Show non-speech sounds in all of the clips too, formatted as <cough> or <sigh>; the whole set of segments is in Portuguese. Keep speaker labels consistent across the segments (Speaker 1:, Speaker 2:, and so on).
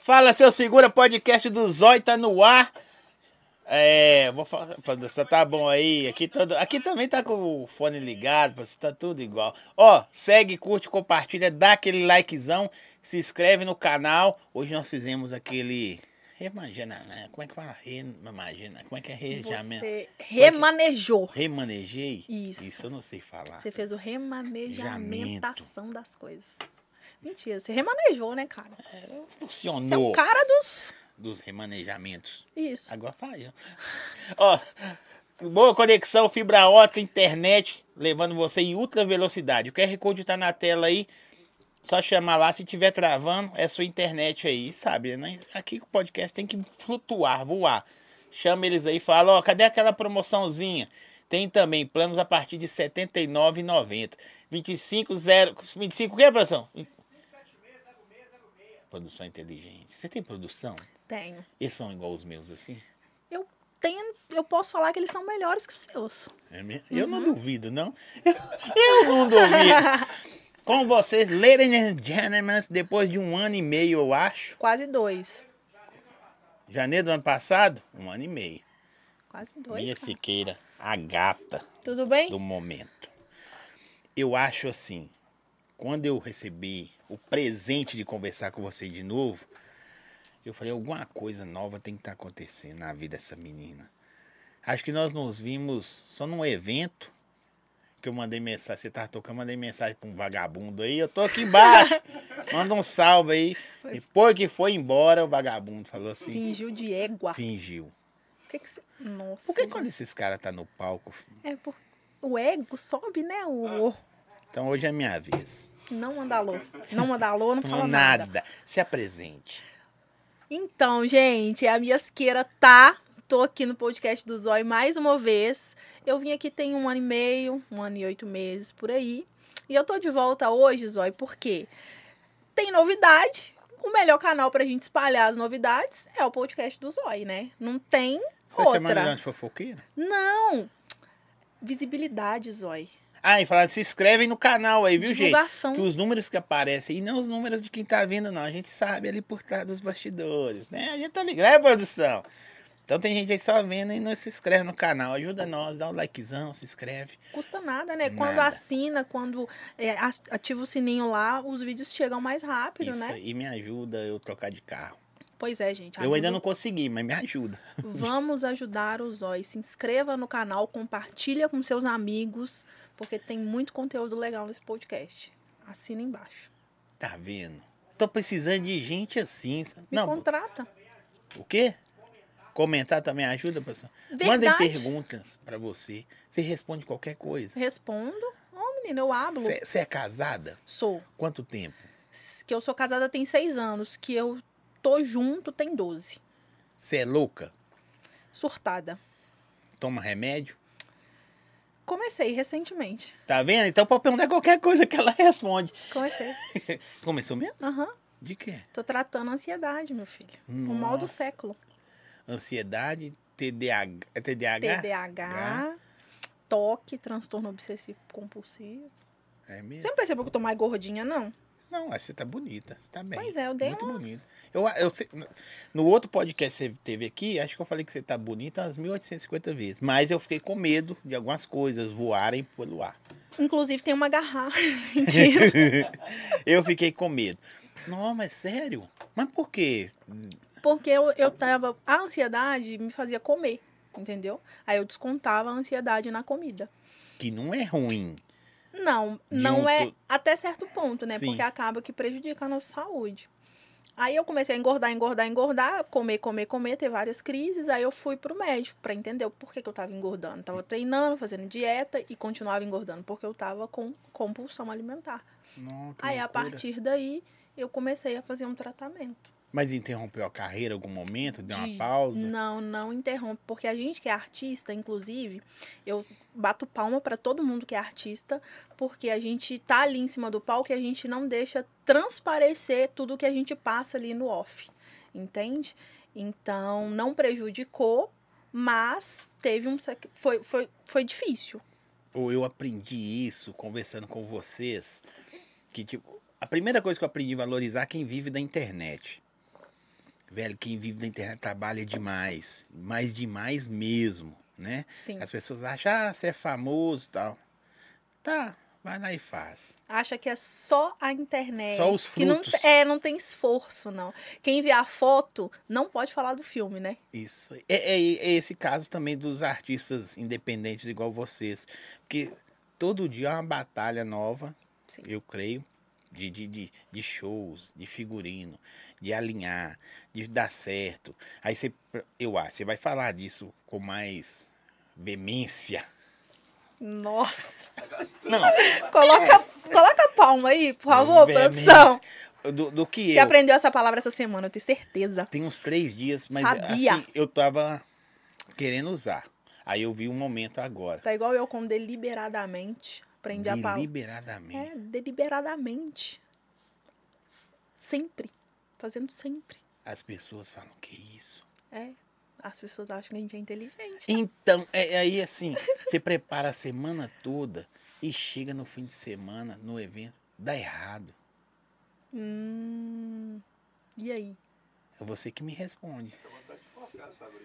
Speaker 1: Fala seu segura, podcast do Zói tá no ar. É, vou falar, você tá bom aí. Aqui, todo, aqui também tá com o fone ligado, você tá tudo igual. Ó, segue, curte, compartilha, dá aquele likezão, se inscreve no canal. Hoje nós fizemos aquele Remagina, né? como é que fala? Remagina, como é que é rejamento?
Speaker 2: Você remanejou.
Speaker 1: Remanejei?
Speaker 2: Isso.
Speaker 1: eu não sei falar.
Speaker 2: Você fez o remanejamentação das coisas. Mentira, você remanejou, né, cara? Você é o
Speaker 1: Funcionou
Speaker 2: cara dos.
Speaker 1: dos remanejamentos.
Speaker 2: Isso.
Speaker 1: Agora falhou. Ó, boa conexão, fibra ótica, internet, levando você em ultra velocidade. O QR Code tá na tela aí. Só chamar lá, se tiver travando, é sua internet aí, sabe? Né? Aqui o podcast tem que flutuar, voar. Chama eles aí e fala, ó, cadê aquela promoçãozinha? Tem também planos a partir de R$ 79,90. 25, 0... 25 o que, produção? Produção inteligente. Você tem produção?
Speaker 2: Tenho.
Speaker 1: Eles são igual os meus, assim?
Speaker 2: Eu tenho. Eu posso falar que eles são melhores que os seus.
Speaker 1: É mesmo? Eu não duvido, não. <laughs> Eu, eu não duvido. Com vocês, ladies and gentlemen, depois de um ano e meio, eu acho.
Speaker 2: <laughs> Quase dois.
Speaker 1: Janeiro do ano passado? Um ano e meio.
Speaker 2: Quase dois.
Speaker 1: Mia
Speaker 2: cara.
Speaker 1: Siqueira, a gata
Speaker 2: Tudo bem?
Speaker 1: assim, do momento. Eu acho assim, quando eu recebi o presente de conversar com você de novo, eu falei, alguma coisa nova tem que estar acontecendo na vida dessa menina. Acho que nós nos vimos só num evento que eu mandei mensagem, você tava tocando, mandei mensagem pra um vagabundo aí, eu tô aqui embaixo. Manda um salve aí. Depois que foi embora, o vagabundo falou assim,
Speaker 2: Fingiu de égua.
Speaker 1: fingiu.
Speaker 2: Por que que você. Nossa.
Speaker 1: Por que quando esses caras tá no palco?
Speaker 2: É por... O ego sobe, né? O.
Speaker 1: Então hoje é a minha vez.
Speaker 2: Não manda alô. Não manda alô, não fala
Speaker 1: Não,
Speaker 2: nada.
Speaker 1: nada. Se apresente.
Speaker 2: Então, gente, a Miasqueira tá. Tô aqui no podcast do Zói mais uma vez. Eu vim aqui tem um ano e meio, um ano e oito meses por aí. E eu tô de volta hoje, Zói, porque tem novidade. O melhor canal pra gente espalhar as novidades é o podcast do Zói, né? Não tem
Speaker 1: Você é chamando ela
Speaker 2: outra.
Speaker 1: de fofoqueira?
Speaker 2: Não! Visibilidade, Zói.
Speaker 1: Ah, e falaram, se inscrevem no canal aí, viu, gente?
Speaker 2: Divulgação.
Speaker 1: Que os números que aparecem, e não os números de quem tá vindo, não. A gente sabe ali por trás dos bastidores, né? A gente tá ligado, é, produção? Então tem gente aí só vendo e não se inscreve no canal. Ajuda nós, dá um likezão, se inscreve.
Speaker 2: Custa nada, né? Quando
Speaker 1: Nada.
Speaker 2: assina, quando é, as- ativa o sininho lá, os vídeos chegam mais rápido,
Speaker 1: Isso
Speaker 2: né?
Speaker 1: aí me ajuda eu trocar de carro.
Speaker 2: Pois é, gente.
Speaker 1: Eu
Speaker 2: ajuda
Speaker 1: ainda
Speaker 2: o
Speaker 1: não consegui, mas me ajuda.
Speaker 2: Vamos ajudar o Zói. Se inscreva no canal, compartilha com seus amigos, porque tem muito conteúdo legal nesse podcast. Assina embaixo.
Speaker 1: Tá vendo? Tô precisando de gente assim. sabe?
Speaker 2: Me
Speaker 1: Não,
Speaker 2: contrata.
Speaker 1: O quê? Comentar também ajuda, pessoal?
Speaker 2: Verdade.
Speaker 1: Mandem perguntas pra você. Você responde qualquer coisa.
Speaker 2: Respondo. Ô, menina, eu hablo.
Speaker 1: Você é casada?
Speaker 2: Sou.
Speaker 1: Quanto tempo?
Speaker 2: S- Que eu sou casada tem seis anos. Que eu tô junto tem 12.
Speaker 1: Você é louca?
Speaker 2: Surtada.
Speaker 1: Toma remédio?
Speaker 2: Comecei recentemente.
Speaker 1: Tá vendo? Então pode perguntar qualquer coisa que ela <laughs> responde. <laughs>
Speaker 2: Comecei.
Speaker 1: Começou mesmo?
Speaker 2: Aham.
Speaker 1: De quê?
Speaker 2: Tô tratando a ansiedade, meu filho. O mal do
Speaker 1: Nossa.
Speaker 2: século.
Speaker 1: Ansiedade, TDAH. É TDAH?
Speaker 2: TDAH, toque, transtorno obsessivo compulsivo.
Speaker 1: É
Speaker 2: Você
Speaker 1: mesmo?
Speaker 2: não percebeu que eu tô mais gordinha, não?
Speaker 1: Não, aí você tá bonita. Você tá bem.
Speaker 2: Pois é, eu dei
Speaker 1: Muito
Speaker 2: uma-
Speaker 1: bonita. Eu, eu, sei- no outro podcast que você teve aqui, acho que eu falei que você tá bonita umas 1850 vezes. Mas eu fiquei com medo de algumas coisas voarem pelo ar.
Speaker 2: um, Inclusive tem
Speaker 1: <laughs>
Speaker 2: uma garrafa. <laughs> Mentira.
Speaker 1: Eu fiquei com medo. Não, mas sério? Mas por quê?
Speaker 2: Porque eu, eu tava. A ansiedade me fazia comer, entendeu? Aí eu descontava a ansiedade na comida.
Speaker 1: Que não é ruim.
Speaker 2: Não,
Speaker 1: De
Speaker 2: não
Speaker 1: um
Speaker 2: é
Speaker 1: pro-
Speaker 2: até certo ponto, né?
Speaker 1: Sim.
Speaker 2: Porque acaba que prejudica a nossa saúde. Aí eu comecei a engordar, engordar, engordar, comer, comer, comer, ter várias crises. Aí eu fui pro médico pra entender o porquê que eu tava engordando. Tava treinando, fazendo dieta e continuava engordando porque eu tava com compulsão alimentar.
Speaker 1: Não, que
Speaker 2: Aí a
Speaker 1: loucura.
Speaker 2: partir daí eu comecei a fazer um tratamento.
Speaker 1: Mas interrompeu a carreira em algum momento? Deu uma
Speaker 2: De-
Speaker 1: pausa?
Speaker 2: Não, não interrompe, porque a gente que é artista, inclusive, eu bato palma pra todo mundo que é artista, porque a gente tá ali em cima do palco e a gente não deixa transparecer tudo que a gente passa ali no off, entende? Então, não prejudicou, mas teve um sacri- foi foi foi difícil.
Speaker 1: Ou eu aprendi isso conversando com vocês. Que tipo, a primeira coisa que eu aprendi a valorizar é quem vive da internet. Velho, quem vive da internet trabalha demais. Mas demais mesmo, né?
Speaker 2: Sim.
Speaker 1: As pessoas acham, ah, você é famoso e tal. Tá, vai lá e faz.
Speaker 2: Acha que é só a internet.
Speaker 1: Só os
Speaker 2: que não
Speaker 1: frutos.
Speaker 2: te- é, não tem esforço, não. Quem enviar foto não pode falar do filme, né?
Speaker 1: Isso. aí. É, é- é esse caso também dos artistas independentes igual vocês. Porque todo dia é uma batalha nova,
Speaker 2: Sim.
Speaker 1: eu creio, de, de, de, de shows, de figurino, de alinhar, de dar certo. Aí você, eu acho, você vai falar disso com mais veemência.
Speaker 2: Nossa.
Speaker 1: Não,
Speaker 2: Coloca, coloca a palma aí, por favor,
Speaker 1: veemência.
Speaker 2: produção.
Speaker 1: Do, do que
Speaker 2: Você
Speaker 1: eu.
Speaker 2: aprendeu essa palavra essa semana, eu tenho certeza.
Speaker 1: Tem uns três dias, mas
Speaker 2: Sabia.
Speaker 1: assim, eu tava querendo usar. Aí eu vi um momento agora.
Speaker 2: Tá igual eu com deliberadamente. Aprendi a palavra.
Speaker 1: Deliberadamente.
Speaker 2: É, deliberadamente. Sempre. Fazendo sempre.
Speaker 1: As pessoas falam, que isso?
Speaker 2: É. As pessoas acham que a gente é inteligente.
Speaker 1: Então, é, é aí assim, <laughs> você prepara a semana toda e chega no fim de semana, no evento, dá errado.
Speaker 2: Hum, e aí?
Speaker 1: É você que me responde.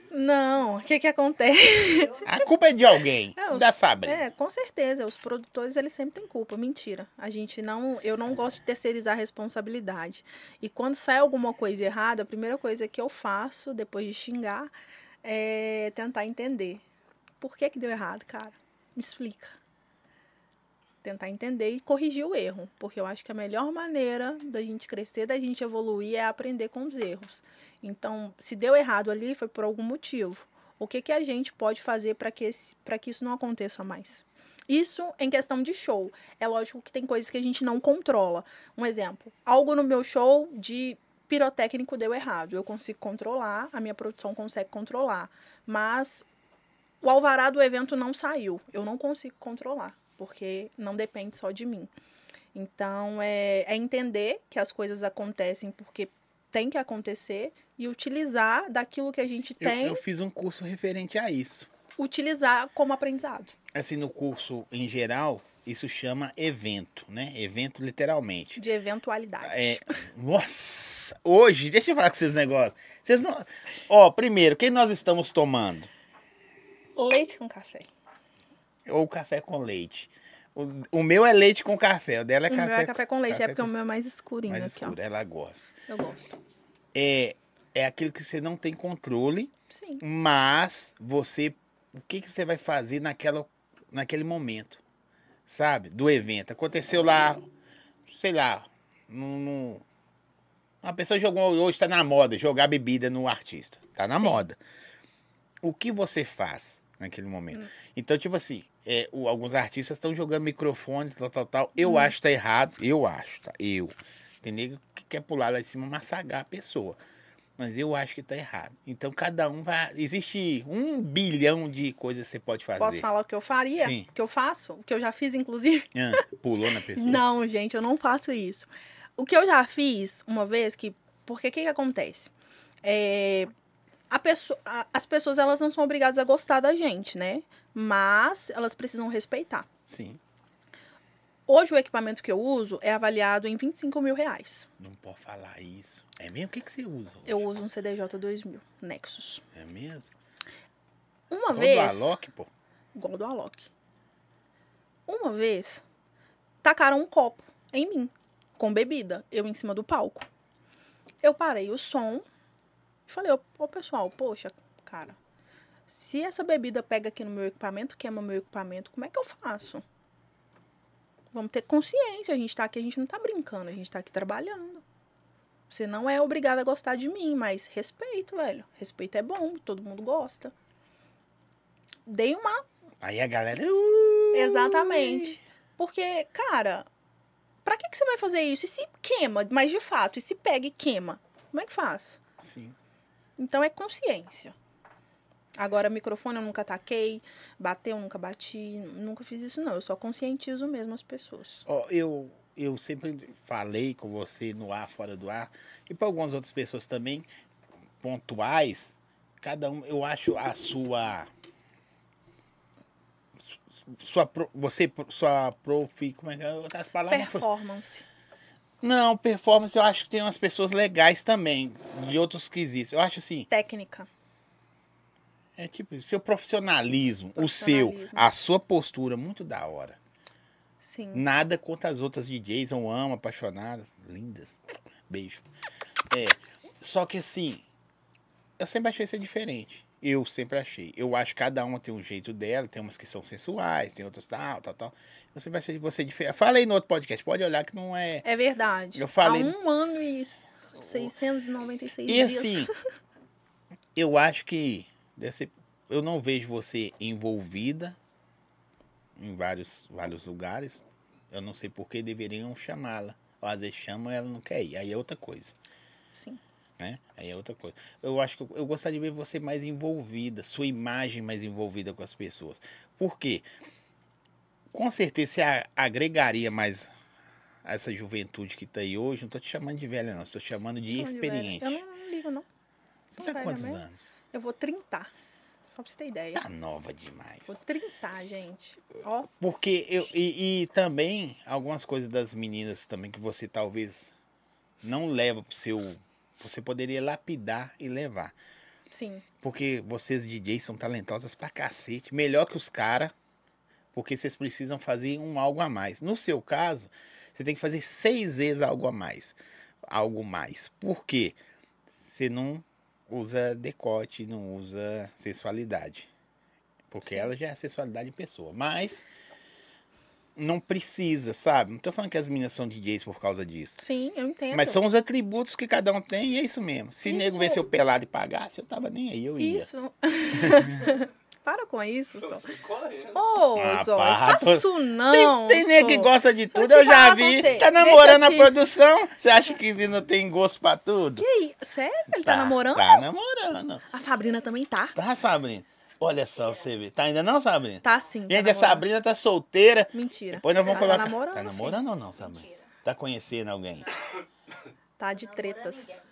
Speaker 2: Não, o que que acontece?
Speaker 1: A culpa é de
Speaker 2: <laughs>
Speaker 1: alguém,
Speaker 2: É, os-
Speaker 1: da Sabrina.
Speaker 2: É, com certeza, os produtores eles sempre têm culpa, mentira. A gente não, eu não gosto de terceirizar a responsabilidade. E quando sai alguma coisa errada, a primeira coisa que eu faço depois de xingar é tentar entender. Por que que deu errado, cara? Me explica. Tentar entender e corrigir o erro, porque eu acho que a melhor maneira da gente crescer, da gente evoluir é aprender com os erros. Então, se deu errado ali foi por algum motivo. O que, que a gente pode fazer para que, esse- pra que isso não aconteça mais? Isso em questão de show. É lógico que tem coisas que a gente não controla. Um exemplo, algo no meu show de pirotécnico deu errado. Eu consigo controlar, a minha produção consegue controlar. Mas o alvará do evento não saiu. Eu não consigo controlar, porque não depende só de mim. Então, é, é entender que as coisas acontecem porque tem que acontecer e utilizar daquilo que a gente
Speaker 1: Eu,
Speaker 2: tem
Speaker 1: eu fiz um curso referente a isso.
Speaker 2: utilizar como aprendizado.
Speaker 1: Assim, no curso em geral, isso chama evento, né? Evento literalmente.
Speaker 2: De eventualidade.
Speaker 1: É, nossa, hoje, deixa eu falar com vocês negócios. Vocês não. Ó, primeiro, o que nós estamos tomando?
Speaker 2: <laughs> Leite com café.
Speaker 1: Ou café com leite. O, o meu é leite com café, o dela é
Speaker 2: o
Speaker 1: café,
Speaker 2: meu é café com leite, é
Speaker 1: café
Speaker 2: porque o meu é mais escurinho
Speaker 1: mais
Speaker 2: aqui,
Speaker 1: escuro, ela gosta.
Speaker 2: ó. Eu gosto.
Speaker 1: É, é aquilo que você não tem controle,
Speaker 2: Sim.
Speaker 1: mas você. O que, que você vai fazer naquela, naquele momento? Sabe? Do evento. Aconteceu lá, sei lá, num- num- uma pessoa jogou, hoje está na moda, jogar bebida no artista. Tá na
Speaker 2: Sim.
Speaker 1: moda. O que você faz naquele
Speaker 2: Hum.
Speaker 1: momento? Então, tipo assim, é, o- alguns artistas estão jogando microfone, tal, tal, tal.
Speaker 2: Hum.
Speaker 1: Eu acho que tá errado. Eu acho, tá? Eu. Tem nego que quer pular lá em cima e massagar a pessoa. Mas eu acho que tá errado. Então, cada um vai... Existe um bilhão de coisas que você pode fazer.
Speaker 2: Posso falar o que eu faria?
Speaker 1: Sim.
Speaker 2: O que eu faço? O que eu já fiz, inclusive?
Speaker 1: Ah, pulou na pessoa?
Speaker 2: Não, gente, eu não faço isso. O que eu já fiz uma vez que. Porque o que, que acontece? É, a pessoa, a- as pessoas elas não são obrigadas a gostar da gente, né? Mas elas precisam respeitar.
Speaker 1: Sim.
Speaker 2: Hoje o equipamento que eu uso é avaliado em 25 mil reais.
Speaker 1: Não pode falar isso. É mesmo? O que, que você usa hoje?
Speaker 2: Eu uso um CDJ 2000 Nexus.
Speaker 1: É mesmo?
Speaker 2: Uma
Speaker 1: Quando
Speaker 2: vez.
Speaker 1: o Alok, pô.
Speaker 2: Igual do Alok. Uma vez, tacaram um copo em mim, com bebida, eu em cima do palco. Eu parei o som e falei, ô ô, pessoal, poxa, cara, se essa bebida pega aqui no meu equipamento, queima meu equipamento, como é que eu faço? Vamos ter consciência, a gente tá aqui, a gente não tá brincando, a gente tá aqui trabalhando. Você não é obrigado a gostar de mim, mas respeito, velho. Respeito é bom, todo mundo gosta. Dei um uma
Speaker 1: Aí a galera... uh! "Ui".
Speaker 2: Exatamente. Porque, cara, pra que, que você vai fazer isso? E se queima, mas de fato, e se pega e queima? Como é que faz?
Speaker 1: Sim.
Speaker 2: Então é consciência. Agora, microfone eu nunca ataquei, bater eu nunca bati, nunca fiz isso não. Eu só conscientizo mesmo as pessoas.
Speaker 1: Ó, eu, eu sempre falei com você no ar, fora do ar, e para algumas outras pessoas também, pontuais, cada um, eu acho a sua. Sua, pro- você, sua profi, como é que é? As palavras.
Speaker 2: Performance.
Speaker 1: Não, performance eu acho que tem umas pessoas legais também, de outros quesitos. Eu acho assim,
Speaker 2: Técnica.
Speaker 1: é tipo, seu profissionalismo, o seu,
Speaker 2: Profissionalismo.
Speaker 1: a sua postura, muito da hora.
Speaker 2: Sim.
Speaker 1: Nada contra as outras DJs, eu amo, apaixonadas, lindas. Beijo. É, só que assim, eu sempre achei ser diferente. Eu sempre achei. Eu acho que cada uma tem um jeito dela, tem umas que são sensuais, tem outras tal, tal, tal. Eu sempre achei você diferente. Falei no outro podcast, pode olhar que não é.
Speaker 2: É verdade.
Speaker 1: Eu falei-
Speaker 2: Há um ano e s- 696
Speaker 1: E
Speaker 2: dias.
Speaker 1: assim, eu acho que deve ser- eu não vejo você envolvida em vários, vários lugares. Eu não sei por que deveriam chamá-la. Ou às vezes chamam e ela não quer ir. Aí é outra coisa,
Speaker 2: Sim.
Speaker 1: né? Aí é outra coisa. Eu acho que eu, eu gostaria de ver você mais envolvida, sua imagem mais envolvida com as pessoas. Por quê? Com certeza você a- agregaria mais a essa juventude que está aí hoje. Não estou te chamando de velha, não. Estou te chamando de
Speaker 2: Tô de velha.
Speaker 1: experiente.
Speaker 2: Eu não ligo, não.
Speaker 1: Você
Speaker 2: Sou
Speaker 1: tá com
Speaker 2: velha
Speaker 1: quantos
Speaker 2: mesmo.
Speaker 1: anos?
Speaker 2: Eu vou trintar. Só pra você ter ideia.
Speaker 1: Tá nova demais.
Speaker 2: Vou trintar, gente. Ó,
Speaker 1: Porque eu. E, e também algumas coisas das meninas também que você talvez não leva pro seu. Você poderia lapidar e levar.
Speaker 2: sim.
Speaker 1: Porque vocês DJs são talentosas pra cacete. Melhor que os caras. Porque vocês precisam fazer um algo a mais. No seu caso, você tem que fazer seis vezes algo a mais. Algo mais. Por quê? Você não usa decote, não usa sensualidade. Porque
Speaker 2: Sim.
Speaker 1: ela já é sensualidade em pessoa. Mas não precisa, sabe? Não tô falando que as meninas são DJs por causa disso.
Speaker 2: Sim, eu entendo.
Speaker 1: Mas são os atributos que cada um tem e é isso mesmo. Se
Speaker 2: Isso.
Speaker 1: nego nego seu pelado e pagasse, eu tava nem aí, eu ia.
Speaker 2: Isso. <laughs> Para com isso,
Speaker 3: Eu
Speaker 2: só.
Speaker 3: sei qual é.
Speaker 2: Ô,
Speaker 1: Ah,
Speaker 2: Zóio,
Speaker 1: para.
Speaker 2: faço não.
Speaker 1: tem tem nego que
Speaker 2: Zóio.
Speaker 1: gosta de tudo,
Speaker 2: te
Speaker 1: eu já
Speaker 2: falar com
Speaker 1: vi.
Speaker 2: você.
Speaker 1: Tá
Speaker 2: Deixa
Speaker 1: namorando
Speaker 2: eu
Speaker 1: a
Speaker 2: te-
Speaker 1: produção? Você acha que ele não tem gosto pra tudo?
Speaker 2: Que aí? Sério? Ele tá, namorando?
Speaker 1: Tá namorando.
Speaker 2: A Sabrina também tá.
Speaker 1: Tá, Sabrina? Olha só pra você ver. Tá ainda não, Sabrina?
Speaker 2: É. Tá sim. tá
Speaker 1: Gente, a
Speaker 2: namorando.
Speaker 1: Sabrina tá solteira.
Speaker 2: Mentira.
Speaker 1: Depois nós vamos
Speaker 2: Ela
Speaker 1: colocar.
Speaker 2: Tá namorando,
Speaker 1: tá
Speaker 2: filho.
Speaker 1: namorando ou não, Sabrina? Tá conhecendo alguém?
Speaker 2: Tá de tretas.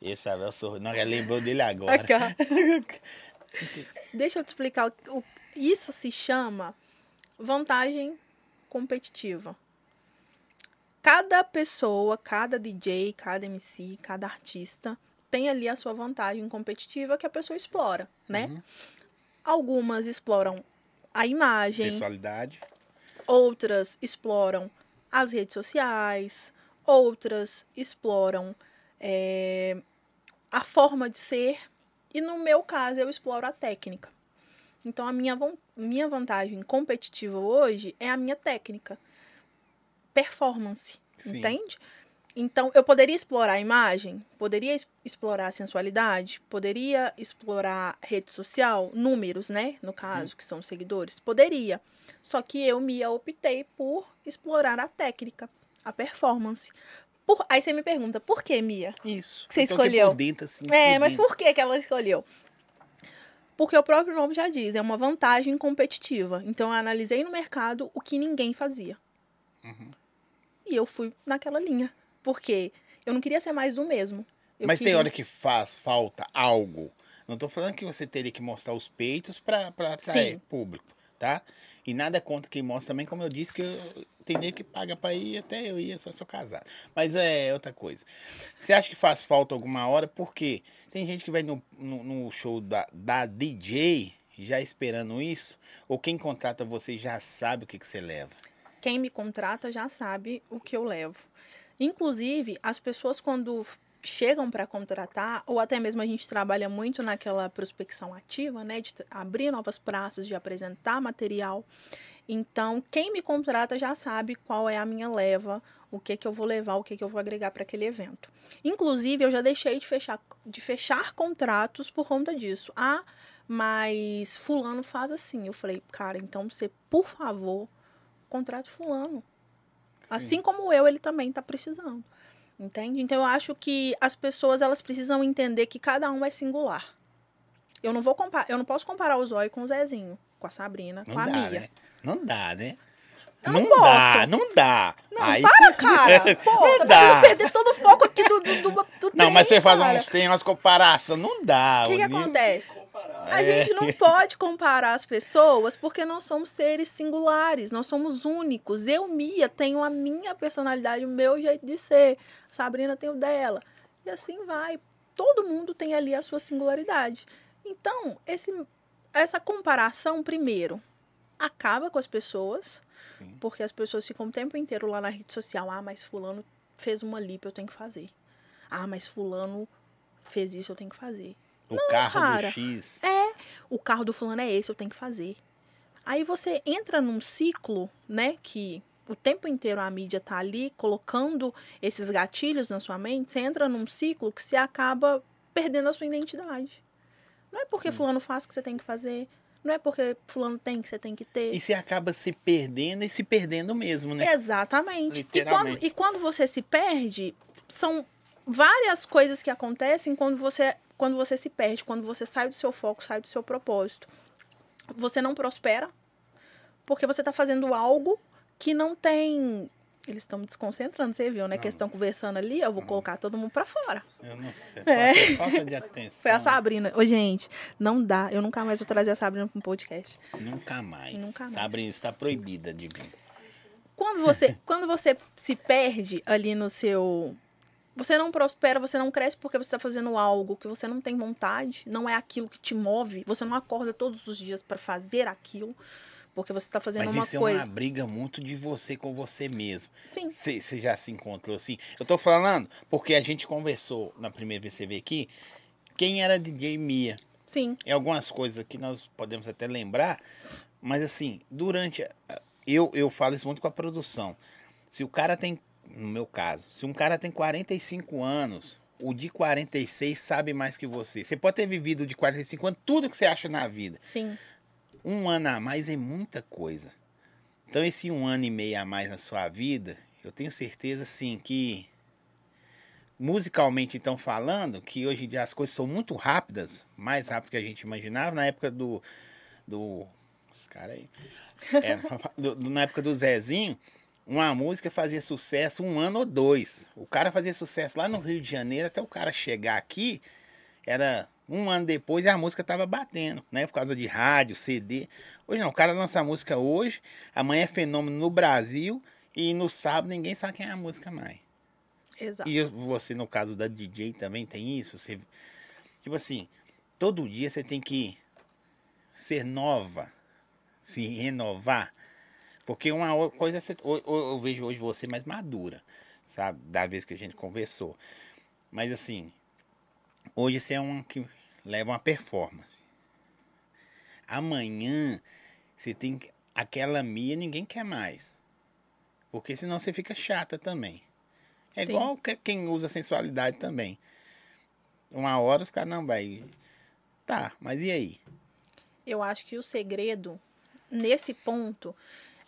Speaker 1: Esse é Abel sorriu. Não, ela lembrou dele agora.
Speaker 2: Aqui, ó. Deixa eu te explicar. o- o- isso se chama vantagem competitiva. Cada pessoa, cada DJ, cada MC, cada artista tem ali a sua vantagem competitiva que a pessoa explora, né? Algumas exploram a imagem,
Speaker 1: Sensualidade.
Speaker 2: outras exploram as redes sociais, outras exploram é, a forma de ser, e no meu caso eu exploro a técnica. Então a minha, von- minha vantagem competitiva hoje é a minha técnica, performance,
Speaker 1: Sim.
Speaker 2: entende? Então eu poderia explorar a imagem, poderia es- explorar a sensualidade, poderia explorar rede social, números, né? No caso, que são seguidores, poderia. Só que eu me optei por explorar a técnica, a performance. Por- Aí você me pergunta, por que, Mia?
Speaker 1: Isso.
Speaker 2: Que você
Speaker 1: Então, tipo,
Speaker 2: escolheu.
Speaker 1: dentro, assim,
Speaker 2: É,
Speaker 1: por
Speaker 2: mas
Speaker 1: dentro.
Speaker 2: por que, que ela escolheu? Porque o próprio nome já diz, é uma vantagem competitiva. Então eu analisei no mercado o que ninguém fazia.
Speaker 1: Uhum.
Speaker 2: E eu fui naquela linha. Porque eu não queria ser mais do mesmo. Eu
Speaker 1: Mas tem
Speaker 2: queria-
Speaker 1: hora que faz falta algo. Não tô falando que você teria que mostrar os peitos pra pra atrair
Speaker 2: Sim.
Speaker 1: público, tá? E nada contra quem mostra também, como eu disse, que eu, tem nem que paga pra ir, até eu ia, só sou casado. Mas é outra coisa. Você acha que faz falta alguma hora? Porque tem gente que vai no, no, no show da, da DJ já esperando isso, ou quem contrata você já sabe o que, que você leva.
Speaker 2: quem me contrata já sabe o que eu levo. Inclusive, as pessoas quando f- chegam para contratar, ou até mesmo a gente trabalha muito naquela prospecção ativa, né, de t- abrir novas praças, de apresentar material. Então, quem me contrata já sabe qual é a minha leva, o que que eu vou levar, o que que eu vou agregar para aquele evento. Inclusive, eu já deixei de fechar de fechar contratos por conta disso. Ah, mas fulano faz assim. Eu falei, cara, então você, por favor, contrato fulano. Assim como eu, ele também tá precisando. Entende? Então eu acho que as pessoas elas precisam entender que cada um é singular. Eu não vou comparar, eu não posso comparar o Zóio com o Zezinho, com a Sabrina,
Speaker 1: Não
Speaker 2: com a
Speaker 1: dá,
Speaker 2: Mia.
Speaker 1: né? Não dá, né?
Speaker 2: Eu não
Speaker 1: dá,
Speaker 2: posso.
Speaker 1: não dá.
Speaker 2: Não,
Speaker 1: Aí
Speaker 2: para,
Speaker 1: <laughs>
Speaker 2: cara. Pô,
Speaker 1: Não
Speaker 2: tá
Speaker 1: dá.
Speaker 2: dando perder todo o foco aqui do do, do, do
Speaker 1: Não, mas
Speaker 2: trem,
Speaker 1: você faz um
Speaker 2: cara.
Speaker 1: uns tem umas comparação, não dá.
Speaker 2: O que, que
Speaker 1: nível-
Speaker 2: acontece?
Speaker 3: Comparar.
Speaker 2: A gente não pode comparar as pessoas porque nós somos seres singulares, nós somos únicos. Eu, Mia, tenho a minha personalidade, o meu jeito de ser. Sabrina tem o dela. E assim vai. Todo mundo tem ali a sua singularidade. Então, esse, essa comparação, primeiro, acaba com as pessoas,
Speaker 1: Sim.
Speaker 2: porque as pessoas ficam o tempo inteiro lá na rede social. Ah, mas Fulano fez uma lipo, eu tenho que fazer. Ah, mas Fulano fez isso, eu tenho que fazer.
Speaker 1: O carro
Speaker 2: cara.
Speaker 1: do X.
Speaker 2: o carro do fulano é esse, eu tenho que fazer. Aí você entra num ciclo, né, que o tempo inteiro a mídia tá ali colocando esses gatilhos na sua mente, você entra num ciclo que você acaba perdendo a sua identidade. Não é porque fulano faz que você tem que fazer, não é porque fulano tem que você tem que ter.
Speaker 1: E você acaba se perdendo e se perdendo mesmo, né?
Speaker 2: Exatamente. E quando,
Speaker 1: Literalmente.
Speaker 2: e quando você se perde, são várias coisas que acontecem quando você, quando você se perde, quando você sai do seu foco, sai do seu propósito. Você não prospera, porque você está fazendo algo que não tem. Eles estão me desconcentrando, você viu, né?
Speaker 1: Não.
Speaker 2: Que eles estão conversando ali, eu vou colocar todo mundo para fora.
Speaker 1: Eu não sei.
Speaker 2: É.
Speaker 1: Falta, falta de atenção.
Speaker 2: Foi a Sabrina. Ô, gente, não dá. Eu nunca mais vou trazer a Sabrina para um podcast.
Speaker 1: Nunca mais.
Speaker 2: Nunca mais.
Speaker 1: Sabrina está proibida de vir.
Speaker 2: quando você,
Speaker 1: <laughs>
Speaker 2: quando você se perde ali no seu. Você não prospera, você não cresce porque você está fazendo algo que você não tem vontade, não é aquilo que te move, você não acorda todos os dias para fazer aquilo, porque você está fazendo
Speaker 1: Mas
Speaker 2: uma
Speaker 1: isso é
Speaker 2: coisa.
Speaker 1: uma briga muito de você com você mesmo.
Speaker 2: Sim,
Speaker 1: Você você já se encontrou assim? Eu tô falando porque a gente conversou na primeira vez que você veio aqui. Quem era DJ Mia?
Speaker 2: sim.
Speaker 1: E algumas coisas que nós podemos até lembrar, mas assim, durante. a- Eu, eu falo isso muito com a produção. Se o cara tem. No meu caso, se um cara tem 45 anos, o de 46 sabe mais que você. Você pode ter vivido o de 45 anos tudo que você acha na vida.
Speaker 2: Sim,
Speaker 1: Um ano a mais é muita coisa. Então, esse um ano e meio a mais na sua vida, eu tenho certeza, assim, que. Musicalmente, então, falando, que hoje em dia as coisas são muito rápidas, mais rápidas que a gente imaginava. Na época do. do os caras aí. É, <laughs> do- do- na época do Zezinho, uma música fazia sucesso um ano ou dois. O cara fazia sucesso lá no Rio de Janeiro, até o cara chegar aqui, era um ano depois e a música tava batendo, né? Por causa de rádio, CD. Hoje não, o cara lança a música hoje, amanhã é fenômeno no Brasil e no sábado ninguém sabe quem é a música mais.
Speaker 2: exato.
Speaker 1: E você, no caso da DJ, também tem isso? Você, tipo assim, todo dia você tem que ser nova, se renovar. Porque uma o- coisa, é você, ho- ho- eu vejo hoje você mais madura, sabe? Da vez que a gente conversou. Mas assim, hoje você é um que leva uma performance. Amanhã, você tem que- aquela minha ninguém quer mais. Porque senão você fica chata também. É
Speaker 2: Sim.
Speaker 1: igual que- quem usa sensualidade também. Uma hora os caras não vai. Tá, mas e aí?
Speaker 2: Eu acho que o segredo nesse ponto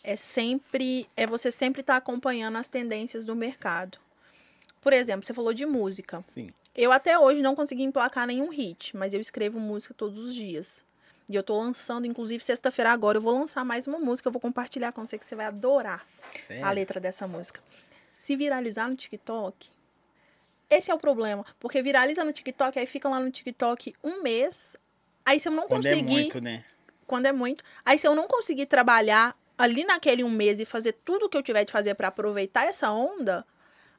Speaker 2: é sempre é você sempre estar acompanhando as tendências do mercado. Por exemplo, você falou de música.
Speaker 1: Sim.
Speaker 2: Eu até hoje não consegui emplacar nenhum hit, mas eu escrevo música todos os dias. E eu tô lançando, inclusive sexta-feira agora, eu vou lançar mais uma música, eu vou compartilhar com você que você vai adorar
Speaker 1: Sério?
Speaker 2: a letra dessa música. Se viralizar no TikTok, esse é o problema, porque viraliza no TikTok, aí fica lá no TikTok um mês, aí se eu não
Speaker 1: Quando
Speaker 2: conseguir
Speaker 1: é muito, né?
Speaker 2: quando é muito. Aí se eu não conseguir trabalhar ali naquele um mês e fazer tudo que eu tiver de fazer pra aproveitar essa onda,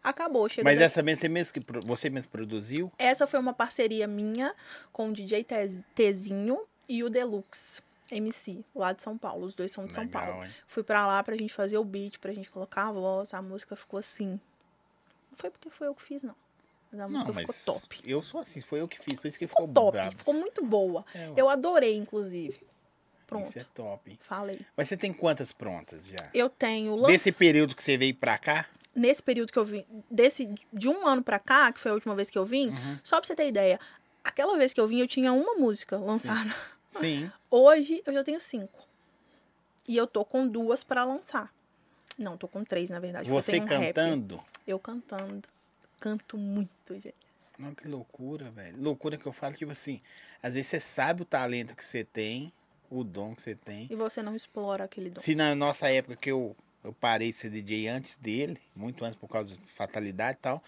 Speaker 2: acabou, chega
Speaker 1: Mas
Speaker 2: daqui.
Speaker 1: essa mesmo, você mesmo que pro- você mesmo produziu?
Speaker 2: Essa foi uma parceria minha com o DJ Tez- Tezinho e o Deluxe MC, lá de São Paulo. Os dois são de São
Speaker 1: Legal,
Speaker 2: Paulo.
Speaker 1: hein?
Speaker 2: Fui pra lá pra gente fazer o beat, pra gente colocar a voz. A música ficou assim. Não foi porque foi eu que fiz, não. Mas a música
Speaker 1: Não, mas
Speaker 2: ficou top.
Speaker 1: eu sou assim, foi eu que fiz, por isso que
Speaker 2: Ficou
Speaker 1: ficou
Speaker 2: top.
Speaker 1: brabo.
Speaker 2: Ficou muito boa.
Speaker 1: É,
Speaker 2: Eu adorei, inclusive. Pronto.
Speaker 1: Isso é top.
Speaker 2: Falei.
Speaker 1: Mas você tem quantas prontas já?
Speaker 2: Eu Ah, tenho
Speaker 1: Nesse período que você veio pra cá?
Speaker 2: nesse período que eu vim, desse, de um ano pra cá, que foi a última vez que eu vim,
Speaker 1: Uhum.
Speaker 2: só pra você ter ideia, aquela vez que eu vim eu tinha uma música lançada.
Speaker 1: Sim.
Speaker 2: Hoje eu já tenho cinco. E eu tô com duas pra lançar. Não, tô com três, na verdade. porque
Speaker 1: Você
Speaker 2: eu tenho um rap.
Speaker 1: cantando?
Speaker 2: Eu cantando. Canto muito, gente.
Speaker 1: Não, que loucura, velho. Loucura que eu falo, tipo assim, às vezes você sabe o talento que você tem, o dom que você tem.
Speaker 2: E você não explora aquele dom.
Speaker 1: Se na nossa época que eu, eu parei de ser DJ antes dele, muito antes por causa de fatalidade e tal,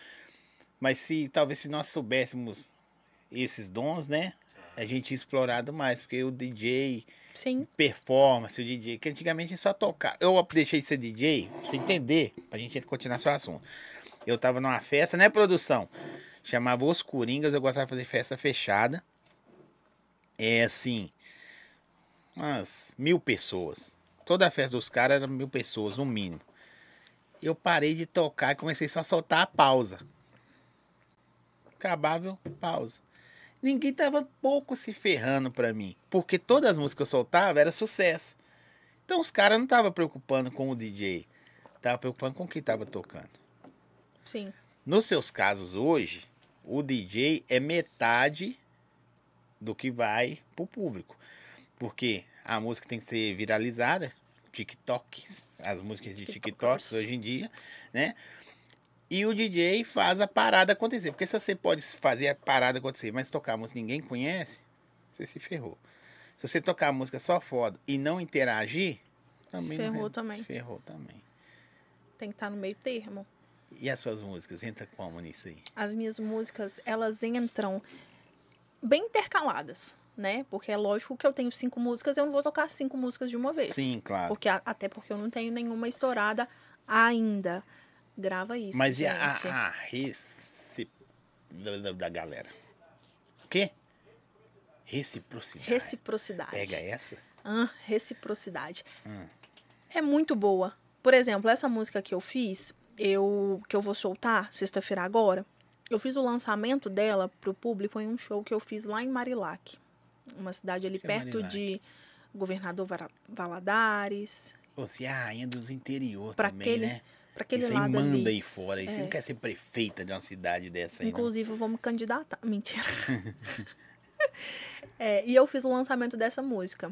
Speaker 1: mas se talvez se nós soubéssemos esses dons, né? a gente é explorado mais, porque o DJ
Speaker 2: Sim.
Speaker 1: performance, o DJ, que antigamente é só tocar. Eu deixei de ser DJ, pra você entender, pra gente continuar seu assunto. Eu tava numa festa, né, produção? Chamava Os Coringas, eu gostava de fazer festa fechada. É assim, umas mil pessoas. Toda a festa dos caras era mil pessoas, no mínimo. Eu parei de tocar e comecei só a soltar a pausa. Acabava, eu, pausa ninguém tava pouco se ferrando pra mim. Porque todas as músicas que eu soltava era sucesso. Então os caras não tava preocupando com o DJ. Tava preocupando com quem tava tocando.
Speaker 2: Sim.
Speaker 1: Nos seus casos hoje, o DJ é metade do que vai pro público. Porque a música tem que ser viralizada, TikTok, as músicas de TikTok hoje em dia, né? E o DJ faz a parada acontecer. Porque se você pode fazer a parada acontecer, mas tocar a música que ninguém conhece, você se ferrou. Se você tocar a música só foda e não interagir, também
Speaker 2: ferrou
Speaker 1: não,
Speaker 2: também.
Speaker 1: Se ferrou também.
Speaker 2: Tem que estar no meio termo.
Speaker 1: E as suas músicas? Entra como nisso aí?
Speaker 2: As minhas músicas, elas entram bem intercaladas, né? Porque é lógico que eu tenho cinco músicas, eu não vou tocar cinco músicas de uma vez.
Speaker 1: Sim, claro.
Speaker 2: Porque, a- até porque eu não tenho nenhuma estourada ainda. Grava isso.
Speaker 1: mas e a,
Speaker 2: gente.
Speaker 1: a, a rece- da, da- da galera? O quê? Reciprocidade.
Speaker 2: Reciprocidade.
Speaker 1: Pega essa?
Speaker 2: Ah, reciprocidade.
Speaker 1: Hum.
Speaker 2: É muito boa. Por exemplo, essa música que eu fiz, eu que eu vou soltar sexta-feira agora, eu fiz o lançamento dela pro público em um show que eu fiz lá em Marilac. Uma cidade ali
Speaker 1: Que é
Speaker 2: perto
Speaker 1: Marilac?
Speaker 2: de Governador Vara- Valadares,
Speaker 1: Você é a rainha dos interior
Speaker 2: Pra
Speaker 1: também,
Speaker 2: aquele-
Speaker 1: né?
Speaker 2: para aquele
Speaker 1: isso aí
Speaker 2: lado
Speaker 1: manda
Speaker 2: ali.
Speaker 1: aí fora. aí Você não
Speaker 2: É.
Speaker 1: quer ser prefeita de uma cidade dessa aí, não?
Speaker 2: Inclusive, eu vou me candidatar. <laughs>
Speaker 1: <laughs>
Speaker 2: Mentira. É, e eu fiz o lançamento dessa música.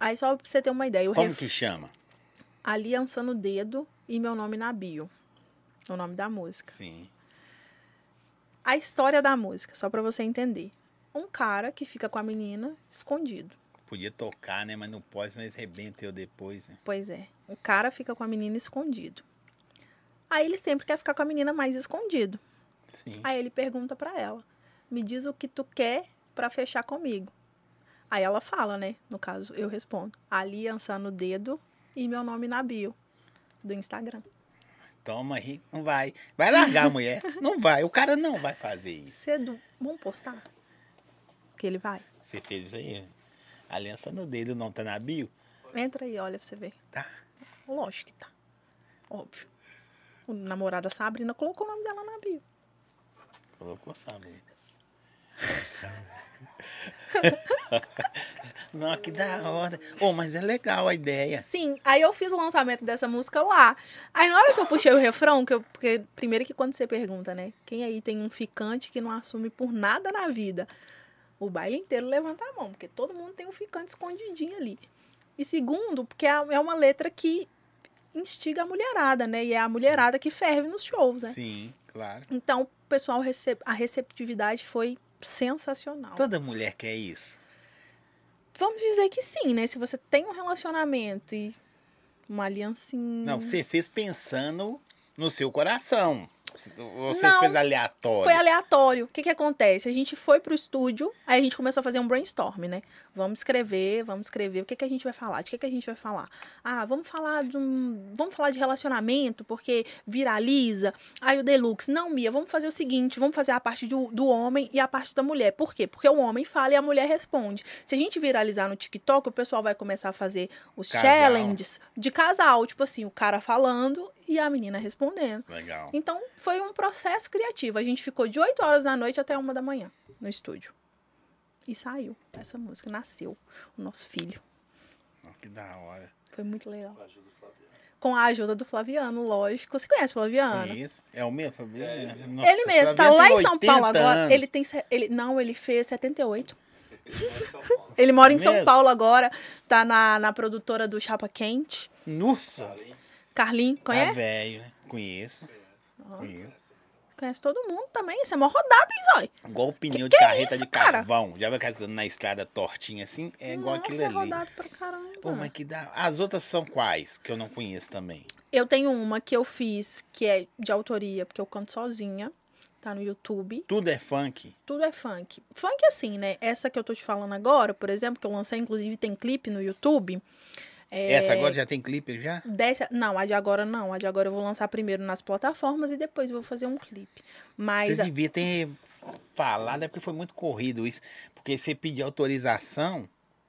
Speaker 2: Aí, só pra você ter uma ideia, o
Speaker 1: Como
Speaker 2: ref-
Speaker 1: que chama?
Speaker 2: Aliança no Dedo e Meu Nome na Bio. É O nome da música.
Speaker 1: Sim.
Speaker 2: A história da música, só pra você entender. Um cara que fica com a menina escondido.
Speaker 1: Podia tocar, né? Mas não pode, senão eles arrebentam eu depois, né?
Speaker 2: Pois é, o cara fica com a menina escondido. Aí ele sempre quer ficar com a menina mais escondido.
Speaker 1: Sim.
Speaker 2: Aí ele pergunta pra ela: "Me diz o que tu quer pra fechar comigo?" Aí ela fala, né? No caso, eu respondo: "Aliança no dedo e meu nome na bio do Instagram."
Speaker 1: Toma aí, não vai. Vai largar a mulher.
Speaker 2: <laughs>
Speaker 1: Não vai. O cara não vai fazer isso.
Speaker 2: Cedo, vamos postar? Que ele vai.
Speaker 1: Você fez isso aí. né? Aliança no dedo, não tá na bio?
Speaker 2: Entra aí, olha pra você ver.
Speaker 1: Tá.
Speaker 2: Lógico que tá. Óbvio. O namorado da Sabrina colocou o nome dela na bio.
Speaker 1: Colocou sabe. <laughs> Não, que da hora. Oh, mas é legal a ideia.
Speaker 2: Sim, aí eu fiz o lançamento dessa música lá. Aí na hora que eu puxei o refrão, que eu, porque primeiro que quando você pergunta, né? Quem aí tem um ficante que não assume por nada na vida? O baile inteiro levanta a mão, porque todo mundo tem um ficante escondidinho ali. E segundo, porque é é uma letra que instiga a mulherada, né? E é a mulherada que ferve nos shows, né?
Speaker 1: Sim, claro.
Speaker 2: Então, o pessoal, recep- a receptividade foi sensacional.
Speaker 1: Toda mulher quer isso.
Speaker 2: Vamos dizer que sim, né? Se você tem um relacionamento e uma aliancinha.
Speaker 1: Não, você fez pensando no seu coração. Ou você
Speaker 2: Não.
Speaker 1: fez aleatório.
Speaker 2: Foi aleatório. O que que acontece? A gente foi pro estúdio, aí a gente começou a fazer um brainstorm, né? Vamos escrever, vamos escrever. O que que a gente vai falar? De que que a gente vai falar? Ah, vamos falar de um... Vamos falar de relacionamento, porque viraliza. Aí o Deluxe, não, Mia, vamos fazer o seguinte, vamos fazer a parte do, do homem e a parte da mulher. Por quê? Porque o homem fala e a mulher responde. Se a gente viralizar no TikTok, o pessoal vai começar a fazer os
Speaker 1: Casal.
Speaker 2: challenges de casal. Tipo assim, o cara falando e a menina respondendo.
Speaker 1: Legal.
Speaker 2: Então, foi um processo criativo. A gente ficou de 8 horas da noite até uma da manhã no estúdio. E saiu essa música, nasceu o nosso filho.
Speaker 1: Ó, Que da hora.
Speaker 2: Foi muito legal. Com a ajuda do Flaviano, lógico. Você conhece o Flaviano?
Speaker 1: Conheço. É o mesmo, Fabiano?
Speaker 2: ele mesmo, tá lá em São Paulo agora. Ele tem. se- Ele, não, ele fez 78. Ele mora em São
Speaker 1: É Mesmo?
Speaker 2: Paulo agora. Tá na, na produtora do Chapa Quente.
Speaker 1: Nossa!
Speaker 2: Carlinhos,
Speaker 1: Conhece? Tá
Speaker 2: conhece?
Speaker 1: velho, né? Conheço. Conheço.
Speaker 2: Conhece todo mundo também. Isso é uma rodada, hein, Zói?
Speaker 1: Igual o pneu
Speaker 2: Que-
Speaker 1: de
Speaker 2: que é
Speaker 1: carreta
Speaker 2: isso,
Speaker 1: de
Speaker 2: cara?
Speaker 1: carvão. Já vai casando na estrada tortinha assim? É igual
Speaker 2: Nossa,
Speaker 1: aquilo
Speaker 2: é
Speaker 1: ali.
Speaker 2: rodado pra caramba.
Speaker 1: Pô, mas que dá. As outras são quais? Que eu não conheço também.
Speaker 2: Eu tenho uma que eu fiz, que é de autoria, porque eu canto sozinha, tá no YouTube.
Speaker 1: Tudo é funk.
Speaker 2: Tudo é funk. Funk assim, né? Essa que eu tô te falando agora, por exemplo, que eu lancei, inclusive tem clipe no YouTube. É,
Speaker 1: Essa agora já tem clipe já?
Speaker 2: Dessa, não, a de agora não. A de agora eu vou lançar primeiro nas plataformas e depois vou fazer um clipe. Mas
Speaker 1: Vocês deviam ter falado, é porque foi muito corrido isso. Porque você pedir autorização,
Speaker 2: ah,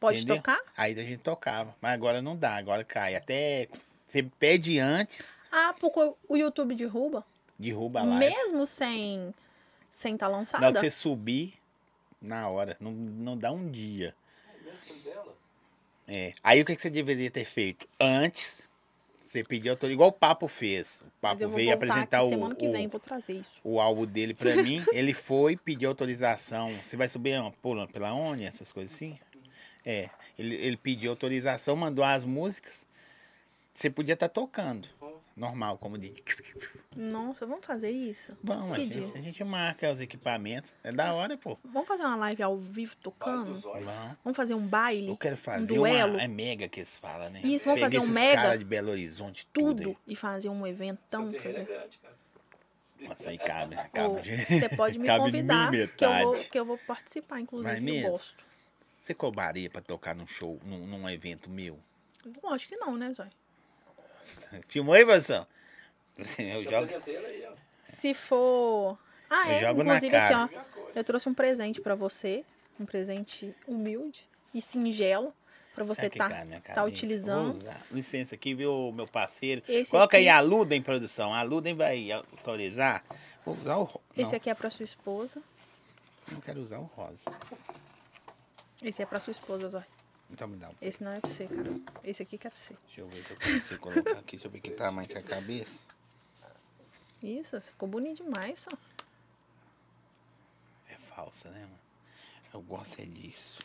Speaker 2: pode
Speaker 1: entendeu?
Speaker 2: tocar?
Speaker 1: aí a gente tocava. Mas agora não dá, agora cai. Até você pede antes,
Speaker 2: Ah, porque o YouTube derruba?
Speaker 1: derruba é a live.
Speaker 2: Mesmo sem sem estar tá
Speaker 1: Na hora
Speaker 2: lançada?
Speaker 1: que você subir, na hora. Não, não dá um dia. É. Aí o que que você deveria ter feito? Antes, você pediu autorização. Igual o Papo fez. O
Speaker 2: Mas eu
Speaker 1: Papo
Speaker 2: vou
Speaker 1: veio
Speaker 2: voltar
Speaker 1: apresentar
Speaker 2: aqui
Speaker 1: o,
Speaker 2: semana que
Speaker 1: o-
Speaker 2: vem vou trazer isso.
Speaker 1: o álbum dele pra mim. Ele foi pedir autorização. Você vai subir por, pela ONI, essas coisas assim? É. Ele, ele pediu autorização, mandou as músicas. Você podia estar tocando. Normal, como diz.
Speaker 2: Nossa, vamos fazer isso?
Speaker 1: Bom, a
Speaker 2: Que
Speaker 1: gente,
Speaker 2: dia?
Speaker 1: a gente marca os equipamentos. É da hora, pô.
Speaker 2: Vamos fazer uma live ao vivo tocando?
Speaker 1: Vamos.
Speaker 2: Vamos fazer um baile?
Speaker 1: Eu quero fazer
Speaker 2: duelo.
Speaker 1: uma. É mega que eles falam, né?
Speaker 2: Isso, vamos
Speaker 1: Pegar
Speaker 2: fazer um
Speaker 1: esses
Speaker 2: mega.
Speaker 1: Cara de Belo Horizonte, tudo.
Speaker 2: Tudo e fazer um eventão. fazer-
Speaker 1: aí. Nossa, aí cabe,
Speaker 2: <laughs>
Speaker 1: né?
Speaker 2: Ou
Speaker 1: <laughs> cabe.
Speaker 2: Você pode me
Speaker 1: cabe
Speaker 2: convidar,
Speaker 1: nem
Speaker 2: que eu, vou,
Speaker 1: metade.
Speaker 2: que eu vou participar, inclusive,
Speaker 1: Vai
Speaker 2: eu
Speaker 1: mesmo?
Speaker 2: gosto.
Speaker 1: Você cobraria pra tocar num show, num, num evento meu? <laughs>
Speaker 2: Bom, acho que não, né, Zói?
Speaker 1: É. Filmou aí, <laughs> Vansão? Eu jogo.
Speaker 2: Se for. Ah,
Speaker 1: Eu
Speaker 2: é.
Speaker 1: jogo na
Speaker 2: Inclusive,
Speaker 1: cara.
Speaker 2: aqui, ó. Eu trouxe um presente pra você. Um presente humilde e singelo. Pra você
Speaker 1: Sabe É que
Speaker 2: tá,
Speaker 1: cabe na minha
Speaker 2: tá
Speaker 1: cabeça?
Speaker 2: utilizando.
Speaker 1: Vou usar. Licença aqui, viu, meu parceiro?
Speaker 2: Esse
Speaker 1: Coloca aí
Speaker 2: aqui-
Speaker 1: a Ludem, produção. A Ludem vai autorizar. Vou usar o. ro-
Speaker 2: Esse
Speaker 1: não,
Speaker 2: aqui é pra sua esposa.
Speaker 1: não quero usar o rosa.
Speaker 2: Esse é pra sua esposa, Zói.
Speaker 1: Então me dá um.
Speaker 2: Esse não é pra você, cara. Esse aqui que é pra você.
Speaker 1: Deixa eu ver se eu consigo colocar aqui. Deixa eu ver que tamanho que é a cabeça.
Speaker 2: Isso, ficou bonito demais, só.
Speaker 1: É falsa, né, mano? Eu gosto é disso.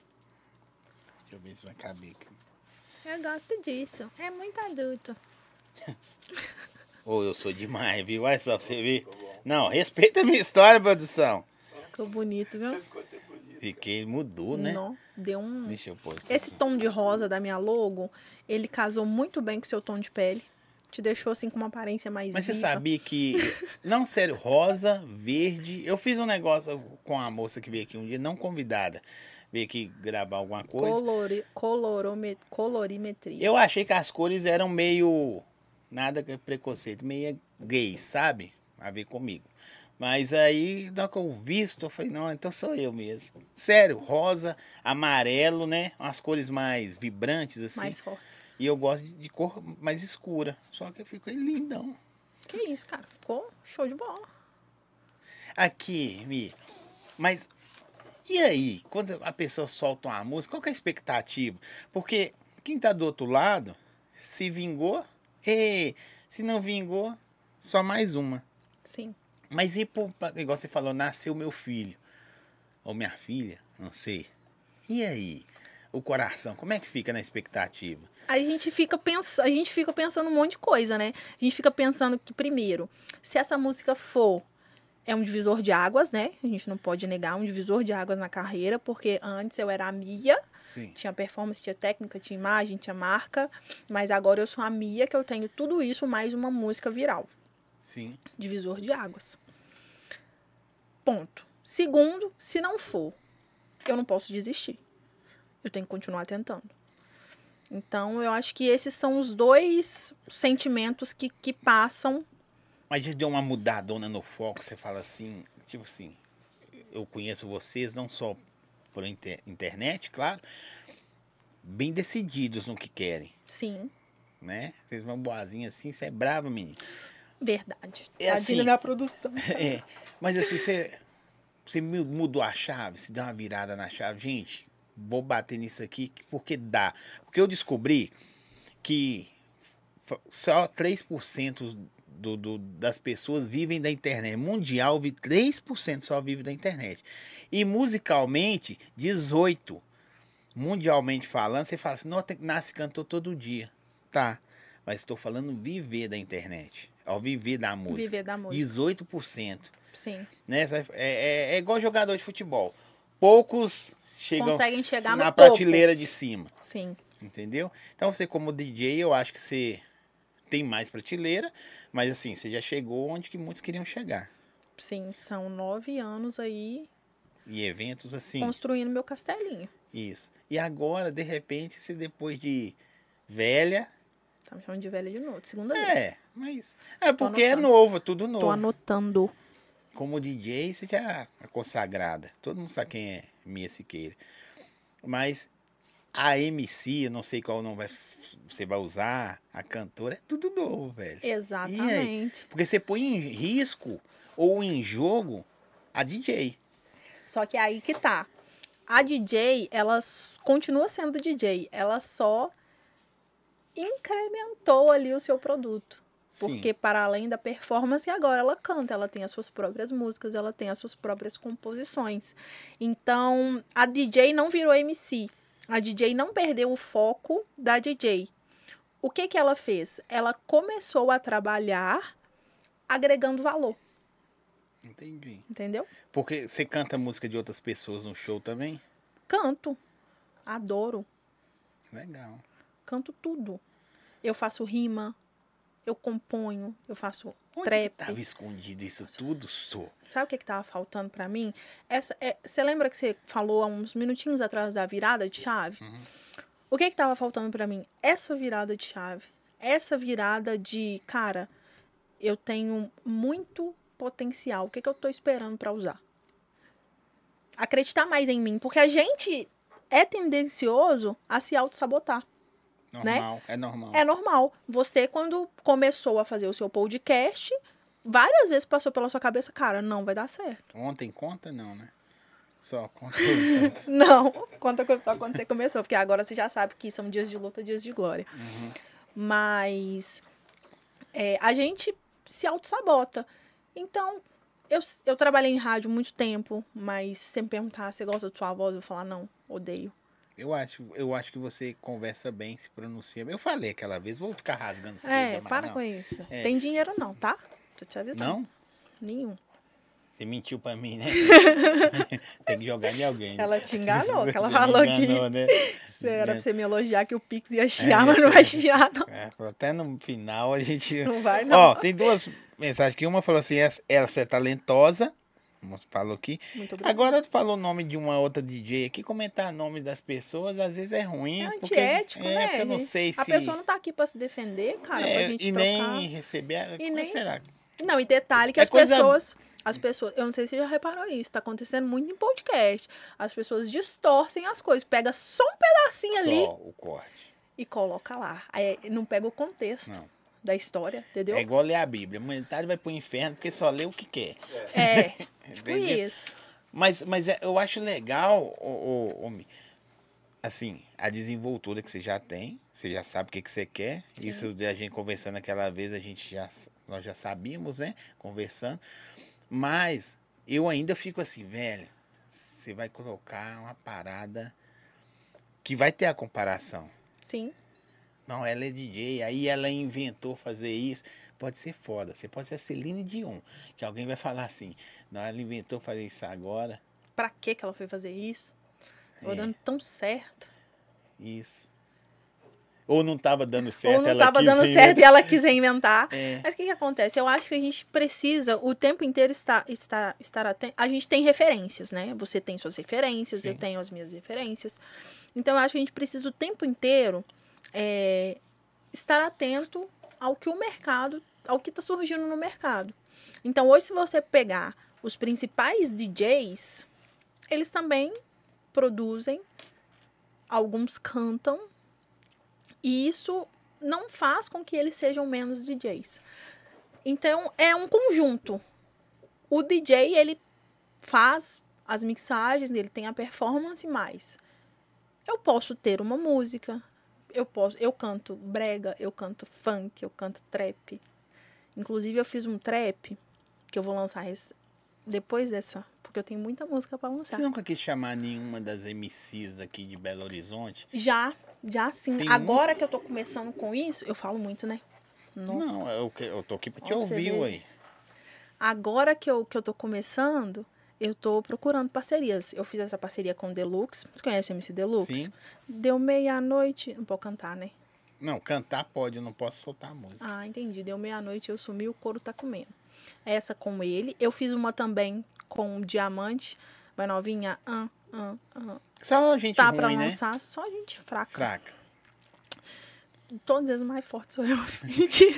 Speaker 1: Deixa eu ver se vai caber aqui.
Speaker 2: Eu gosto disso. É muito adulto.
Speaker 1: Ou eu sou demais, viu? Olha só pra você ver. Não, respeita a minha história, produção.
Speaker 2: Ficou bonito, viu?
Speaker 1: Fiquei, mudou, né?
Speaker 2: Não, deu um.
Speaker 1: Deixa eu pôr isso
Speaker 2: Esse
Speaker 1: aqui.
Speaker 2: tom de rosa da minha logo, ele casou muito bem com seu tom de pele. Te deixou assim com uma aparência mais
Speaker 1: Mas você
Speaker 2: viva.
Speaker 1: sabia que. Não, sério, rosa, verde. Eu fiz um negócio com a moça que veio aqui um dia, não convidada. Veio aqui gravar alguma coisa.
Speaker 2: Colori, colorome, colorimetria.
Speaker 1: Eu achei que as cores eram meio. Nada que preconceito, meio gay, sabe? A ver comigo. Mas aí, na hora que eu visto, eu falei, não, então sou eu mesmo. Sério, rosa, amarelo, né? Umas cores mais vibrantes, assim.
Speaker 2: Mais fortes.
Speaker 1: E eu gosto de- de cor mais escura. Só que eu fico é lindão.
Speaker 2: Que isso, cara. Ficou show de bola.
Speaker 1: Aqui, Mi. Mas e aí? Quando a pessoa solta uma música, qual que é a expectativa? Porque quem tá do outro lado, se vingou, e se não vingou, só mais uma.
Speaker 2: Sim.
Speaker 1: Mas e pro, pra- igual você falou, nasceu meu filho. Ou minha filha, não sei. E aí? O coração, como é que fica na expectativa?
Speaker 2: A gente, fica pens... a gente fica pensando um monte de coisa, né? A gente fica pensando que, primeiro, se essa música for. É um divisor de águas, né? A gente não pode negar, um divisor de águas na carreira, porque antes eu era a Mia,
Speaker 1: Sim.
Speaker 2: Tinha performance, tinha técnica, tinha imagem, tinha marca. Mas agora eu sou a Mia, que eu tenho tudo isso, mais uma música viral.
Speaker 1: Sim.
Speaker 2: Divisor de águas. Ponto. Segundo, se não for, eu não posso desistir. Eu tenho que continuar tentando. Então, eu acho que esses são os dois sentimentos que, que passam.
Speaker 1: Mas já deu uma mudadona no foco, você fala assim, tipo assim, eu conheço vocês não só por inter- internet, claro, bem decididos no que querem,
Speaker 2: Sim,
Speaker 1: né? Vocês vão boazinha assim, você é brava, menino.
Speaker 2: verdade.
Speaker 1: É
Speaker 2: Tadinha
Speaker 1: assim.
Speaker 2: da minha produção.
Speaker 1: É, mas assim, você, você mu- mudou a chave, se deu uma virada na chave, gente, vou bater nisso aqui que- porque dá. Porque eu descobri que fa- só 3% do, do, das pessoas vivem da internet. Mundial, vi- 3% só vive da internet. E musicalmente, 18%. Mundialmente falando, você fala assim, "Nossa, tem- nasce cantor todo dia. Tá, mas estou falando viver da internet. Ao viver da música.
Speaker 2: Viver da música.
Speaker 1: 18%.
Speaker 2: Sim.
Speaker 1: Né? Sabe, É, é, é igual jogador de futebol. Poucos chegam
Speaker 2: Conseguem chegar
Speaker 1: na
Speaker 2: no topo.
Speaker 1: prateleira de cima,
Speaker 2: Sim.
Speaker 1: entendeu? Então você como DJ, eu acho que você tem mais prateleira, mas assim, você já chegou onde que muitos queriam chegar.
Speaker 2: Sim, são nove anos aí
Speaker 1: E eventos assim.
Speaker 2: construindo meu castelinho.
Speaker 1: Isso. E agora, de repente, você depois de velha.
Speaker 2: Tá me chamando de velha de novo, segunda vez.
Speaker 1: É, mas. É porque é
Speaker 2: anotando.
Speaker 1: novo, é tudo
Speaker 2: Tô
Speaker 1: novo.
Speaker 2: anotando.
Speaker 1: Como DJ, você já é consagrada. Todo mundo sabe quem é Mia Siqueira. Mas a MC, eu não sei qual nome vai, você vai usar, a cantora, é tudo novo, velho.
Speaker 2: Exatamente.
Speaker 1: Porque você põe em risco ou em jogo a DJ.
Speaker 2: Só que aí que tá. A DJ, ela s- continua sendo DJ, ela só incrementou ali o seu produto. Porque para além da performance, agora ela canta, ela tem as suas próprias músicas, ela tem as suas próprias composições. Então, a DJ não virou MC. A DJ não perdeu o foco da DJ. O que que ela fez? Ela começou a trabalhar agregando valor,
Speaker 1: Sim, entendi.
Speaker 2: entendeu?
Speaker 1: Porque você canta música de outras pessoas no show também?
Speaker 2: Canto. Adoro.
Speaker 1: Legal.
Speaker 2: Canto tudo. Eu faço rima, eu componho, eu faço
Speaker 1: Onde que
Speaker 2: trap.
Speaker 1: tava escondido isso tudo, sou?
Speaker 2: Sabe o que, que tava faltando pra mim? Essa, é, você lembra que você falou há uns minutinhos atrás da virada de chave? O que, que tava faltando pra mim? Essa virada de chave. Essa virada de, cara, eu tenho muito potencial. O que, que eu tô esperando pra usar? Acreditar mais em mim. Porque a gente é tendencioso a se auto-sabotar.
Speaker 1: Normal, é normal.
Speaker 2: Né? É normal. Você, quando começou a fazer o seu podcast, várias vezes passou pela sua cabeça, cara, não vai dar certo.
Speaker 1: Ontem conta não, né? Só conta os <laughs> outros.
Speaker 2: Não, conta co- só quando você começou, porque agora você já sabe que são dias de luta, dias de glória.
Speaker 1: Uhum.
Speaker 2: Mas é, a gente se auto-sabota. Então, eu, s- eu trabalhei em rádio muito tempo, mas se você me perguntar, você gosta da sua voz? Eu vou falar, não, odeio.
Speaker 1: Eu acho, eu acho que você conversa bem, se pronuncia bem. Eu falei aquela vez, vou ficar rasgando cedo,
Speaker 2: é,
Speaker 1: mas
Speaker 2: para
Speaker 1: não.
Speaker 2: com isso.
Speaker 1: É.
Speaker 2: Tem dinheiro não, tá? Tô te avisando.
Speaker 1: Não?
Speaker 2: Nenhum.
Speaker 1: Você mentiu pra mim,
Speaker 2: <laughs>
Speaker 1: né? Tem que jogar em alguém. né?
Speaker 2: Ela te
Speaker 1: <laughs>
Speaker 2: enganou, que ela
Speaker 1: Você me
Speaker 2: falou que...
Speaker 1: enganou, né?
Speaker 2: Você era
Speaker 1: Né? É.
Speaker 2: pra você me elogiar que o Pix ia chiar, mas
Speaker 1: isso
Speaker 2: não vai
Speaker 1: aí.
Speaker 2: chiar, não.
Speaker 1: É, até no final a gente...
Speaker 2: Não vai, não.
Speaker 1: Ó, tem duas mensagens aqui. Uma falou assim, essa- ela é talentosa. Falou aqui.
Speaker 2: Muito obrigada.
Speaker 1: Agora tu falou o nome de uma outra DJ aqui, comentar nome das pessoas às vezes é ruim.
Speaker 2: É
Speaker 1: porque-
Speaker 2: antiético,
Speaker 1: é,
Speaker 2: né?
Speaker 1: Porque eu não
Speaker 2: gente?
Speaker 1: sei se.
Speaker 2: A pessoa não tá aqui pra se defender, cara,
Speaker 1: é,
Speaker 2: pra gente
Speaker 1: e
Speaker 2: trocar.
Speaker 1: nem receber.
Speaker 2: E
Speaker 1: como é
Speaker 2: nem-
Speaker 1: será?
Speaker 2: Não, e detalhe que
Speaker 1: É
Speaker 2: as
Speaker 1: coisa-
Speaker 2: pessoas. As pessoas. Eu não sei se você já reparou isso, tá acontecendo muito em podcast. As pessoas distorcem as coisas. Pega só um pedacinho ali
Speaker 1: Só o corte.
Speaker 2: e coloca lá. Aí não pega o contexto
Speaker 1: Não.
Speaker 2: da história, entendeu?
Speaker 1: É igual ler a Bíblia. Metade vai pro inferno porque só lê o que quer. <laughs>
Speaker 2: É, tipo
Speaker 1: Entendeu?
Speaker 2: isso.
Speaker 1: Mas, mas é- eu acho legal, o, homem, assim, a desenvoltura que você já tem, você já sabe o que, que você quer.
Speaker 2: Sim.
Speaker 1: Isso de a gente conversando aquela vez, a gente já, nós já sabíamos, né? Conversando. Mas eu ainda fico assim, velho, você vai colocar uma parada que vai ter a comparação.
Speaker 2: Sim,
Speaker 1: Não, ela é DJ, aí ela inventou fazer isso. Pode ser foda, você pode ser a Celine Dion, que alguém vai falar assim, não, ela inventou fazer isso agora.
Speaker 2: pra que que ela foi fazer isso? Tava
Speaker 1: É.
Speaker 2: dando tão certo.
Speaker 1: Isso. Ou não tava dando certo.
Speaker 2: Ou não
Speaker 1: ela
Speaker 2: tava
Speaker 1: quis
Speaker 2: dando
Speaker 1: ir-
Speaker 2: certo e ela quis inventar.
Speaker 1: É.
Speaker 2: Mas o que, que acontece? Eu acho que a gente precisa o tempo inteiro estar, estar, estar atento. A gente tem referências, né? Você tem suas referências, eu
Speaker 1: Sim.
Speaker 2: tenho as minhas referências. Então eu acho que a gente precisa o tempo inteiro é, estar atento ao que o mercado, ao que está surgindo no mercado. Então hoje, se você pegar os principais DJs, eles também produzem, alguns cantam, e isso não faz com que eles sejam menos DJs. Então, é um conjunto. O DJ, ele faz as mixagens, ele tem a performance, mas eu posso ter uma música, eu posso, eu canto brega, eu canto funk, eu canto trap. Inclusive eu fiz um trap que eu vou lançar esse- depois dessa, porque eu tenho muita música para lançar.
Speaker 1: Você nunca quis chamar nenhuma das MCs daqui de Belo Horizonte?
Speaker 2: Já, já sim.
Speaker 1: Tem
Speaker 2: Agora que eu tô começando com isso, eu falo muito, né? Não.
Speaker 1: Não, eu, que- eu tô aqui pra te
Speaker 2: Ó, pra você
Speaker 1: ouvir,
Speaker 2: ver.
Speaker 1: ué.
Speaker 2: Agora que eu, que eu tô começando, eu tô procurando parcerias. Eu fiz essa parceria com o Deluxe. Vocês conhecem o MC Deluxe?
Speaker 1: Sim.
Speaker 2: Deu meia-noite. Não pode cantar, né?
Speaker 1: Não, cantar pode, eu não posso soltar a música.
Speaker 2: Ah, entendi. Deu meia-noite, eu sumi, o couro tá comendo. Essa com ele. Eu fiz uma também com diamante, mas novinha. ah, ah, ah.
Speaker 1: Só gente
Speaker 2: Tá
Speaker 1: ruim,
Speaker 2: pra
Speaker 1: né?
Speaker 2: lançar só gente fraca.
Speaker 1: Fraca.
Speaker 2: Todas as mais fortes sou eu. <laughs> Mentira.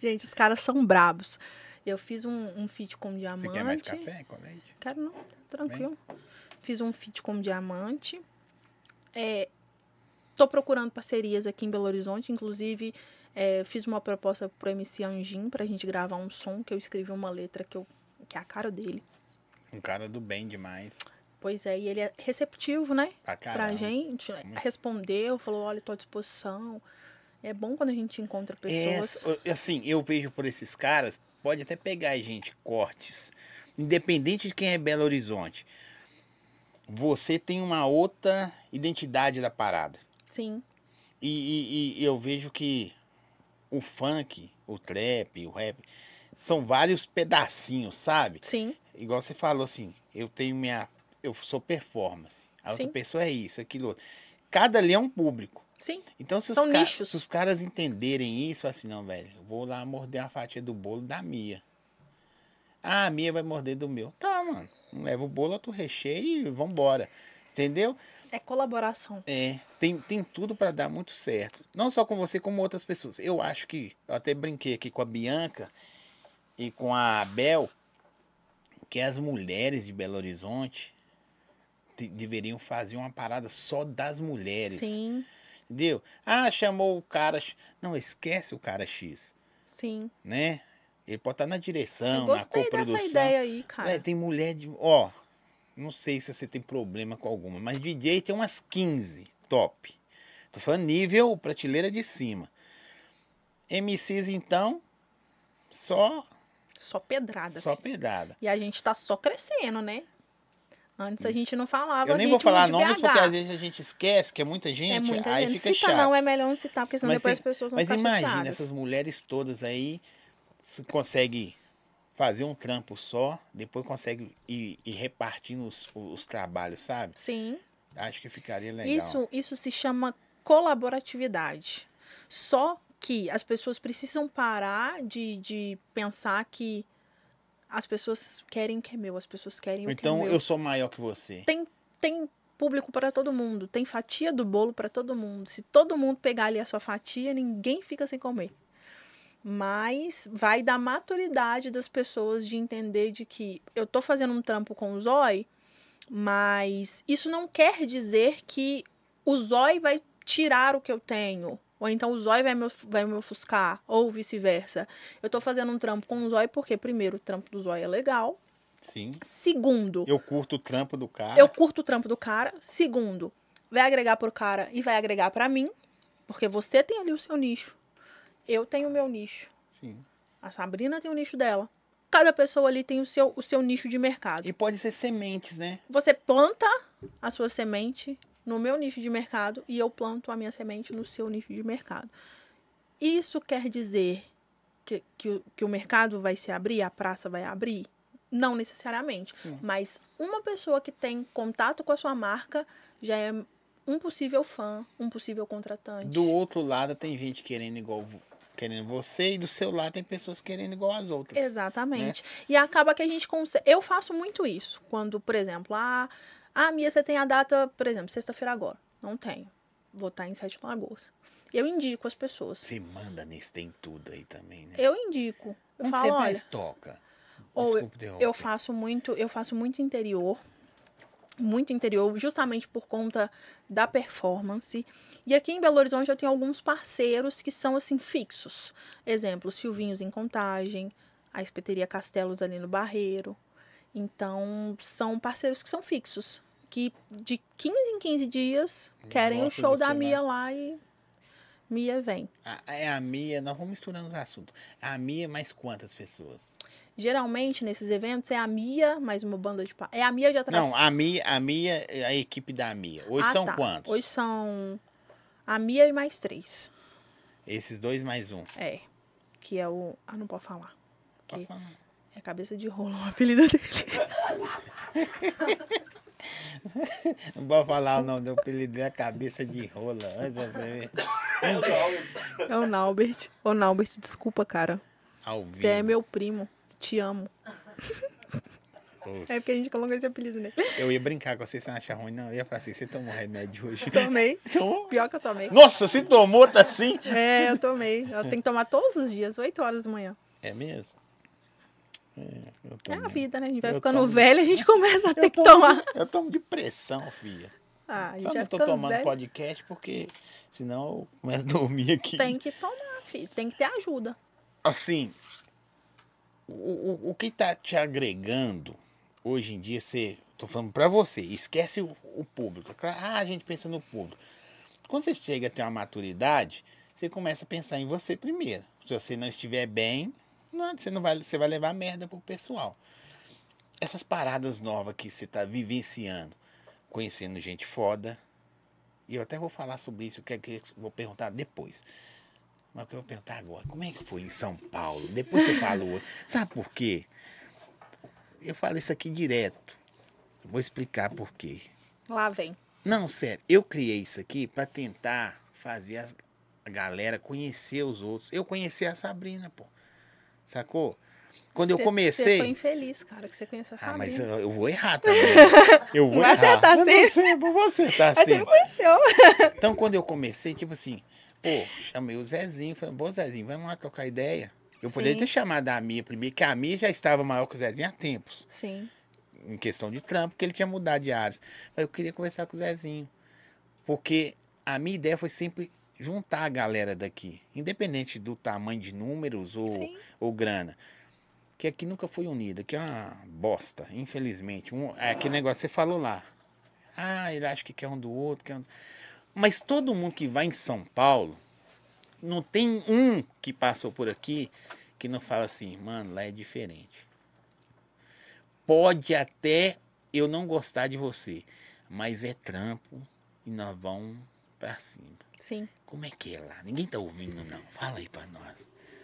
Speaker 2: gente, os caras são brabos. Eu fiz um, um feat com diamante.
Speaker 1: Você quer mais café, colete?
Speaker 2: Quero não, tá tranquilo. Fiz um feat com diamante. É, tô procurando parcerias aqui em Belo Horizonte. Inclusive, é, fiz uma proposta pro MC Anjin pra gente gravar um som, que eu escrevi uma letra que, eu, que é a cara dele.
Speaker 1: Um cara do bem demais.
Speaker 2: Pois é, e ele é receptivo, né?
Speaker 1: Pra caramba.
Speaker 2: pra gente. né? Respondeu, falou, olha, tô à disposição. É bom quando a gente encontra
Speaker 1: É,
Speaker 2: pessoas.
Speaker 1: so- assim, eu vejo por esses caras, pode até pegar, gente, cortes. Independente de quem é Belo Horizonte. Você tem uma outra identidade da parada.
Speaker 2: Sim,
Speaker 1: E, e- e eu vejo que o funk, o trap, o rap, são vários pedacinhos, sabe?
Speaker 2: sim,
Speaker 1: Igual você falou assim, eu tenho minha. Eu sou performance. A outra
Speaker 2: Sim.
Speaker 1: pessoa é isso, aquilo outro. Cada ali é um público.
Speaker 2: sim.
Speaker 1: Então, se os,
Speaker 2: São
Speaker 1: ca-
Speaker 2: nichos.
Speaker 1: se os caras entenderem isso, assim, não, velho, eu vou lá morder uma fatia do bolo da minha. Ah, a minha vai morder do meu. Tá, mano. Leva o bolo, outro recheio e vambora. Entendeu?
Speaker 2: É colaboração.
Speaker 1: É, tem, tem tudo pra dar muito certo. Não só com você, como outras pessoas. Eu acho que. Eu até brinquei aqui com a Bianca e com a Bel, que as mulheres de Belo Horizonte te- deveriam fazer uma parada só das mulheres.
Speaker 2: Sim,
Speaker 1: Entendeu? Ah, chamou o cara. X- Não, esquece o cara X,
Speaker 2: sim.
Speaker 1: né? Ele pode estar na direção,
Speaker 2: eu
Speaker 1: na
Speaker 2: gostei
Speaker 1: coprodução.
Speaker 2: dessa ideia aí, cara.
Speaker 1: Ué, É, tem mulher de. Ó, não sei se você tem problema com alguma, mas DJ tem umas 15 top. Tô falando nível prateleira de cima. MCs, então, só,
Speaker 2: Só pedrada.
Speaker 1: só
Speaker 2: filho.
Speaker 1: pedada.
Speaker 2: E a gente tá só crescendo, né? Antes a gente não falava.
Speaker 1: Hum. Eu nem
Speaker 2: ritmo
Speaker 1: vou falar
Speaker 2: de
Speaker 1: nomes
Speaker 2: BH.
Speaker 1: porque às vezes a gente esquece que é muita gente,
Speaker 2: é muita
Speaker 1: aí
Speaker 2: gente.
Speaker 1: fica
Speaker 2: Cita
Speaker 1: chato.
Speaker 2: não, é melhor não citar, porque senão
Speaker 1: Mas
Speaker 2: depois
Speaker 1: sim,
Speaker 2: as pessoas vão
Speaker 1: Mas
Speaker 2: ficar
Speaker 1: imagina,
Speaker 2: chateadas.
Speaker 1: essas mulheres todas aí se consegue fazer um trampo só, depois consegue ir, ir repartindo os, os trabalhos, sabe?
Speaker 2: Sim.
Speaker 1: Acho que ficaria legal.
Speaker 2: Isso, isso se chama colaboratividade. Só que as pessoas precisam parar de, de pensar que as pessoas querem o que é meu, as pessoas querem o que é
Speaker 1: Então
Speaker 2: meu.
Speaker 1: eu sou maior que você.
Speaker 2: tem público para todo mundo, tem fatia do bolo para todo mundo. Se todo mundo pegar ali a sua fatia, ninguém fica sem comer. Mas vai da maturidade das pessoas de entender de que eu tô fazendo um trampo com o Zói, mas isso não quer dizer que o Zói vai tirar o que eu tenho. Ou então o Zói vai me, of- vai me ofuscar, ou vice-versa. Eu tô fazendo um trampo com o Zói porque, primeiro, o trampo do Zói é legal.
Speaker 1: Sim.
Speaker 2: Segundo,
Speaker 1: Eu curto o trampo do cara.
Speaker 2: eu curto o trampo do cara. Segundo, vai agregar pro cara e vai agregar pra mim, porque você tem ali o seu nicho. Eu tenho o meu nicho.
Speaker 1: Sim.
Speaker 2: A Sabrina tem o nicho dela. Cada pessoa ali tem o seu, o seu nicho de mercado.
Speaker 1: E pode ser sementes, né?
Speaker 2: Você planta a sua semente no meu nicho de mercado e eu planto a minha semente no seu nicho de mercado. Isso quer dizer que, que, o- que o mercado vai se abrir, a praça vai abrir? Não necessariamente.
Speaker 1: Sim.
Speaker 2: Mas uma pessoa que tem contato com a sua marca já é um possível fã, um possível contratante.
Speaker 1: Do outro lado tem gente querendo igual vo- querendo você e do seu lado tem pessoas querendo igual as outras.
Speaker 2: Exatamente. E acaba que a gente consegue. Eu faço muito isso. Quando, por exemplo, ah, ah, Mia, você tem a data, por exemplo, sexta-feira agora. Não tenho. Vou estar em Sete Lagoas. Eu indico as pessoas.
Speaker 1: Você manda nesse tem tudo aí também, né?
Speaker 2: Eu indico. Eu
Speaker 1: Onde
Speaker 2: falo,
Speaker 1: você
Speaker 2: olha,
Speaker 1: mais toca?
Speaker 2: Ou
Speaker 1: Desculpa interromper.
Speaker 2: eu faço muito, eu faço muito interior. Muito interior, justamente por conta da performance. E aqui em Belo Horizonte eu tenho alguns parceiros que são assim fixos. Exemplo, Silvinhos em Contagem, a Espeteria Castelos ali no Barreiro. Então, são parceiros que são fixos, que de 15 em 15 dias querem o
Speaker 1: Gosto
Speaker 2: show
Speaker 1: de você,
Speaker 2: da
Speaker 1: né?
Speaker 2: Mia lá e Mia vem.
Speaker 1: A, é a Mia, nós vamos misturando os assuntos. A Mia mais quantas pessoas?
Speaker 2: Geralmente nesses eventos é a Mia mais uma banda de pa... é a Mia de atração.
Speaker 1: Não, a Mia, a Mia, é a equipe da Mia. Hoje
Speaker 2: Ah,
Speaker 1: são
Speaker 2: tá.
Speaker 1: quantos?
Speaker 2: Hoje são a Mia e mais três.
Speaker 1: Esses dois mais um.
Speaker 2: É. Que é o. Ah, não pode falar.
Speaker 1: Pode
Speaker 2: Que
Speaker 1: falar.
Speaker 2: é cabeça de rolo <laughs> o apelido dele.
Speaker 1: Não pode falar o nome do apelido dele, é cabeça de rola. Olha pra você ver.
Speaker 2: É o Naubert. Ô, Naubert, desculpa, cara.
Speaker 1: Ao vivo.
Speaker 2: Você é meu primo. Te amo.
Speaker 1: Poxa,
Speaker 2: É porque a gente colocou esse
Speaker 1: <laughs>
Speaker 2: apelido nele.
Speaker 1: Eu ia brincar com você, você não acha ruim, não. Eu ia falar assim, você tomou remédio hoje. <laughs>
Speaker 2: Tomei.
Speaker 1: Tomou?
Speaker 2: Pior que eu tomei.
Speaker 1: Nossa, se tomou, tá assim?
Speaker 2: É, eu tomei. Eu tenho que tomar todos os dias, 8 horas da manhã.
Speaker 1: É mesmo? É, eu
Speaker 2: É a
Speaker 1: também.
Speaker 2: vida, né? A gente vai
Speaker 1: Eu
Speaker 2: ficando
Speaker 1: tomo.
Speaker 2: velho, a gente começa a ter que tomar.
Speaker 1: Eu tomo de pressão, filha.
Speaker 2: Ah, a gente
Speaker 1: Só
Speaker 2: vai
Speaker 1: não tô
Speaker 2: ficando
Speaker 1: tomando
Speaker 2: velho.
Speaker 1: podcast porque senão eu começo a dormir aqui.
Speaker 2: Tem que tomar, filho. Tem que ter ajuda.
Speaker 1: Assim, o, o, o que tá te agregando hoje em dia, você. Tô falando pra você, esquece o, o público. Ah, a gente pensa no público. Quando você chega a ter uma maturidade, você começa a pensar em você primeiro. Se você não estiver bem, não, você, não vai, você vai levar merda pro pessoal. Essas paradas novas que você tá vivenciando, conhecendo gente foda. E eu até vou falar sobre isso, que é que eu vou perguntar depois. Mas o que eu vou perguntar agora, como é que foi em São Paulo? Depois você fala o outro. Sabe por quê? Eu falo isso aqui direto. Eu vou explicar por quê.
Speaker 2: Lá vem.
Speaker 1: Não, sério, eu criei isso aqui pra tentar fazer as- a galera conhecer os outros. Eu conheci a Sabrina, pô. Sacou? Quando eu
Speaker 2: Você- Você foi
Speaker 1: comecei.
Speaker 2: infeliz, cara, que você conheceu a
Speaker 1: Ah,
Speaker 2: Sabrina.
Speaker 1: mas eu, eu vou errar também.
Speaker 2: <laughs>
Speaker 1: Eu vou
Speaker 2: Vai
Speaker 1: errar.
Speaker 2: acertar
Speaker 1: Eu não
Speaker 2: sempre.
Speaker 1: sei, eu vou acertar
Speaker 2: Mas você
Speaker 1: sempre.
Speaker 2: me conheceu.
Speaker 1: Então, quando eu comecei, tipo assim, pô, chamei o Zezinho, falei, pô, Zezinho, vamos lá trocar ideia. Eu poderia
Speaker 2: Sim.
Speaker 1: ter chamado a Mia primeiro, que a Mia já estava maior que o Zezinho há tempos,
Speaker 2: Sim.
Speaker 1: em questão de trampo, porque ele tinha mudado de áreas. Mas eu queria conversar com o Zezinho, porque a minha ideia foi sempre juntar a galera daqui, independente do tamanho de números ou
Speaker 2: Sim.
Speaker 1: ou grana. Que aqui nunca foi unida, que é uma bosta, infelizmente. Um, é aquele negócio que você falou lá. Ah, ele acha que quer um do outro. Quer um... Mas todo mundo que vai em São Paulo, não tem um que passou por aqui que não fala assim, mano, lá é diferente. Pode até eu não gostar de você, mas é trampo e nós vamos pra cima.
Speaker 2: Sim.
Speaker 1: Como é que é lá? Ninguém tá ouvindo, não. Fala aí pra nós.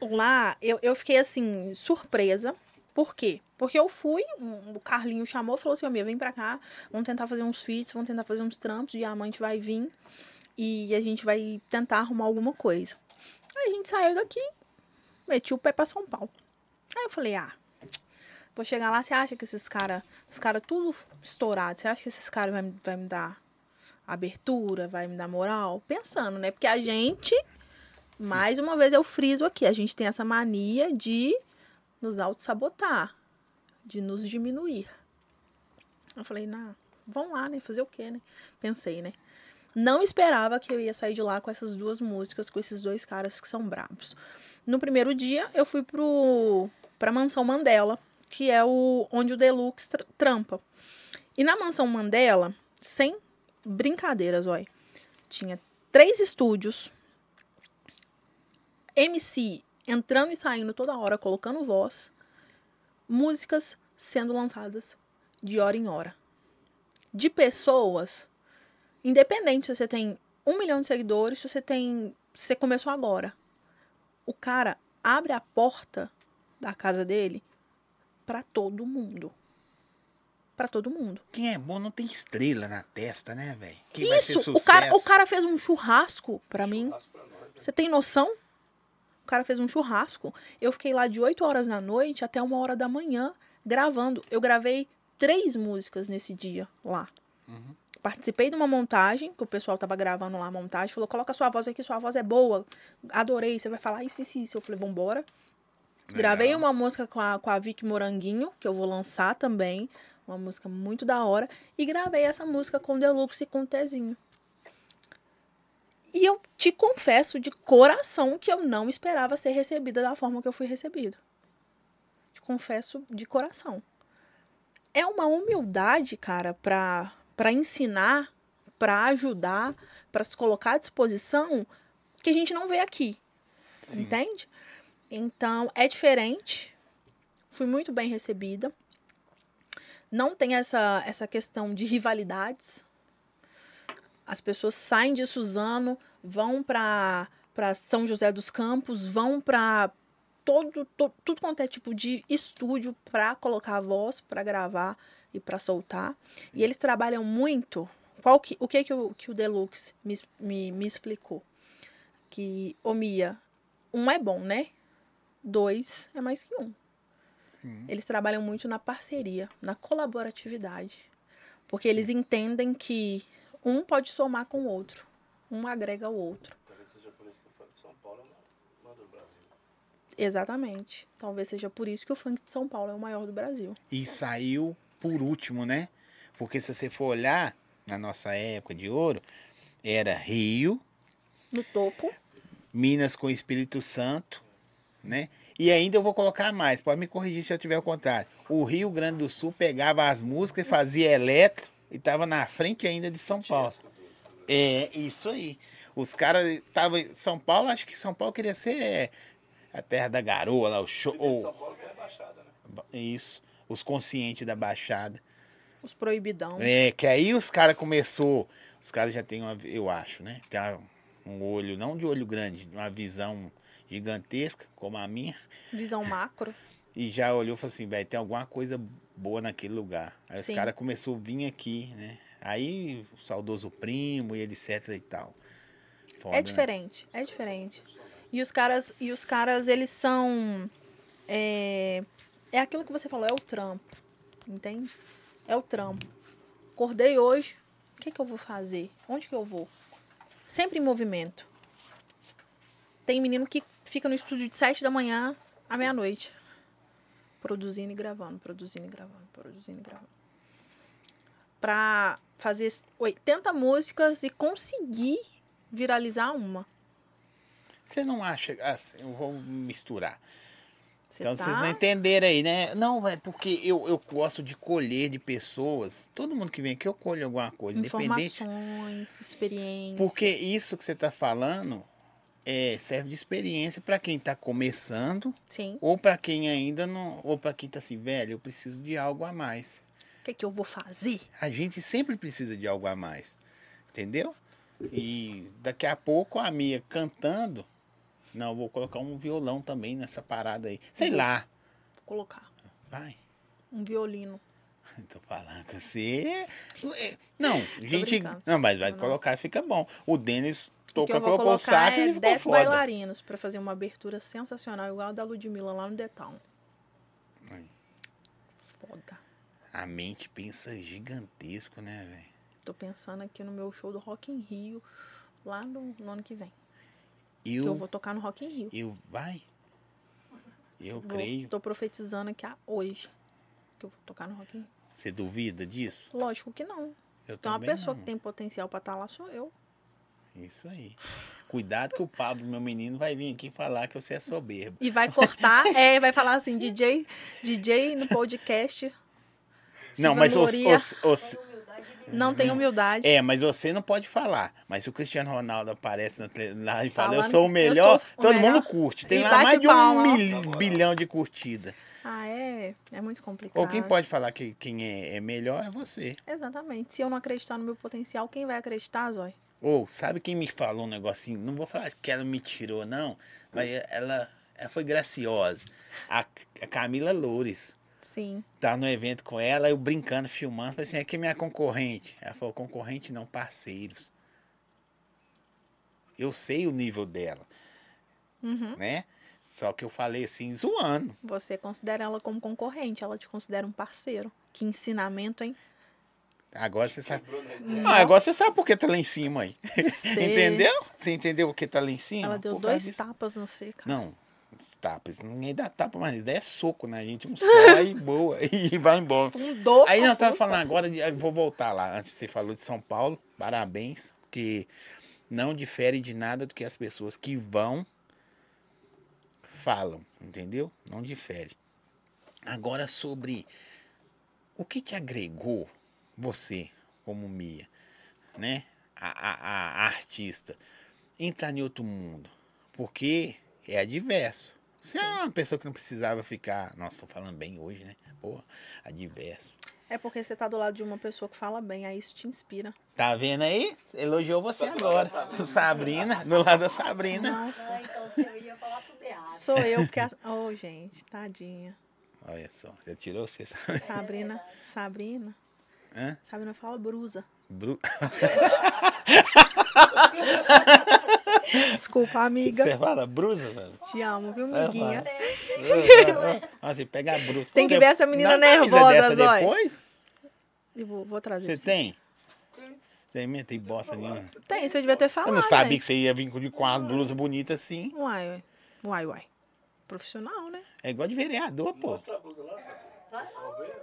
Speaker 2: Lá, eu, eu fiquei assim, surpresa. Por quê? Porque eu fui, um- o Carlinho chamou, falou assim, amiga, vem pra cá, vamos tentar fazer uns feats, vamos tentar fazer uns trampos, diamante vai vir e a gente vai tentar arrumar alguma coisa. Aí a gente saiu daqui, meti o pé pra São Paulo. Aí eu falei, ah, vou chegar lá, você acha que esses caras, os caras tudo estourado, você acha que esses caras vai, me- vai me dar abertura, vai me dar moral? Pensando, né? Porque a gente, mais uma vez eu friso aqui, a gente tem essa mania de nos auto-sabotar, de nos diminuir. Eu falei, não, vão lá, né? Fazer o quê, né? Pensei, né? Não esperava que eu ia sair de lá com essas duas músicas, com esses dois caras que são bravos. No primeiro dia, eu fui pro, pra Mansão Mandela, que é o onde o Deluxe tr- trampa. E na Mansão Mandela, sem brincadeiras, olha, tinha três estúdios, MC entrando e saindo toda hora, colocando voz, músicas sendo lançadas de hora em hora. De pessoas, independente se você tem um milhão de seguidores, se você tem. Se você começou agora. O cara abre a porta da casa dele pra todo mundo. Pra todo mundo.
Speaker 1: Quem é bom não tem estrela na testa, né, velho? Quem
Speaker 2: Isso, o cara, o cara fez um churrasco pra né? mim. Você tem noção? O cara fez um churrasco. Eu fiquei lá de 8 horas da noite até uma hora da manhã gravando. Eu gravei três músicas nesse dia lá. Participei de uma montagem, que o pessoal tava gravando lá a montagem, falou: coloca sua voz aqui, sua voz é boa. Adorei, você vai falar isso, isso, isso. Eu falei, vambora. Gravei uma música com a, com a Vicky Moranguinho, que eu vou lançar também. Uma música muito da hora. E gravei essa música com o Deluxe e com o Tezinho. E eu te confesso de coração que eu não esperava ser recebida da forma que eu fui recebida. Te confesso de coração. É uma humildade, cara, pra, pra ensinar, pra ajudar, pra se colocar à disposição, que a gente não vê aqui.
Speaker 1: Sim.
Speaker 2: Entende? Então, é diferente. Fui muito bem recebida. Não tem essa, essa questão de rivalidades. As pessoas saem de Suzano, vão para São José dos Campos, vão para todo, to- tudo quanto é tipo de estúdio para colocar a voz, para gravar e para soltar. E eles trabalham muito. Qual que, o que, que, o, que o Deluxe me, me, me explicou? Que, ô Mia, um é bom, né? dois é mais que um.
Speaker 1: Sim.
Speaker 2: Eles trabalham muito na parceria, na colaboratividade. Porque eles entendem que um pode somar com o outro. Um agrega o outro.
Speaker 3: Talvez seja por isso que o funk de São Paulo é o maior maior do Brasil.
Speaker 2: Exatamente. Talvez seja por isso que o funk de São Paulo é o maior do Brasil.
Speaker 1: E saiu por último, né? Porque se você for olhar, na nossa época de ouro, era Rio,
Speaker 2: No topo,
Speaker 1: Minas com Espírito Santo, né? E ainda eu vou colocar mais, pode me corrigir se eu tiver o contrário. O Rio Grande do Sul pegava as músicas e fazia eletro e tava na frente ainda de São Paulo. É, isso aí. Os caras estavam em São Paulo, acho que São Paulo queria ser é, a terra da garoa lá, o show.
Speaker 3: Primeiro de São
Speaker 1: ou-
Speaker 3: Paulo que é baixada, né?
Speaker 1: isso, os conscientes da Baixada.
Speaker 2: os proibidão.
Speaker 1: É, que aí os caras começou. Os caras já têm uma, eu acho, né? Tem uma- um olho, não de olho grande, uma visão gigantesca, como a minha.
Speaker 2: Visão macro.
Speaker 1: E já olhou e falou assim, velho, tem alguma coisa boa naquele lugar. Aí
Speaker 2: Sim.
Speaker 1: os caras começaram a vir aqui, né? Aí o saudoso primo e etc e tal. Foda,
Speaker 2: é
Speaker 1: né?
Speaker 2: diferente, é diferente. E os caras, e os caras eles são é, é aquilo que você falou, é o trampo, entende? É o trampo. Acordei hoje, o que que eu vou fazer? Onde que eu vou? Sempre em movimento. Tem menino que fica no estúdio de 7 da manhã à meia-noite, produzindo e gravando, produzindo e gravando, produzindo e gravando. Pra fazer 80 músicas e conseguir viralizar uma.
Speaker 1: Você não acha. Assim, eu vou misturar.
Speaker 2: Você
Speaker 1: então
Speaker 2: tá...
Speaker 1: vocês não entenderam aí, né? Não, é porque eu, eu gosto de colher de pessoas. Todo mundo que vem aqui eu colho alguma coisa, independente.
Speaker 2: Informações, experiências.
Speaker 1: Porque isso que você está falando é, serve de experiência para quem está começando
Speaker 2: Sim.
Speaker 1: ou para quem ainda não, ou para quem está assim, velho, eu preciso de algo a mais.
Speaker 2: O que, é que eu vou fazer?
Speaker 1: A gente sempre precisa de algo a mais, entendeu? E daqui a pouco a Mia cantando, não, eu vou colocar um violão também nessa parada aí. Sei
Speaker 2: Uhum.
Speaker 1: lá,
Speaker 2: Vou colocar
Speaker 1: vai. <laughs>
Speaker 2: um violino.
Speaker 1: Tô falando com você. É, Não, gente.
Speaker 2: brincando.
Speaker 1: Não, mas vai
Speaker 2: Não.
Speaker 1: colocar, fica bom. O Denis
Speaker 2: O que
Speaker 1: tocou,
Speaker 2: eu vou
Speaker 1: colocou o
Speaker 2: colocar
Speaker 1: sax
Speaker 2: é
Speaker 1: e ficou
Speaker 2: 10
Speaker 1: foda.
Speaker 2: bailarinos pra fazer uma abertura sensacional, igual a da Ludmilla lá no The Town.
Speaker 1: Aí.
Speaker 2: Foda.
Speaker 1: A mente pensa gigantesco, né, velho?
Speaker 2: Tô pensando aqui no meu show do Rock in Rio, lá no, no ano que vem.
Speaker 1: Eu,
Speaker 2: Que Então eu
Speaker 1: eu,
Speaker 2: vou tocar no Rock in Rio.
Speaker 1: vai. Eu
Speaker 2: Vou-
Speaker 1: creio.
Speaker 2: Tô profetizando aqui a hoje. Que eu vou tocar no Rock in Rio.
Speaker 1: Você duvida disso?
Speaker 2: Lógico que não.
Speaker 1: Eu
Speaker 2: Se tem Então, uma
Speaker 1: também
Speaker 2: pessoa
Speaker 1: não.
Speaker 2: que tem potencial pra estar lá, sou eu.
Speaker 1: Isso aí. Cuidado que o Pablo, meu menino, vai vir aqui falar que você é soberbo.
Speaker 2: E vai
Speaker 1: <laughs>
Speaker 2: cortar, é, e vai falar assim, DJ, DJ no podcast.
Speaker 1: não, mas os,
Speaker 2: vangloria,
Speaker 1: os, os-
Speaker 2: Não tem humildade.
Speaker 1: É, mas você não pode falar. Mas se o Cristiano Ronaldo aparece na tele- lá e fala, eu
Speaker 2: Falando-
Speaker 1: sou o
Speaker 2: eu
Speaker 1: melhor,
Speaker 2: sou o
Speaker 1: todo
Speaker 2: melhor.
Speaker 1: mundo curte. Tem
Speaker 2: E
Speaker 1: lá
Speaker 2: bate
Speaker 1: mais de um
Speaker 2: palma.
Speaker 1: mil-
Speaker 3: Na moral.
Speaker 1: bilhão de curtida.
Speaker 2: Ah, é, é muito complicado.
Speaker 1: Ou quem pode falar que quem é, é melhor é você.
Speaker 2: Exatamente. Se eu não acreditar no meu potencial, quem vai acreditar, Zói?
Speaker 1: Ou, sabe quem me falou um negocinho? Não vou falar que ela me tirou, não, mas ela, ela foi graciosa. A, a Camila Loures.
Speaker 2: Sim.
Speaker 1: Tava no evento com ela, eu brincando, filmando. Falei assim, aqui é minha concorrente. Ela falou, concorrente não, parceiros. Eu sei o nível dela,
Speaker 2: Uhum.
Speaker 1: né? Só que eu falei assim, zoando.
Speaker 2: Você considera ela como concorrente, ela te considera um parceiro. Que ensinamento, hein?
Speaker 1: Agora você sabe.
Speaker 3: Quebrou, né?
Speaker 1: Ah, agora você sabe por que tá lá em cima aí.
Speaker 2: Você-
Speaker 1: <laughs> Entendeu? Você entendeu o que tá lá em cima?
Speaker 2: Ela deu
Speaker 1: Por causa
Speaker 2: dois
Speaker 1: disso.
Speaker 2: tapas no C, cara.
Speaker 1: Não, tapa. isso Ninguém dá tapa, mas ideia é soco na gente. Um sai e boa. <laughs> E vai embora.
Speaker 2: Fundou.
Speaker 1: Aí
Speaker 2: a
Speaker 1: nós tava
Speaker 2: força.
Speaker 1: falando agora, de- eu vou voltar lá. Antes você falou de São Paulo, parabéns, porque não difere de nada do que as pessoas que vão falam, entendeu? Não difere. Agora sobre o que te agregou você como Mia, né? A, a- a artista entrar em outro mundo, porque é adverso. Você é uma pessoa que não precisava ficar. Nossa, tô falando bem hoje, né? Boa, adverso.
Speaker 2: É porque você tá do lado de uma pessoa que fala bem, aí isso te inspira.
Speaker 1: Tá vendo aí? Elogiou você agora. Sabrina, do lado da Sabrina.
Speaker 2: Nossa,
Speaker 4: Ah, então você ia falar pro Beato.
Speaker 2: sou eu porque... a- Oh, gente, tadinha.
Speaker 1: Olha só, já tirou você, sabe?
Speaker 2: Sabrina, Sabrina.
Speaker 1: Hã?
Speaker 2: Sabrina fala brusa.
Speaker 1: Bru...
Speaker 2: Desculpa, amiga.
Speaker 1: Você fala brusa,
Speaker 2: <laughs>
Speaker 1: velho?
Speaker 2: Te amo, viu,
Speaker 1: É,
Speaker 2: amiguinha?
Speaker 1: Ah, Você pega a brusa.
Speaker 2: Tem que
Speaker 1: Pô,
Speaker 2: ver
Speaker 1: de-
Speaker 2: essa menina
Speaker 1: na camisa
Speaker 2: nervosa,
Speaker 1: dessa
Speaker 2: Zói.
Speaker 1: depois?
Speaker 2: Eu vou, vou trazer.
Speaker 1: Você
Speaker 2: pra
Speaker 1: tem? Tem minha, tem bosta nenhuma.
Speaker 2: Tem, isso eu devia ter falado.
Speaker 1: Eu não sabia
Speaker 2: né?
Speaker 1: que você ia vir com- com as blusas bonitas assim.
Speaker 2: Uai, uai, uai. Profissional, né?
Speaker 1: É igual de vereador, pô.
Speaker 3: Mostra a blusa lá, sabe? Só ver.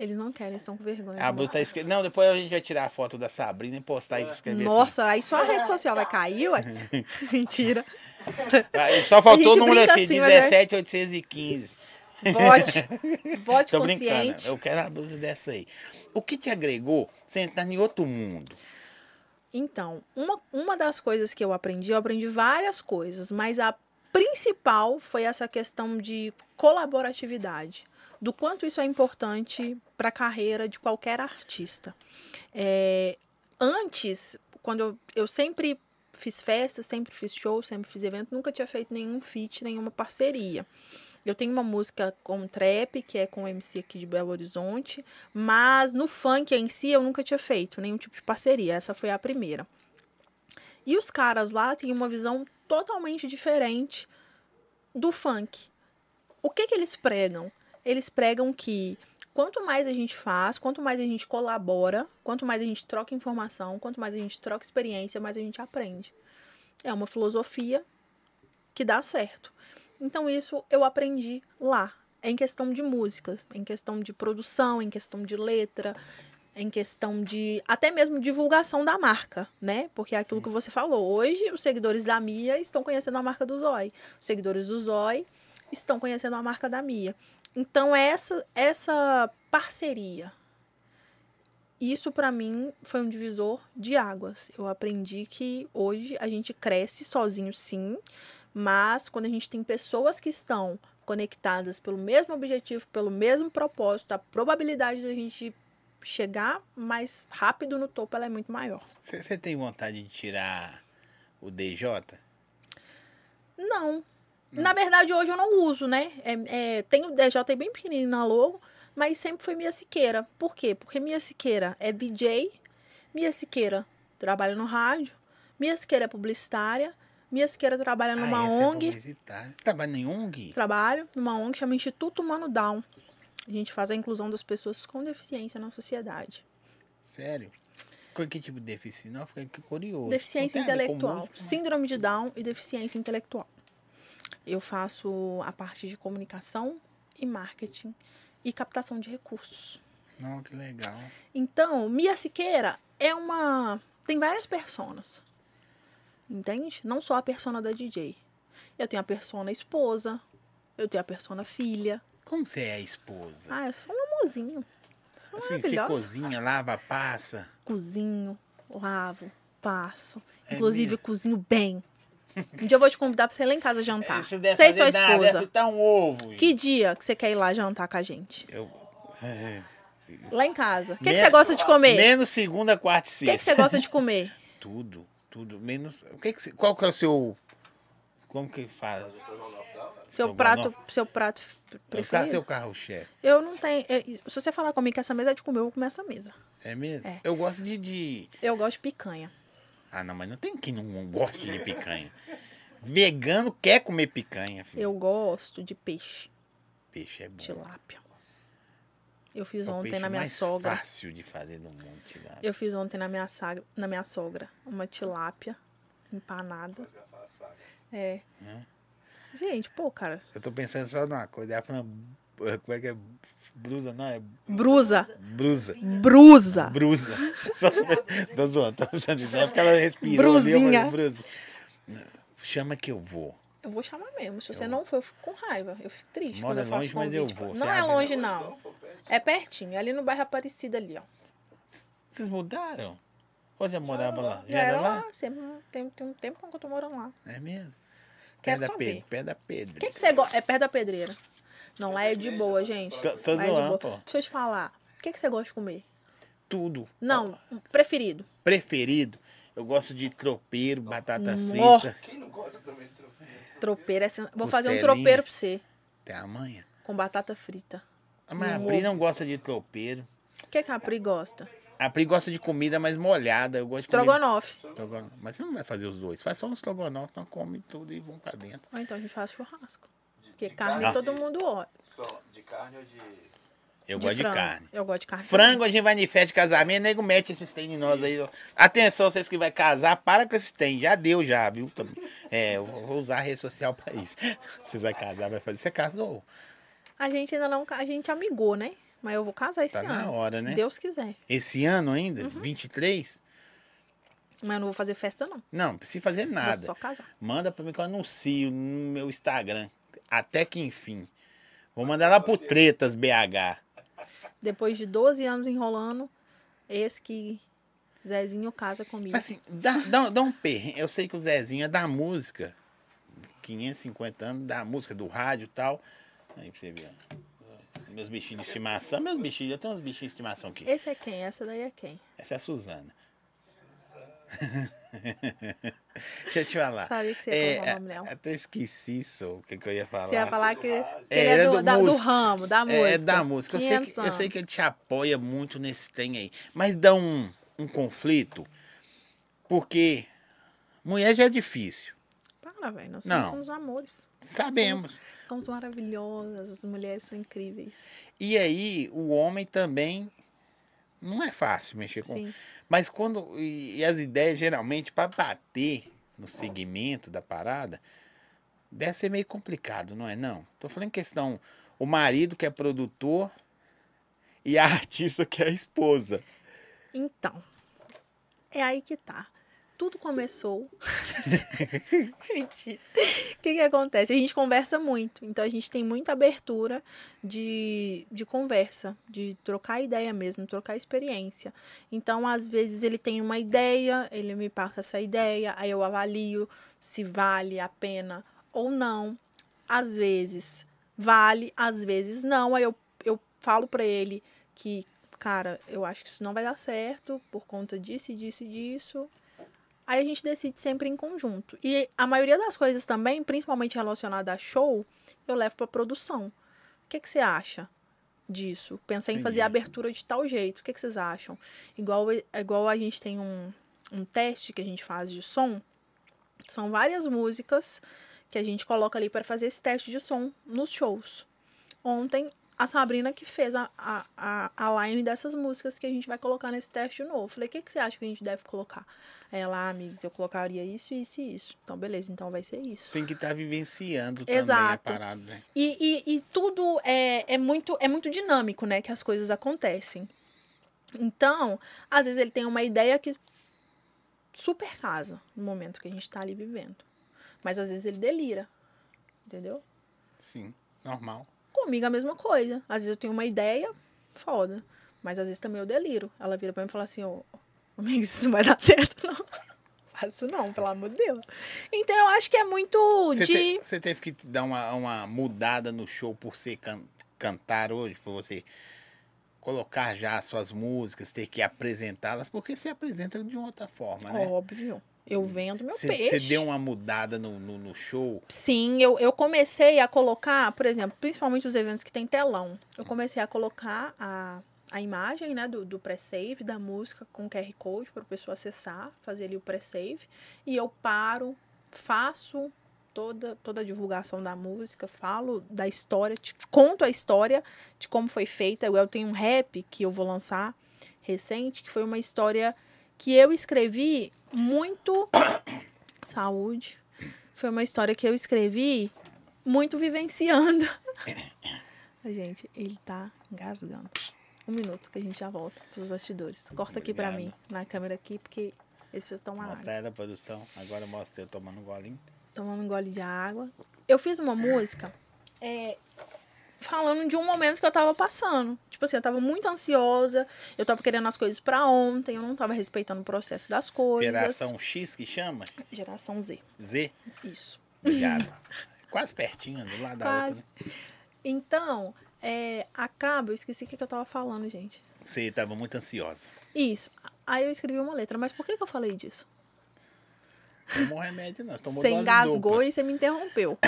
Speaker 2: Eles não querem, eles estão com vergonha.
Speaker 1: A blusa tá escrita. Não, depois a gente vai tirar a foto da Sabrina e postar e escrever assim.
Speaker 2: Nossa, aí sua rede social vai
Speaker 1: <laughs>
Speaker 2: cair, ué? Mentira.
Speaker 1: assim. Ah, Só faltou
Speaker 2: A
Speaker 1: o
Speaker 2: gente
Speaker 1: número
Speaker 2: brinca
Speaker 1: assim,
Speaker 2: assim, mas é-
Speaker 1: 17815. <laughs>
Speaker 2: Vote. Vote
Speaker 1: Tô brincando,
Speaker 2: consciente.
Speaker 1: eu quero uma blusa dessa aí. O que te agregou? Você entrar em outro mundo.
Speaker 2: Então, uma, uma das coisas que eu aprendi, eu aprendi várias coisas, mas a principal foi essa questão de colaboratividade, do quanto isso é importante para a carreira de qualquer artista. É, antes, quando eu, eu sempre fiz festas, sempre fiz show, sempre fiz evento, nunca tinha feito nenhum feat, nenhuma parceria. Eu tenho uma música com trap, que é com o MC aqui de Belo Horizonte, mas no funk em si eu nunca tinha feito nenhum tipo de parceria. Essa foi a primeira. E os caras lá têm uma visão totalmente diferente do funk. O que que eles pregam? Eles pregam que quanto mais a gente faz, quanto mais a gente colabora, quanto mais a gente troca informação, quanto mais a gente troca experiência, mais a gente aprende. É uma filosofia que dá certo. Então isso eu aprendi lá, em questão de músicas, em questão de produção, em questão de letra, em questão de até mesmo divulgação da marca, né? Porque é aquilo que você falou, hoje os seguidores da Mia estão conhecendo a marca do Zói, os seguidores do Zói estão conhecendo a marca da Mia. Então é essa essa parceria isso para mim foi um divisor de águas. Eu aprendi que hoje a gente cresce sozinho, sim, mas quando a gente tem pessoas que estão conectadas pelo mesmo objetivo, pelo mesmo propósito, a probabilidade de a gente chegar mais rápido no topo ela é muito maior.
Speaker 1: Você você tem vontade de tirar o DJ?
Speaker 2: Não. Na verdade, hoje eu não uso, né? É, é, tem o DJ bem pequenininho na logo, mas sempre foi Mia Siqueira. Por quê? Porque Mia Siqueira é DJ, Mia Siqueira trabalha no rádio, Mia Siqueira é publicitária, Mia Siqueira trabalha Tá numa
Speaker 1: Ah, essa é
Speaker 2: ONG,
Speaker 1: publicitária. Trabalha em ONG?
Speaker 2: trabalho numa ONG que chama Instituto Humano Down. A gente faz a inclusão das pessoas com deficiência na sociedade.
Speaker 1: Sério? Que, que tipo de deficiência? Não, eu fiquei curioso.
Speaker 2: Deficiência
Speaker 1: Não tem a ver com
Speaker 2: intelectual.
Speaker 1: música, né?
Speaker 2: Síndrome de Down e deficiência intelectual. Eu faço a parte de comunicação e marketing e captação de recursos.
Speaker 1: Não, que legal.
Speaker 2: Então, Mia Siqueira é uma. tem várias personas. Entende? Não só a persona da DJ. Eu tenho a persona esposa, eu tenho a persona filha.
Speaker 1: Como você é a esposa?
Speaker 2: Ah, eu sou um amorzinho. Sou
Speaker 1: assim, você
Speaker 2: maravilhosa.
Speaker 1: cozinha, lava, passa.
Speaker 2: cozinho, lavo, passo.
Speaker 1: É
Speaker 2: Inclusive,
Speaker 1: mesmo?
Speaker 2: cozinho bem. Um dia eu vou te convidar pra você lá em casa jantar.
Speaker 1: Você
Speaker 2: Você,
Speaker 1: deve
Speaker 2: e Tá. sua
Speaker 1: É, fazer nada, deve
Speaker 2: esposa.
Speaker 1: fritar um ovo.
Speaker 2: Que dia que você quer ir lá jantar com a gente?
Speaker 1: Eu... é.
Speaker 2: Lá em casa. O que, que
Speaker 1: Me-
Speaker 2: você gosta de comer?
Speaker 1: Menos segunda, quarta e
Speaker 2: O que, que
Speaker 1: sexta.
Speaker 2: você gosta
Speaker 1: <laughs>
Speaker 2: de comer?
Speaker 1: Tudo, tudo. Menos. O que que você- Qual que é o seu. Como que fala?
Speaker 3: Mas o
Speaker 2: Ah,
Speaker 3: estrogonofe dá, velho.
Speaker 2: Seu
Speaker 1: Tô bom,
Speaker 2: prato, seu prato
Speaker 1: Prefiro.
Speaker 2: preferido?
Speaker 1: Tá, seu carro-chefe.
Speaker 2: Eu não tenho. é, Se você falar comigo que essa mesa é de comer, eu vou comer essa mesa.
Speaker 1: É mesmo?
Speaker 2: É.
Speaker 1: Eu gosto de, de.
Speaker 2: Eu gosto de picanha.
Speaker 1: Ah, não, mas não tem quem não goste de picanha. Vegano quer comer picanha, filho.
Speaker 2: Eu gosto de peixe,
Speaker 1: Peixe é bom.
Speaker 2: tilápia. Eu fiz
Speaker 1: É o
Speaker 2: ontem
Speaker 1: peixe
Speaker 2: na minha
Speaker 1: mais
Speaker 2: sogra.
Speaker 1: fácil de fazer no mundo, tilápia.
Speaker 2: Eu fiz ontem na minha, sagra, na minha sogra uma tilápia empanada.
Speaker 3: Mas é passada.
Speaker 2: É.
Speaker 1: Né?
Speaker 2: Gente, pô, cara.
Speaker 1: Eu tô pensando só numa coisa. Ela falando. Como é que é? Brusa, não? É
Speaker 2: Brusa.
Speaker 1: brusa.
Speaker 2: Brusa.
Speaker 1: Brusa. <laughs> Só tô, tô zoando, tô pensando nisso. É porque ela respirou. ali,
Speaker 2: Brusinha.
Speaker 1: eu falei, brusa. Chama que eu vou.
Speaker 2: Eu vou chamar mesmo. Se você não for, eu fico com raiva. Eu fico triste.
Speaker 1: Mora
Speaker 2: quando eu faço
Speaker 1: longe, mas eu
Speaker 2: convite.
Speaker 1: vou. Você
Speaker 2: Não é
Speaker 1: avisa.
Speaker 2: longe,
Speaker 3: Então,
Speaker 2: não.
Speaker 3: pô, pede.
Speaker 2: É pertinho. É ali no bairro Aparecida ali, ó.
Speaker 1: Vocês mudaram? Ou já morava Tá lá?
Speaker 2: Já era É lá. Sempre, tem, tem um tempo que eu tô morando lá.
Speaker 1: É mesmo?
Speaker 2: Quero
Speaker 1: Pé
Speaker 2: só
Speaker 1: da
Speaker 2: ver.
Speaker 1: pedra. Pé da
Speaker 2: O
Speaker 1: pedra.
Speaker 2: que, que você gosta? É perto da pedreira. Não, lá é de boa, gente.
Speaker 1: Tô, tô
Speaker 2: Lá é de
Speaker 1: zoando,
Speaker 2: boa.
Speaker 1: pô.
Speaker 2: Deixa eu te falar. O que, que você gosta de comer?
Speaker 1: Tudo.
Speaker 2: Não, preferido.
Speaker 1: Preferido. Eu gosto de tropeiro, batata
Speaker 2: Nó.
Speaker 1: frita.
Speaker 3: Quem não gosta também de tropeiro?
Speaker 2: Tropeiro é sen... Vou fazer um
Speaker 1: Costelinha.
Speaker 2: tropeiro pra você.
Speaker 1: Até amanhã.
Speaker 2: Com batata frita.
Speaker 1: Ah, Mas a
Speaker 2: Um
Speaker 1: Pri
Speaker 2: ovo.
Speaker 1: não gosta de tropeiro.
Speaker 2: O que, que a Pri gosta?
Speaker 1: A Pri gosta de comida mais molhada. Eu gosto
Speaker 2: Estrogonofe.
Speaker 1: de comida... Estrogonofe. Mas você não vai fazer os dois. Faz só um estrogonofe, então come tudo e vão pra dentro.
Speaker 2: Ou então a gente faz churrasco.
Speaker 3: De,
Speaker 2: Porque
Speaker 3: de
Speaker 2: carne
Speaker 1: Ah.
Speaker 3: carne
Speaker 2: todo
Speaker 3: de-
Speaker 2: mundo olha.
Speaker 3: Só De carne ou de.
Speaker 1: Eu gosto
Speaker 2: frango.
Speaker 1: de carne.
Speaker 2: Eu gosto de carne.
Speaker 1: Frango, a gente vai em festa de casamento, nego mete esses trem em nós aí. ó. Atenção, vocês que vai casar, para com esses trem. Já deu, já, viu? É, eu vou usar a rede social pra isso. <laughs> Vocês vai casar, vai fazer. Você casou?
Speaker 2: A gente ainda não. ca- A gente amigou, né? Mas eu vou casar esse
Speaker 1: Tá
Speaker 2: ano.
Speaker 1: na hora,
Speaker 2: se
Speaker 1: né?
Speaker 2: Deus quiser.
Speaker 1: Esse ano ainda? 23?
Speaker 2: Mas eu não vou fazer festa, não.
Speaker 1: Não, não precisa fazer
Speaker 2: Vou
Speaker 1: nada.
Speaker 2: só casar.
Speaker 1: Manda pra mim que eu anuncio no meu Instagram. Até que enfim. Vou mandar lá pro Tretas BH.
Speaker 2: Depois de 12 anos enrolando, esse que Zezinho casa comigo.
Speaker 1: Mas assim, dá, dá, dá um perrengue. Eu sei que o Zezinho é da música. 550 anos da música, do rádio e tal. Aí pra você ver. ó. Meus bichinhos de estimação. Meus bichinhos, eu tenho uns bichinhos de estimação aqui.
Speaker 2: Esse é quem? Essa daí é quem?
Speaker 1: Essa é a Suzana. <laughs> Deixa eu te falar.
Speaker 2: Sabia que você ia
Speaker 1: É,
Speaker 2: falar o nome dela.
Speaker 1: Até esqueci isso, o que, que eu ia falar.
Speaker 2: Você ia falar que ele
Speaker 1: É,
Speaker 2: é,
Speaker 1: ele é
Speaker 2: do,
Speaker 1: do
Speaker 2: da- do
Speaker 1: músico.
Speaker 2: ramo, da música.
Speaker 1: É, é da música. Eu sei,
Speaker 2: 500
Speaker 1: que, eu sei
Speaker 2: anos.
Speaker 1: que ele te apoia muito nesse trem aí. Mas dá um, um conflito, porque mulher já é difícil.
Speaker 2: Para, velho. Nós
Speaker 1: Não.
Speaker 2: somos amores.
Speaker 1: Sabemos.
Speaker 2: Somos maravilhosas. As mulheres são incríveis.
Speaker 1: E aí, o homem também não é fácil mexer com.
Speaker 2: Sim.
Speaker 1: Mas quando. E, e as ideias, geralmente, para bater no segmento da parada, deve ser meio complicado, não é? Não. Tô falando em questão. O marido que é produtor e a <laughs> artista que é a esposa.
Speaker 2: Então, é aí que tá. Tudo começou. Mentira. O que, que acontece? A gente conversa muito, então a gente tem muita abertura de, de conversa, de trocar ideia mesmo, trocar experiência. Então, às vezes, ele tem uma ideia, ele me passa essa ideia, aí eu avalio se vale a pena ou não. Às vezes vale, às vezes não. Aí eu, eu falo pra ele que, cara, eu acho que isso não vai dar certo por conta disso, e disso e disso. Aí a gente decide sempre em conjunto. E a maioria das coisas também, principalmente relacionada a show, eu levo pra produção. O que, que você acha disso? Pensei em fazer a
Speaker 1: Entendi.
Speaker 2: abertura de tal jeito. O que, que vocês acham? Igual, igual a gente tem um, um teste que a gente faz de som. São várias músicas que a gente coloca ali para fazer esse teste de som nos shows. Ontem, a Sabrina que fez a, a, a, a line dessas músicas que a gente vai colocar nesse teste de novo. Falei, o que, que você acha que a gente deve colocar? Ela, amigos, eu colocaria isso, isso e isso. Então, beleza, então vai ser isso.
Speaker 1: Tem que estar vivenciando também a
Speaker 2: Exato.
Speaker 1: parada, né?
Speaker 2: E, e, e tudo é, é, muito, é muito dinâmico, né? Que as coisas acontecem. Então, às vezes ele tem uma ideia que super casa no momento que a gente tá ali vivendo. Mas às vezes ele delira, entendeu?
Speaker 1: Sim, normal.
Speaker 2: Comigo a mesma coisa. Às vezes eu tenho uma ideia, foda. Mas às vezes também eu deliro. Ela vira pra mim e fala assim, ô, ô, amiga, isso não vai dar <laughs> certo, não. Faço não, pelo amor de Deus. Então eu acho que é muito
Speaker 1: Você,
Speaker 2: de...
Speaker 1: te- você teve que dar uma, uma mudada no show por ser can- cantar hoje, por você colocar já as suas músicas, ter que apresentá-las, porque você apresenta de uma outra forma, né?
Speaker 2: Óbvio. Eu vendo meu
Speaker 1: Você
Speaker 2: peixe.
Speaker 1: você deu um uma mudada no, no, no show.
Speaker 2: Sim, eu, eu comecei a colocar, por exemplo, principalmente os eventos que tem telão, eu comecei a colocar a, a imagem né, do, do pré-save da música com QR Code para a pessoa acessar, fazer ali o pré-save. E eu paro, faço toda, toda a divulgação da música, falo da história, te conto a história de como foi feita. Eu tenho um rap que eu vou lançar recente, que foi uma história que eu escrevi muito. <coughs> Saúde foi uma história que eu escrevi muito vivenciando. <coughs> Ai, gente, ele tá engasgando. Um minuto que a gente já volta pros bastidores. Corta aqui pra mim,
Speaker 1: Obrigado.
Speaker 2: na câmera aqui, porque esse eu tomo água.
Speaker 1: Mostra ela, produção. Agora mostra eu tomando um golinho.
Speaker 2: Tomando um gole de água. Eu fiz uma música é, falando de um momento que eu tava passando. Tipo assim, eu tava muito ansiosa, eu tava querendo as coisas pra ontem, eu não tava respeitando o processo das coisas.
Speaker 1: Geração X que chama?
Speaker 2: Geração Z.
Speaker 1: Z?
Speaker 2: Isso. <laughs>
Speaker 1: Obrigado. Quase pertinho, do lado da
Speaker 2: Quase.
Speaker 1: outra. né?
Speaker 2: Então, é, acaba, eu esqueci o que, que eu tava falando, gente.
Speaker 1: Você estava muito ansiosa.
Speaker 2: Isso. Aí eu escrevi uma letra, mas por que, que eu falei disso?
Speaker 1: Tomou remédio, não. Você tomou
Speaker 2: Você
Speaker 1: dose
Speaker 2: engasgou
Speaker 1: dupla.
Speaker 2: e você me interrompeu.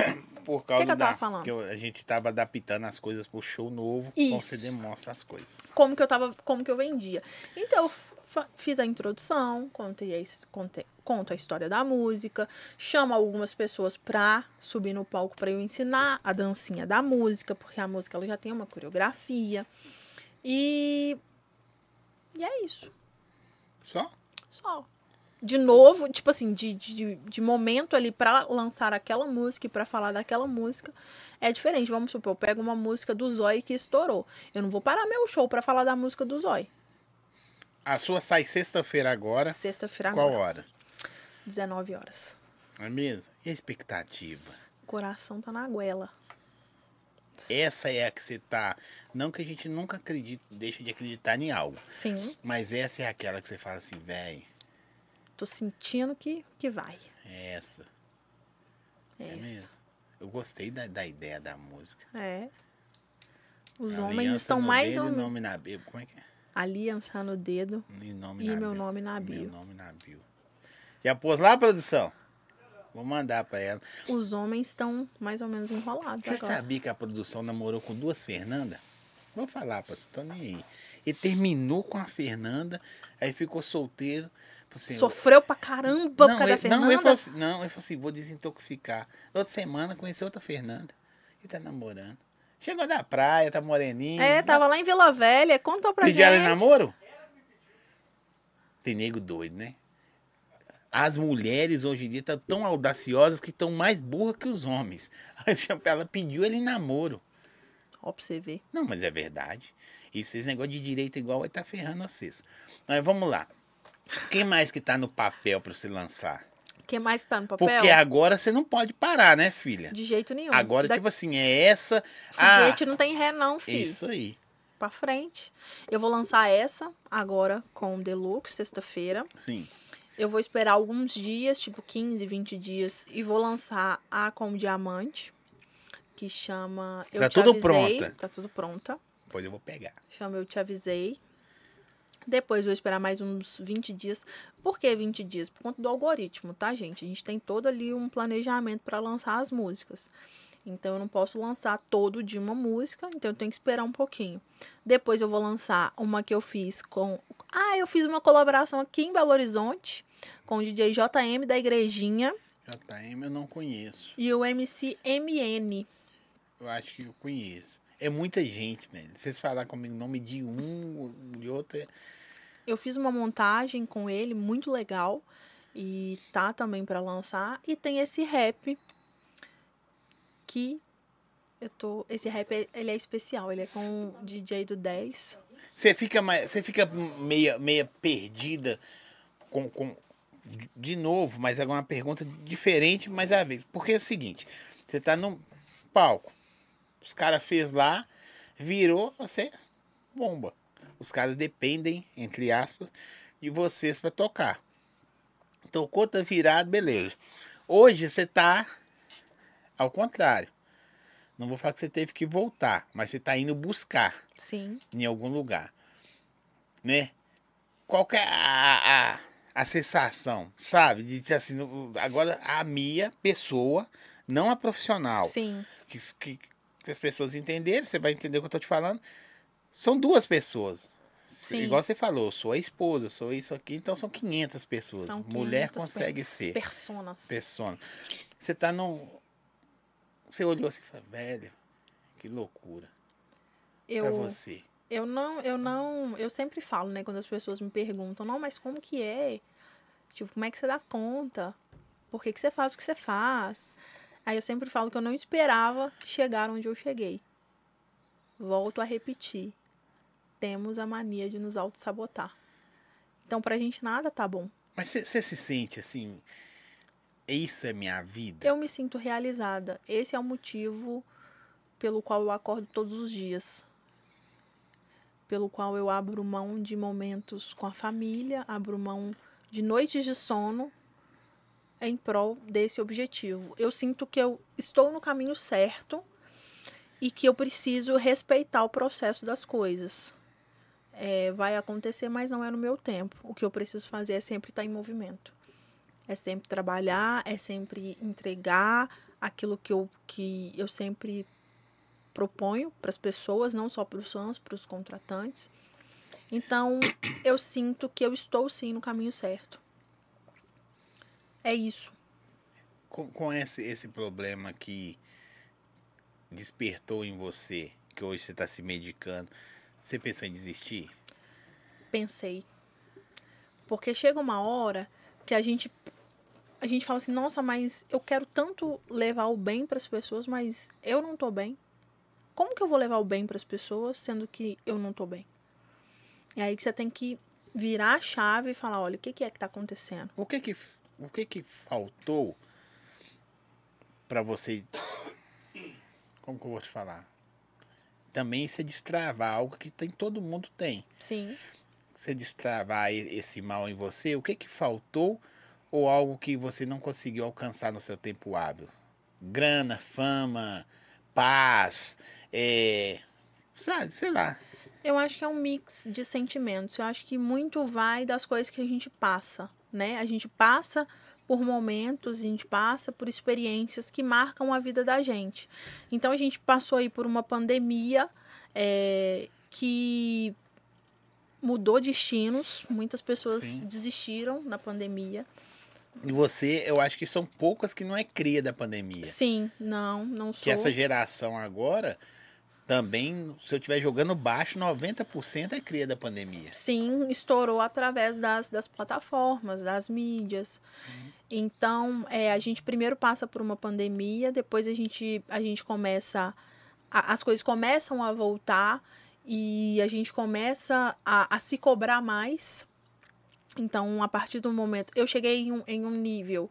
Speaker 1: por causa
Speaker 2: que eu
Speaker 1: da.
Speaker 2: tava falando?
Speaker 1: eu- a gente tava adaptando as coisas pro show novo.
Speaker 2: Isso.
Speaker 1: Então você demonstra as coisas.
Speaker 2: como que eu tava, como que eu vendia. Então eu fa- fiz a introdução, contei a, his- conte- conto a história da música, chamo algumas pessoas pra subir no palco pra eu ensinar a dancinha da música, porque a música ela já tem uma coreografia. E e é isso,
Speaker 1: Só?
Speaker 2: só. De novo, tipo assim, de, de- de, de momento ali pra lançar aquela música e pra falar daquela música é diferente. Vamos supor, eu pego uma música do Zói que estourou. Eu não vou parar meu show pra falar da música do Zói.
Speaker 1: A sua sai sexta-feira agora.
Speaker 2: Sexta-feira
Speaker 1: Qual
Speaker 2: agora,
Speaker 1: hora?
Speaker 2: 19 horas.
Speaker 1: Não é mesmo? E a expectativa?
Speaker 2: O coração tá na goela.
Speaker 1: Essa é a que você tá. Não que a gente nunca acredite, deixa de acreditar em algo.
Speaker 2: Sim,
Speaker 1: Mas essa é aquela que você fala assim, véi,
Speaker 2: tô sentindo que, que vai.
Speaker 1: é essa.
Speaker 2: É,
Speaker 1: É
Speaker 2: isso.
Speaker 1: mesmo? Eu gostei da, da ideia da música.
Speaker 2: É. Os homens
Speaker 1: Aliança
Speaker 2: estão
Speaker 1: no
Speaker 2: mais
Speaker 1: dedo e
Speaker 2: um...
Speaker 1: nome na bio. Como é que é?
Speaker 2: aliança no dedo.
Speaker 1: E, nome
Speaker 2: E
Speaker 1: na
Speaker 2: meu
Speaker 1: bio.
Speaker 2: nome na bio.
Speaker 1: Meu nome na bio. Já pôs lá, produção? Vou mandar pra ela.
Speaker 2: Os homens estão mais ou menos enrolados
Speaker 1: Você
Speaker 2: agora.
Speaker 1: sabia que a produção namorou com duas Fernanda? Vou falar, pastor, tô nem aí. E terminou com a Fernanda, aí ficou solteiro. Falou assim,
Speaker 2: Sofreu pra caramba por causa da
Speaker 1: ele-
Speaker 2: Fernanda.
Speaker 1: Não, ele falou assim, não, ele falou assim, vou desintoxicar. Outra semana conheceu outra Fernanda e tá namorando. Chegou da praia, tá moreninho.
Speaker 2: É, tava lá em Vila Velha, contou pra
Speaker 1: Pediu ela em
Speaker 2: gente.
Speaker 1: namoro? Tem nego doido, né? As mulheres hoje em dia estão tão audaciosas que estão mais burras que os homens. <laughs> Ela pediu ele em namoro.
Speaker 2: Ó, pra você ver.
Speaker 1: Não, mas é verdade. Isso, esse negócio de direito igual vai estar ferrando vocês. Mas vamos lá. Quem mais que tá no papel pra você lançar?
Speaker 2: O que mais que tá no papel?
Speaker 1: Porque agora você não pode parar, né, filha?
Speaker 2: De jeito nenhum.
Speaker 1: Agora,
Speaker 2: da...
Speaker 1: tipo assim, é essa. Ah,
Speaker 2: foguete não tem ré não, filho.
Speaker 1: isso aí.
Speaker 2: Pra frente. Eu vou lançar essa agora com o Deluxe, sexta-feira.
Speaker 1: Sim.
Speaker 2: Eu vou esperar alguns dias, tipo 15, 20 dias, e vou lançar a como diamante, que chama Eu
Speaker 1: Tá
Speaker 2: Te
Speaker 1: tudo
Speaker 2: Avisei.
Speaker 1: pronta.
Speaker 2: Tá tudo pronta.
Speaker 1: Depois eu vou pegar.
Speaker 2: Chama Eu Te Avisei. Depois vou esperar mais uns 20 dias. Por que 20 dias? Por conta do algoritmo, tá, gente? A gente tem todo ali um planejamento pra lançar as músicas. Então eu não posso lançar todo dia uma música, então eu tenho que esperar um pouquinho. Depois eu vou lançar uma que eu fiz com. Ah, eu fiz uma colaboração aqui em Belo Horizonte com o DJ JM da Igrejinha
Speaker 1: JM eu não conheço.
Speaker 2: e o MC MN.
Speaker 1: Eu acho que eu conheço. É muita gente, velho. Vocês falar comigo o nome de um, de outro. é-
Speaker 2: Eu fiz uma montagem com ele muito legal e tá também pra lançar e tem esse rap que eu tô, esse rap ele é especial, ele é com o DJ do 10.
Speaker 1: Você fica, mais, você fica meia, meia perdida com, com. De novo, mas é uma pergunta diferente, mas é a vez. Porque é o seguinte: você tá num palco, os caras fez lá, virou, você bomba. Os caras dependem, entre aspas, de vocês pra tocar. Tocou, tá virado, beleza. Hoje você tá ao contrário. Não vou falar que você teve que voltar, mas você tá indo buscar
Speaker 2: Sim.
Speaker 1: em algum lugar, né? Qual que é a, a, a sensação, sabe? De dizer assim, no- agora a minha pessoa, não a profissional,
Speaker 2: Sim.
Speaker 1: que, que, que as pessoas entenderem, você vai entender o que eu tô te falando, são duas pessoas.
Speaker 2: Sim.
Speaker 1: Igual você falou, eu sou a esposa, eu sou isso aqui, então são 500 pessoas.
Speaker 2: São
Speaker 1: Mulher
Speaker 2: 500
Speaker 1: consegue ser
Speaker 2: Personas.
Speaker 1: persona. Você tá num... Você olhou assim e falou, velho, que loucura pra
Speaker 2: Eu
Speaker 1: É você.
Speaker 2: eu não eu não eu sempre falo, né, quando as pessoas me perguntam: "Não, mas como que é? Tipo, como é que você dá conta? Por que que você faz o que você faz?" Aí eu sempre falo que eu não esperava chegar onde eu cheguei. Volto a repetir. Temos a mania de nos auto-sabotar. Então, pra gente nada tá bom.
Speaker 1: Mas você se sente assim. Isso é minha vida?
Speaker 2: Eu me sinto realizada. Esse é o motivo pelo qual eu acordo todos os dias. Pelo qual eu abro mão de momentos com a família, abro mão de noites de sono em prol desse objetivo. Eu sinto que eu estou no caminho certo e que eu preciso respeitar o processo das coisas. É, vai acontecer, mas não é no meu tempo. O que eu preciso fazer é sempre estar em movimento. É sempre trabalhar, é sempre entregar aquilo que eu, que eu sempre proponho para as pessoas, não só para os fãs, para os contratantes. Então, eu sinto que eu estou sim no caminho certo. É isso.
Speaker 1: Com, com esse, esse problema que despertou em você, que hoje você está se medicando, você pensou em desistir?
Speaker 2: Pensei. Porque chega uma hora que a gente a gente fala assim, nossa, mas eu quero tanto levar o bem para as pessoas, mas eu não tô bem. Como que eu vou levar o bem para as pessoas sendo que eu não tô bem? É aí que você tem que virar a chave e falar, olha, o que, que é que tá acontecendo?
Speaker 1: O que que, o que, que faltou para você... <coughs> Como que eu vou te falar? Também você destravar algo que tem, todo mundo tem.
Speaker 2: Sim.
Speaker 1: Você destravar esse mal em você, o que que faltou ou algo que você não conseguiu alcançar no seu tempo hábil? Grana, fama, paz, é... sabe, sei lá.
Speaker 2: Eu acho que é um mix de sentimentos. Eu acho que muito vai das coisas que a gente passa, né? A gente passa por momentos, a gente passa por experiências que marcam a vida da gente. Então a gente passou aí por uma pandemia é, que mudou destinos. Muitas pessoas
Speaker 1: Sim.
Speaker 2: desistiram na pandemia.
Speaker 1: E você, eu acho que são poucas que não é cria da pandemia.
Speaker 2: Sim, não, não sou.
Speaker 1: Que essa geração agora também, se eu estiver jogando baixo, 90% é cria da pandemia.
Speaker 2: Sim, estourou através das, das plataformas, das mídias. Então, é, a gente primeiro passa por uma pandemia, depois a gente, a gente começa. a- as coisas começam a voltar e a gente começa a, a se cobrar mais. Então, a partir do momento. Eu cheguei em um, em um nível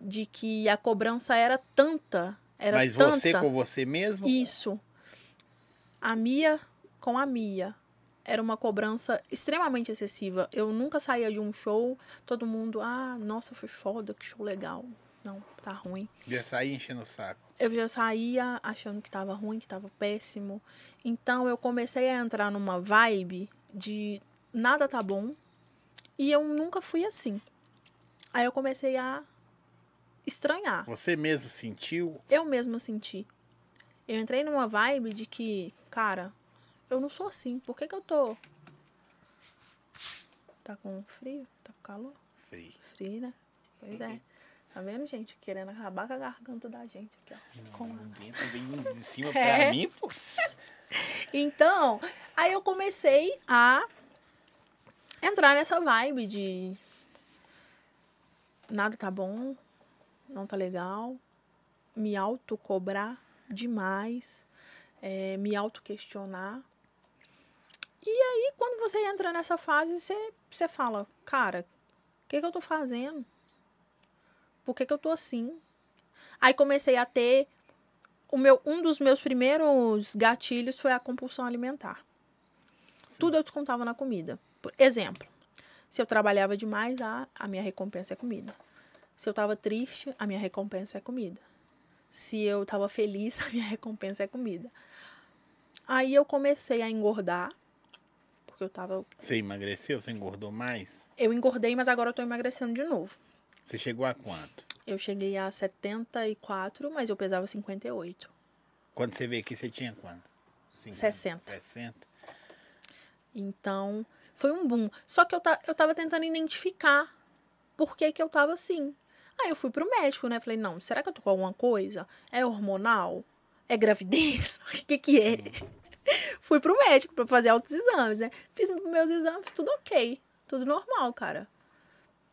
Speaker 2: de que a cobrança era tanta. Era
Speaker 1: Mas
Speaker 2: tanta.
Speaker 1: você com você mesmo?
Speaker 2: Isso. A Mia com a Mia. Era uma cobrança extremamente excessiva. Eu nunca saía de um show, todo mundo, ah, nossa, foi foda, que show legal. Não, tá ruim.
Speaker 1: Já saí enchendo o saco.
Speaker 2: Eu já saía achando que tava ruim, que tava péssimo. Então eu comecei a entrar numa vibe de nada tá bom. E eu nunca fui assim. Aí eu comecei a estranhar.
Speaker 1: Você mesmo sentiu?
Speaker 2: Eu mesma senti. Eu entrei numa vibe de que, cara, eu não sou assim. Por que, que eu tô? Tá com frio? Tá com calor?
Speaker 1: Frio.
Speaker 2: Frio, né? Pois é. Tá vendo, gente? Querendo acabar com a garganta da gente aqui, ó. Com a-
Speaker 1: Dentro vem um de cima
Speaker 2: <laughs> É.
Speaker 1: pra mim, pô.
Speaker 2: Então, aí eu comecei a entrar nessa vibe de nada tá bom, não tá legal, me autocobrar demais, eh, me autoquestionar. E aí, quando você entra nessa fase, você, você fala, cara, o que, que eu tô fazendo? Por que, que eu tô assim? Aí comecei a ter o meu, um dos meus primeiros gatilhos foi a compulsão alimentar.
Speaker 1: Sim.
Speaker 2: Tudo eu descontava na comida. Por exemplo, se eu trabalhava demais, a, a minha recompensa é comida. Se eu tava triste, a minha recompensa é comida. Se eu tava feliz, <laughs> a minha recompensa é comida. Aí eu comecei a engordar, porque eu tava.
Speaker 1: Você emagreceu? Você engordou mais?
Speaker 2: Eu engordei, mas agora eu tô emagrecendo de novo.
Speaker 1: Você chegou a quanto?
Speaker 2: Eu cheguei a 74, mas eu pesava 58.
Speaker 1: Quando você veio aqui, você tinha quanto? 50,
Speaker 2: 60.
Speaker 1: 60?
Speaker 2: Então, foi um boom. Só que eu, ta, eu tava tentando identificar por que, que eu tava assim. Aí eu fui pro médico, né? Falei, não, será que eu tô com alguma coisa? É hormonal? É gravidez? <laughs> O que que é? <laughs> fui pro médico pra fazer altos exames, né? Fiz meus exames, tudo ok. Tudo normal, cara.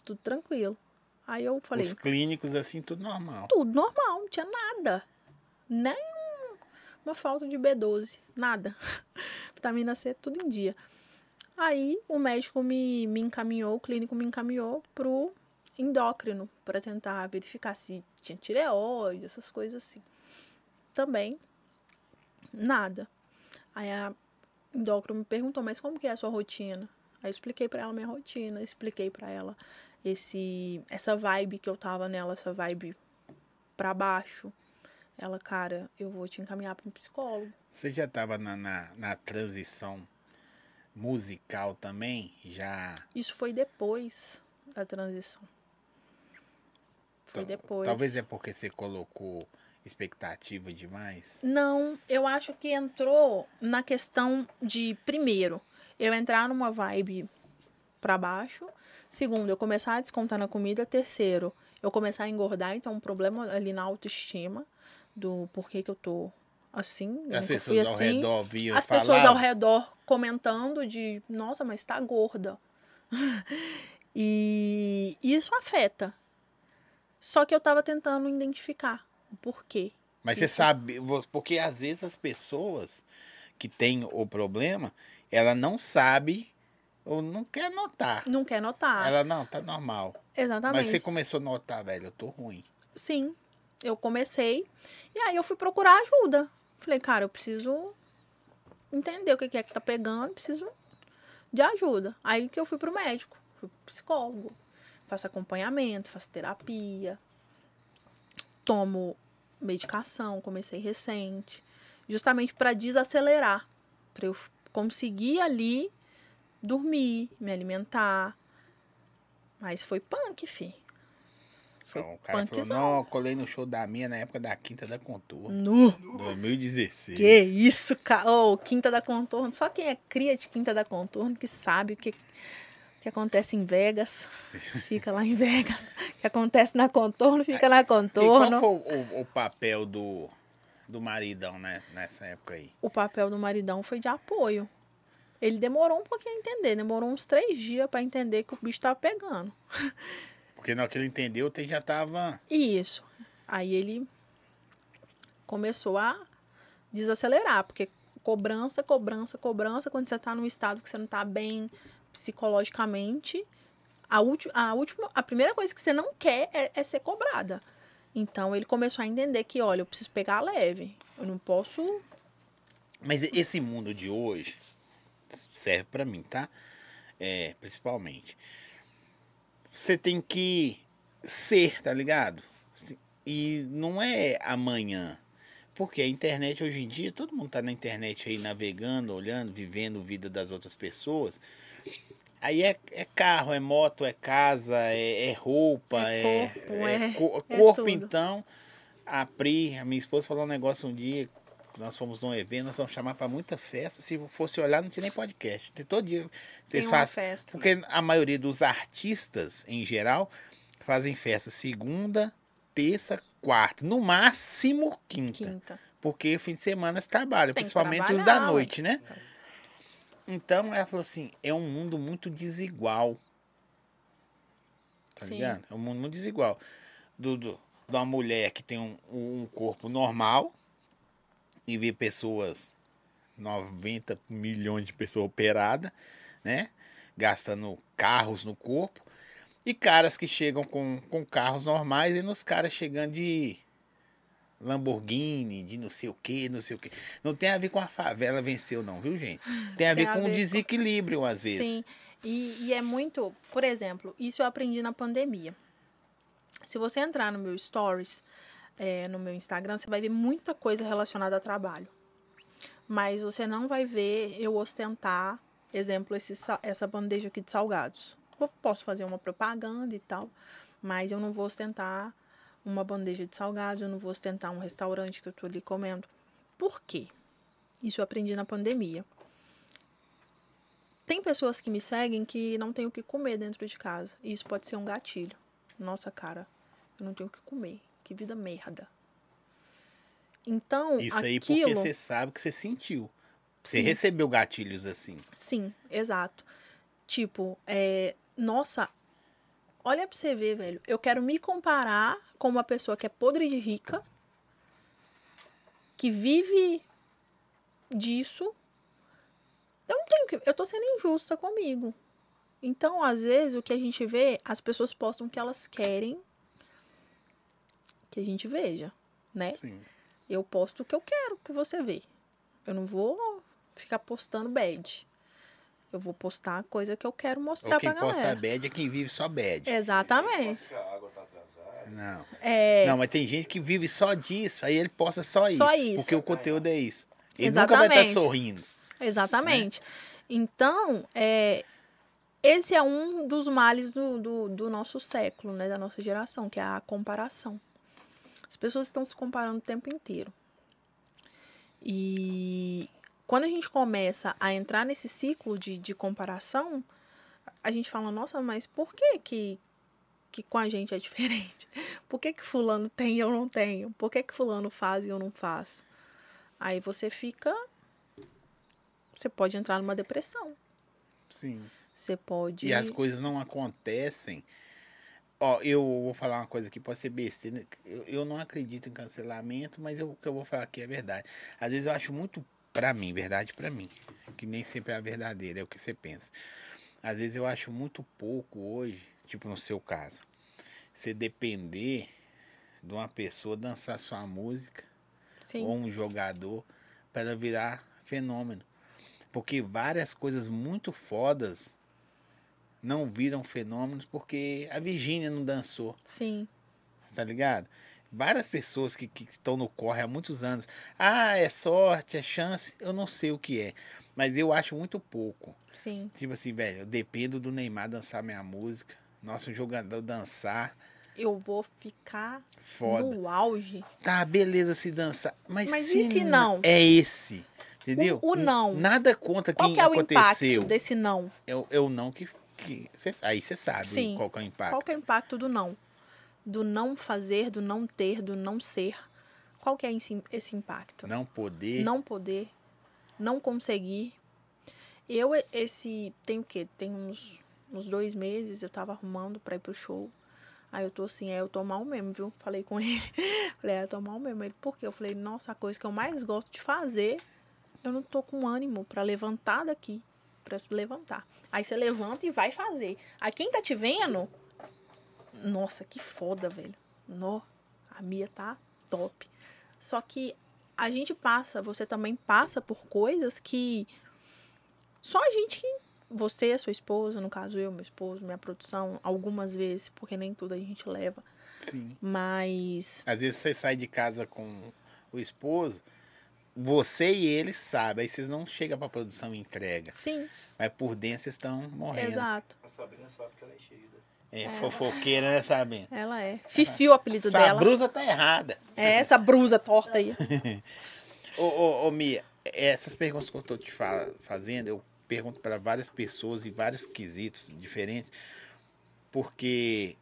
Speaker 2: Tudo tranquilo. Aí eu falei,
Speaker 1: Os clínicos, assim, tudo normal.
Speaker 2: tudo normal, não tinha nada. Nem um- uma falta de B12, nada. <laughs> Vitamina C, tudo em dia. Aí o médico me, me encaminhou, o clínico me encaminhou pro endócrino, para tentar verificar se tinha tireoide, essas coisas assim. Também, nada. Aí a endócrino me perguntou, mas como que é a sua rotina? Aí eu expliquei pra ela minha rotina, expliquei pra ela esse essa vibe que eu tava nela, essa vibe pra baixo. Ela, cara, eu vou te encaminhar pra um psicólogo.
Speaker 1: Você já estava na, na, na transição musical também? Já.
Speaker 2: Isso foi depois da transição. Foi
Speaker 1: Tal- Então,
Speaker 2: depois.
Speaker 1: é Talvez é porque você colocou expectativa demais?
Speaker 2: Não, eu acho que entrou na questão de, primeiro, eu entrar numa vibe pra baixo. Segundo, eu começar a descontar na comida. Terceiro, eu começar a engordar. Então, um problema ali na autoestima do porquê que eu tô assim. eu
Speaker 1: As
Speaker 2: nunca fui
Speaker 1: pessoas ao
Speaker 2: assim.
Speaker 1: redor viam
Speaker 2: As
Speaker 1: falar.
Speaker 2: pessoas ao redor comentando de, nossa, mas tá gorda. <laughs> e isso afeta. Só que eu tava tentando identificar o porquê.
Speaker 1: Mas você
Speaker 2: Isso.
Speaker 1: sabe, vo- porque às vezes as pessoas que têm o problema, ela não sabe ou não quer notar.
Speaker 2: Não quer notar.
Speaker 1: Ela não, tá normal.
Speaker 2: Ah. Exatamente.
Speaker 1: Mas você começou a notar, velho, eu tô ruim.
Speaker 2: Sim, eu comecei. E aí eu fui procurar ajuda. Falei, cara, eu preciso entender o que que é que tá pegando, preciso de ajuda. Aí que eu fui pro médico, fui pro psicólogo, faço acompanhamento, faço terapia, tomo medicação, comecei recente, justamente para desacelerar, para eu f- conseguir ali dormir, me alimentar. Mas foi punk, fi. Foi
Speaker 1: Então, o cara
Speaker 2: punkzão.
Speaker 1: falou, não, eu colei no show da minha na época da Quinta da Contorno.
Speaker 2: Nu.
Speaker 1: 2016.
Speaker 2: Que isso, cara. Ô, Quinta da Contorno. Só quem é cria de Quinta da Contorno que sabe o que, o que acontece
Speaker 1: <laughs>
Speaker 2: em Vegas. Fica lá em Vegas. O que acontece na Contorno, fica na
Speaker 1: E qual
Speaker 2: Contorno.
Speaker 1: foi o, o- o papel do, do maridão né, nessa época aí?
Speaker 2: O papel do maridão foi de apoio. Ele demorou um pouquinho a entender. Demorou uns três dias pra entender que o bicho tava pegando.
Speaker 1: Porque na hora que ele entendeu, ele já tava...
Speaker 2: E isso. Aí ele começou a desacelerar, porque cobrança, cobrança, cobrança, quando você tá num estado que você não tá bem psicologicamente, a, ulti- a última, a primeira coisa que você não quer é, é ser cobrada. Então ele começou a entender que, olha, eu preciso pegar leve. Eu não posso.
Speaker 1: Mas esse mundo de hoje serve pra mim, tá? É, principalmente. Você tem que ser, tá ligado? E não é amanhã. Porque a internet hoje em dia, todo mundo tá na internet aí navegando, olhando, vivendo a vida das outras pessoas. Aí é, é carro, é moto, é casa, é, é roupa,
Speaker 2: É
Speaker 1: é,
Speaker 2: corpo, é-
Speaker 1: co-
Speaker 2: é
Speaker 1: corpo,
Speaker 2: tudo.
Speaker 1: então. A Pri, a minha esposa, falou um negócio um dia nós fomos num evento, nós vamos chamar pra muita festa. Se fosse olhar, não tinha nem podcast. Tem todo dia.
Speaker 2: ter
Speaker 1: Vocês
Speaker 2: uma
Speaker 1: fazem.
Speaker 2: festa.
Speaker 1: Porque a maioria dos artistas, em geral, fazem festa segunda, terça, quarta. No máximo quinta.
Speaker 2: Quinta.
Speaker 1: Porque fim de semana você trabalha,
Speaker 2: Tem que
Speaker 1: principalmente os da
Speaker 2: trabalhar, ué.
Speaker 1: noite, né? Então ela falou assim: é um mundo muito desigual. Tá
Speaker 2: Sim.
Speaker 1: ligado? É um mundo muito desigual. Do, do, de uma mulher que tem um, um corpo normal e vê pessoas, 90 milhões de pessoas operadas, né? Gastando carros no corpo. E caras que chegam com, com carros normais e nos caras chegando de Lamborghini, de não sei o que, não sei o que. Não tem a ver com a favela venceu, não, viu, gente? Tem a ver
Speaker 2: a
Speaker 1: com
Speaker 2: ver
Speaker 1: o
Speaker 2: com-
Speaker 1: desequilíbrio, às vezes.
Speaker 2: Sim, e, e é muito. Por exemplo, isso eu aprendi na pandemia. Se você entrar no meu Stories, eh, no meu Instagram, você vai ver muita coisa relacionada a trabalho. Mas você não vai ver eu ostentar, exemplo, esse, sa- essa bandeja aqui de salgados. Eu posso fazer uma propaganda e tal, mas eu não vou ostentar uma bandeja de salgados, eu não vou ostentar um restaurante que eu tô ali comendo. Por quê? Isso eu aprendi na pandemia. Tem pessoas que me seguem que não tem o que comer dentro de casa. E isso pode ser um gatilho. Nossa, cara, eu não tenho o que comer. Que vida merda. Então,
Speaker 1: Isso aí porque
Speaker 2: aquilo...
Speaker 1: você sabe que você sentiu. Você
Speaker 2: Sim.
Speaker 1: recebeu gatilhos assim.
Speaker 2: Sim, exato. Tipo, é, nossa, olha pra você ver, velho. Eu quero me comparar com uma pessoa que é podre de rica, que vive disso. Eu não tenho que. Eu tô sendo injusta comigo. Então, às vezes, o que a gente vê, as pessoas postam o que elas querem que a gente veja, né?
Speaker 1: Sim.
Speaker 2: Eu posto o que eu quero que você vê. Eu não vou ficar postando bad. Eu vou postar a coisa que eu quero
Speaker 1: Ou
Speaker 2: mostrar
Speaker 1: quem
Speaker 2: pra
Speaker 1: posta
Speaker 2: galera.
Speaker 1: bad é quem vive só bad.
Speaker 2: Exatamente.
Speaker 3: Se a água tá atrasada,
Speaker 1: Não.
Speaker 2: É,
Speaker 1: Não, mas tem gente que vive só disso. Aí ele posta só isso.
Speaker 2: Só isso.
Speaker 1: Porque o conteúdo é isso. Ele nunca vai estar
Speaker 2: Exatamente.
Speaker 1: sorrindo.
Speaker 2: exatamente. Então, é, esse é um dos males do, do, do nosso século, né? Da nossa geração, que é a comparação. As pessoas estão se comparando o tempo inteiro. E quando a gente começa a entrar nesse ciclo de, de comparação, a gente fala, nossa, mas por que que, que com a gente é diferente? Por que que fulano tem e eu não tenho? Por que que fulano faz e eu não faço? Aí você fica... Você pode entrar numa depressão.
Speaker 1: Sim.
Speaker 2: Você pode...
Speaker 1: E as coisas não acontecem. Ó, eu vou falar uma coisa que pode ser besteira. né? Eu, eu não acredito em cancelamento, mas eu- o que eu vou falar aqui é verdade. Às vezes eu acho muito pra mim, verdade pra mim, que nem sempre é a verdadeira, é o que você pensa. Às vezes eu acho muito pouco hoje, tipo no seu caso, você depender de uma pessoa dançar sua música
Speaker 2: Sim.
Speaker 1: ou um jogador para virar fenômeno. Porque várias coisas muito fodas não viram fenômenos porque a Virgínia não dançou,
Speaker 2: Sim.
Speaker 1: tá ligado? Várias pessoas que estão no corre há muitos anos. Ah, é sorte, é chance, eu não sei o que é. Mas eu acho muito pouco.
Speaker 2: Sim.
Speaker 1: Tipo assim, velho, eu dependo do Neymar dançar minha música. Nosso jogador dançar,
Speaker 2: Eu vou ficar
Speaker 1: foda.
Speaker 2: no auge.
Speaker 1: Tá, beleza se dançar. Mas,
Speaker 2: Mas e se não?
Speaker 1: É esse. Entendeu?
Speaker 2: O- o não.
Speaker 1: Nada contra
Speaker 2: Qual
Speaker 1: quem
Speaker 2: que é o
Speaker 1: aconteceu.
Speaker 2: impacto desse não?
Speaker 1: É o, é o não que. que cê- aí você sabe
Speaker 2: Sim.
Speaker 1: qual que é o impacto.
Speaker 2: Qual que é o impacto do não? Do não fazer, do não ter, do não ser. Qual que é esse, esse impacto?
Speaker 1: Não poder.
Speaker 2: Não poder, não conseguir. Eu, e- esse, tem o quê? Tem uns, uns dois meses, eu tava arrumando pra ir pro show. Aí eu tô assim, é, eu tô mal mesmo, viu? Falei com <laughs> ele. Falei, é, eu tô mal mesmo. Ele, por quê? Eu falei, nossa, a coisa que eu mais gosto de fazer, eu não tô com ânimo pra levantar daqui. Pra se levantar. Aí você levanta e vai fazer. Aí quem tá te vendo, nossa, que foda, velho. Nó, a Mia tá top. Só que a gente passa, você também passa por coisas que só a gente que. Você, a sua esposa, no caso eu, meu esposo, minha produção, algumas vezes, porque nem tudo a gente leva.
Speaker 1: Sim.
Speaker 2: Mas.
Speaker 1: Às vezes você sai de casa com o esposo, você e ele sabem. Aí vocês não chegam pra produção e entrega.
Speaker 2: Sim,
Speaker 1: Mas por dentro vocês estão morrendo.
Speaker 2: exato.
Speaker 3: A Sabrina sabe que ela é enxerida.
Speaker 1: É,
Speaker 2: É.
Speaker 1: fofoqueira, né, sabendo?
Speaker 2: Ela é. Fifi o apelido
Speaker 1: Sua
Speaker 2: dela.
Speaker 1: brusa tá errada.
Speaker 2: É essa brusa torta aí.
Speaker 1: Ô, ô, ô, Mia, essas perguntas que eu tô te fa- fazendo, eu pergunto para várias pessoas em vários quesitos diferentes, porque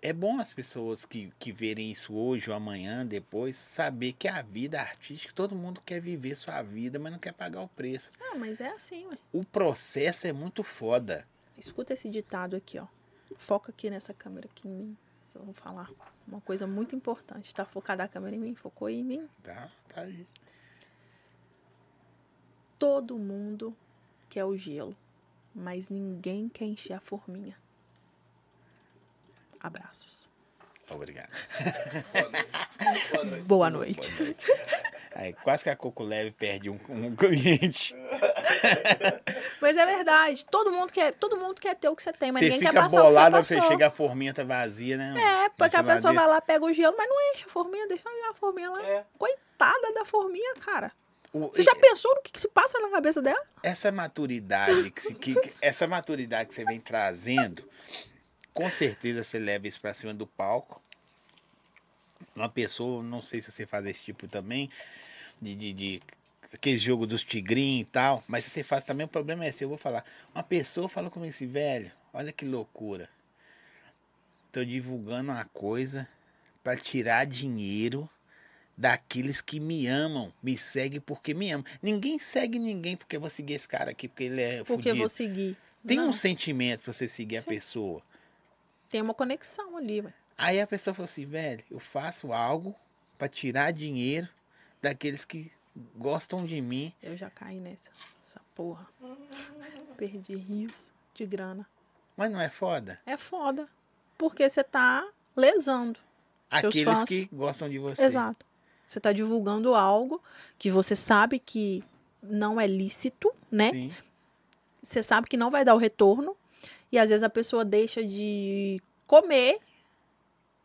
Speaker 1: é bom as pessoas que, que verem isso hoje ou amanhã, depois, saber que é a vida artística, todo mundo quer viver sua vida, mas não quer pagar o preço.
Speaker 2: Ah, mas é assim, ué.
Speaker 1: O processo é muito foda.
Speaker 2: Escuta esse ditado aqui, ó. Foca aqui nessa câmera aqui em mim. que Eu vou falar uma coisa muito importante. Tá focada a câmera em mim? Focou em mim?
Speaker 1: Tá, tá aí.
Speaker 2: Todo mundo quer o gelo, mas ninguém quer encher a forminha. Abraços.
Speaker 1: Obrigado.
Speaker 3: Boa noite. Boa noite.
Speaker 2: Boa noite.
Speaker 1: Aí, quase que a Coco Leve perde um, um cliente.
Speaker 2: Mas é verdade, todo mundo quer, todo mundo quer ter o que você tem, É, mas
Speaker 1: Você
Speaker 2: ninguém quer
Speaker 1: fica
Speaker 2: passar o que você
Speaker 1: bolado, você
Speaker 2: passou.
Speaker 1: chega, a forminha tá vazia, né?
Speaker 2: É,
Speaker 1: Na
Speaker 2: porque a pessoa
Speaker 1: geladeira.
Speaker 2: vai lá, pega o gelo, mas não enche a forminha, deixa a forminha lá.
Speaker 3: É.
Speaker 2: Coitada da forminha, cara.
Speaker 1: O-
Speaker 2: Você já pensou no que, que se passa na cabeça dela?
Speaker 1: Essa maturidade que, se- que- que- essa maturidade que você vem trazendo, com certeza você leva isso pra cima do palco. Uma pessoa, não sei se você faz esse tipo também, de, de, de aquele jogo dos tigrinhos e tal, mas se você faz também, o problema é seu, eu vou falar. Uma pessoa fala comigo assim, velho, olha que loucura. Tô divulgando uma coisa pra tirar dinheiro daqueles que me amam, me segue porque me amam. Ninguém segue ninguém porque eu vou seguir esse cara aqui, porque ele é
Speaker 2: Porque eu
Speaker 1: fudido.
Speaker 2: vou seguir.
Speaker 1: Tem
Speaker 2: Não,
Speaker 1: um sentimento pra você seguir
Speaker 2: Sim.
Speaker 1: a pessoa.
Speaker 2: tem uma conexão ali, ué.
Speaker 1: Aí a pessoa falou assim, velho, eu faço algo pra tirar dinheiro daqueles que gostam de mim.
Speaker 2: Eu já caí nessa. Essa
Speaker 1: <laughs>
Speaker 2: porra. Perdi rios de grana.
Speaker 1: Mas não é foda?
Speaker 2: É foda. Porque você tá lesando. Seus
Speaker 1: Aqueles
Speaker 2: fãs.
Speaker 1: que gostam de você.
Speaker 2: Exato. Você tá divulgando algo que você sabe que não é lícito, né?
Speaker 1: Sim.
Speaker 2: Você sabe que não vai dar o retorno. E às vezes a pessoa deixa de comer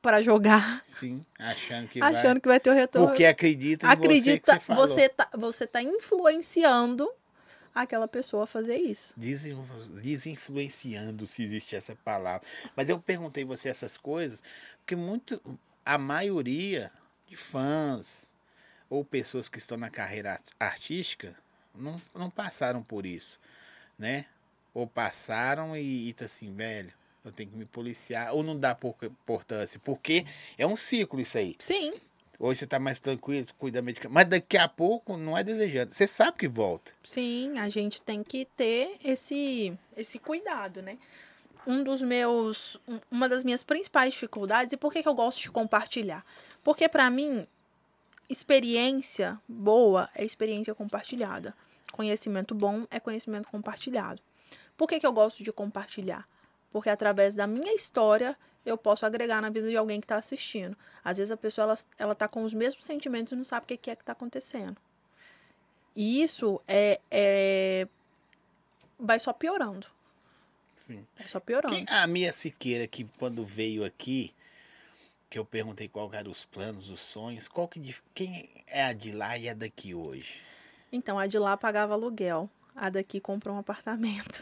Speaker 2: para jogar,
Speaker 1: Sim, achando que
Speaker 2: <laughs> achando
Speaker 1: vai.
Speaker 2: que vai ter o retorno.
Speaker 1: Porque acredita em
Speaker 2: Acredita,
Speaker 1: você que você falou.
Speaker 2: tá, você tá influenciando aquela pessoa a fazer isso.
Speaker 1: Desin- Desinfluenciando, se existe essa palavra. Mas eu perguntei você essas coisas, porque muito, a maioria de fãs ou pessoas que estão na carreira art- artística não, não passaram por isso, né? Ou passaram e, e tá assim, velho, eu tenho que me policiar, ou não dá pouca importância, porque é um ciclo isso aí.
Speaker 2: Sim,
Speaker 1: Hoje você tá mais tranquilo, você cuida da medicação, mas daqui a pouco não é desejando. Você sabe que volta.
Speaker 2: Sim, a gente tem que ter esse, esse cuidado, né? Um dos meus, um- uma das minhas principais dificuldades, e por que, que eu gosto de compartilhar? Porque para mim, experiência boa é experiência compartilhada. Conhecimento bom é conhecimento compartilhado. Por que, que eu gosto de compartilhar? Porque através da minha história eu posso agregar na vida de alguém que está assistindo. Às vezes a pessoa ela, ela tá com os mesmos sentimentos e não sabe o que, que é que está acontecendo. E isso é, é- vai só piorando.
Speaker 1: Sim.
Speaker 2: Vai só piorando.
Speaker 1: Quem- é a Mia Siqueira, que quando veio aqui, que eu perguntei qual eram os planos, os sonhos, qual que, dif- quem é a de lá e a daqui hoje?
Speaker 2: Então, a de lá pagava aluguel. A daqui comprou um apartamento.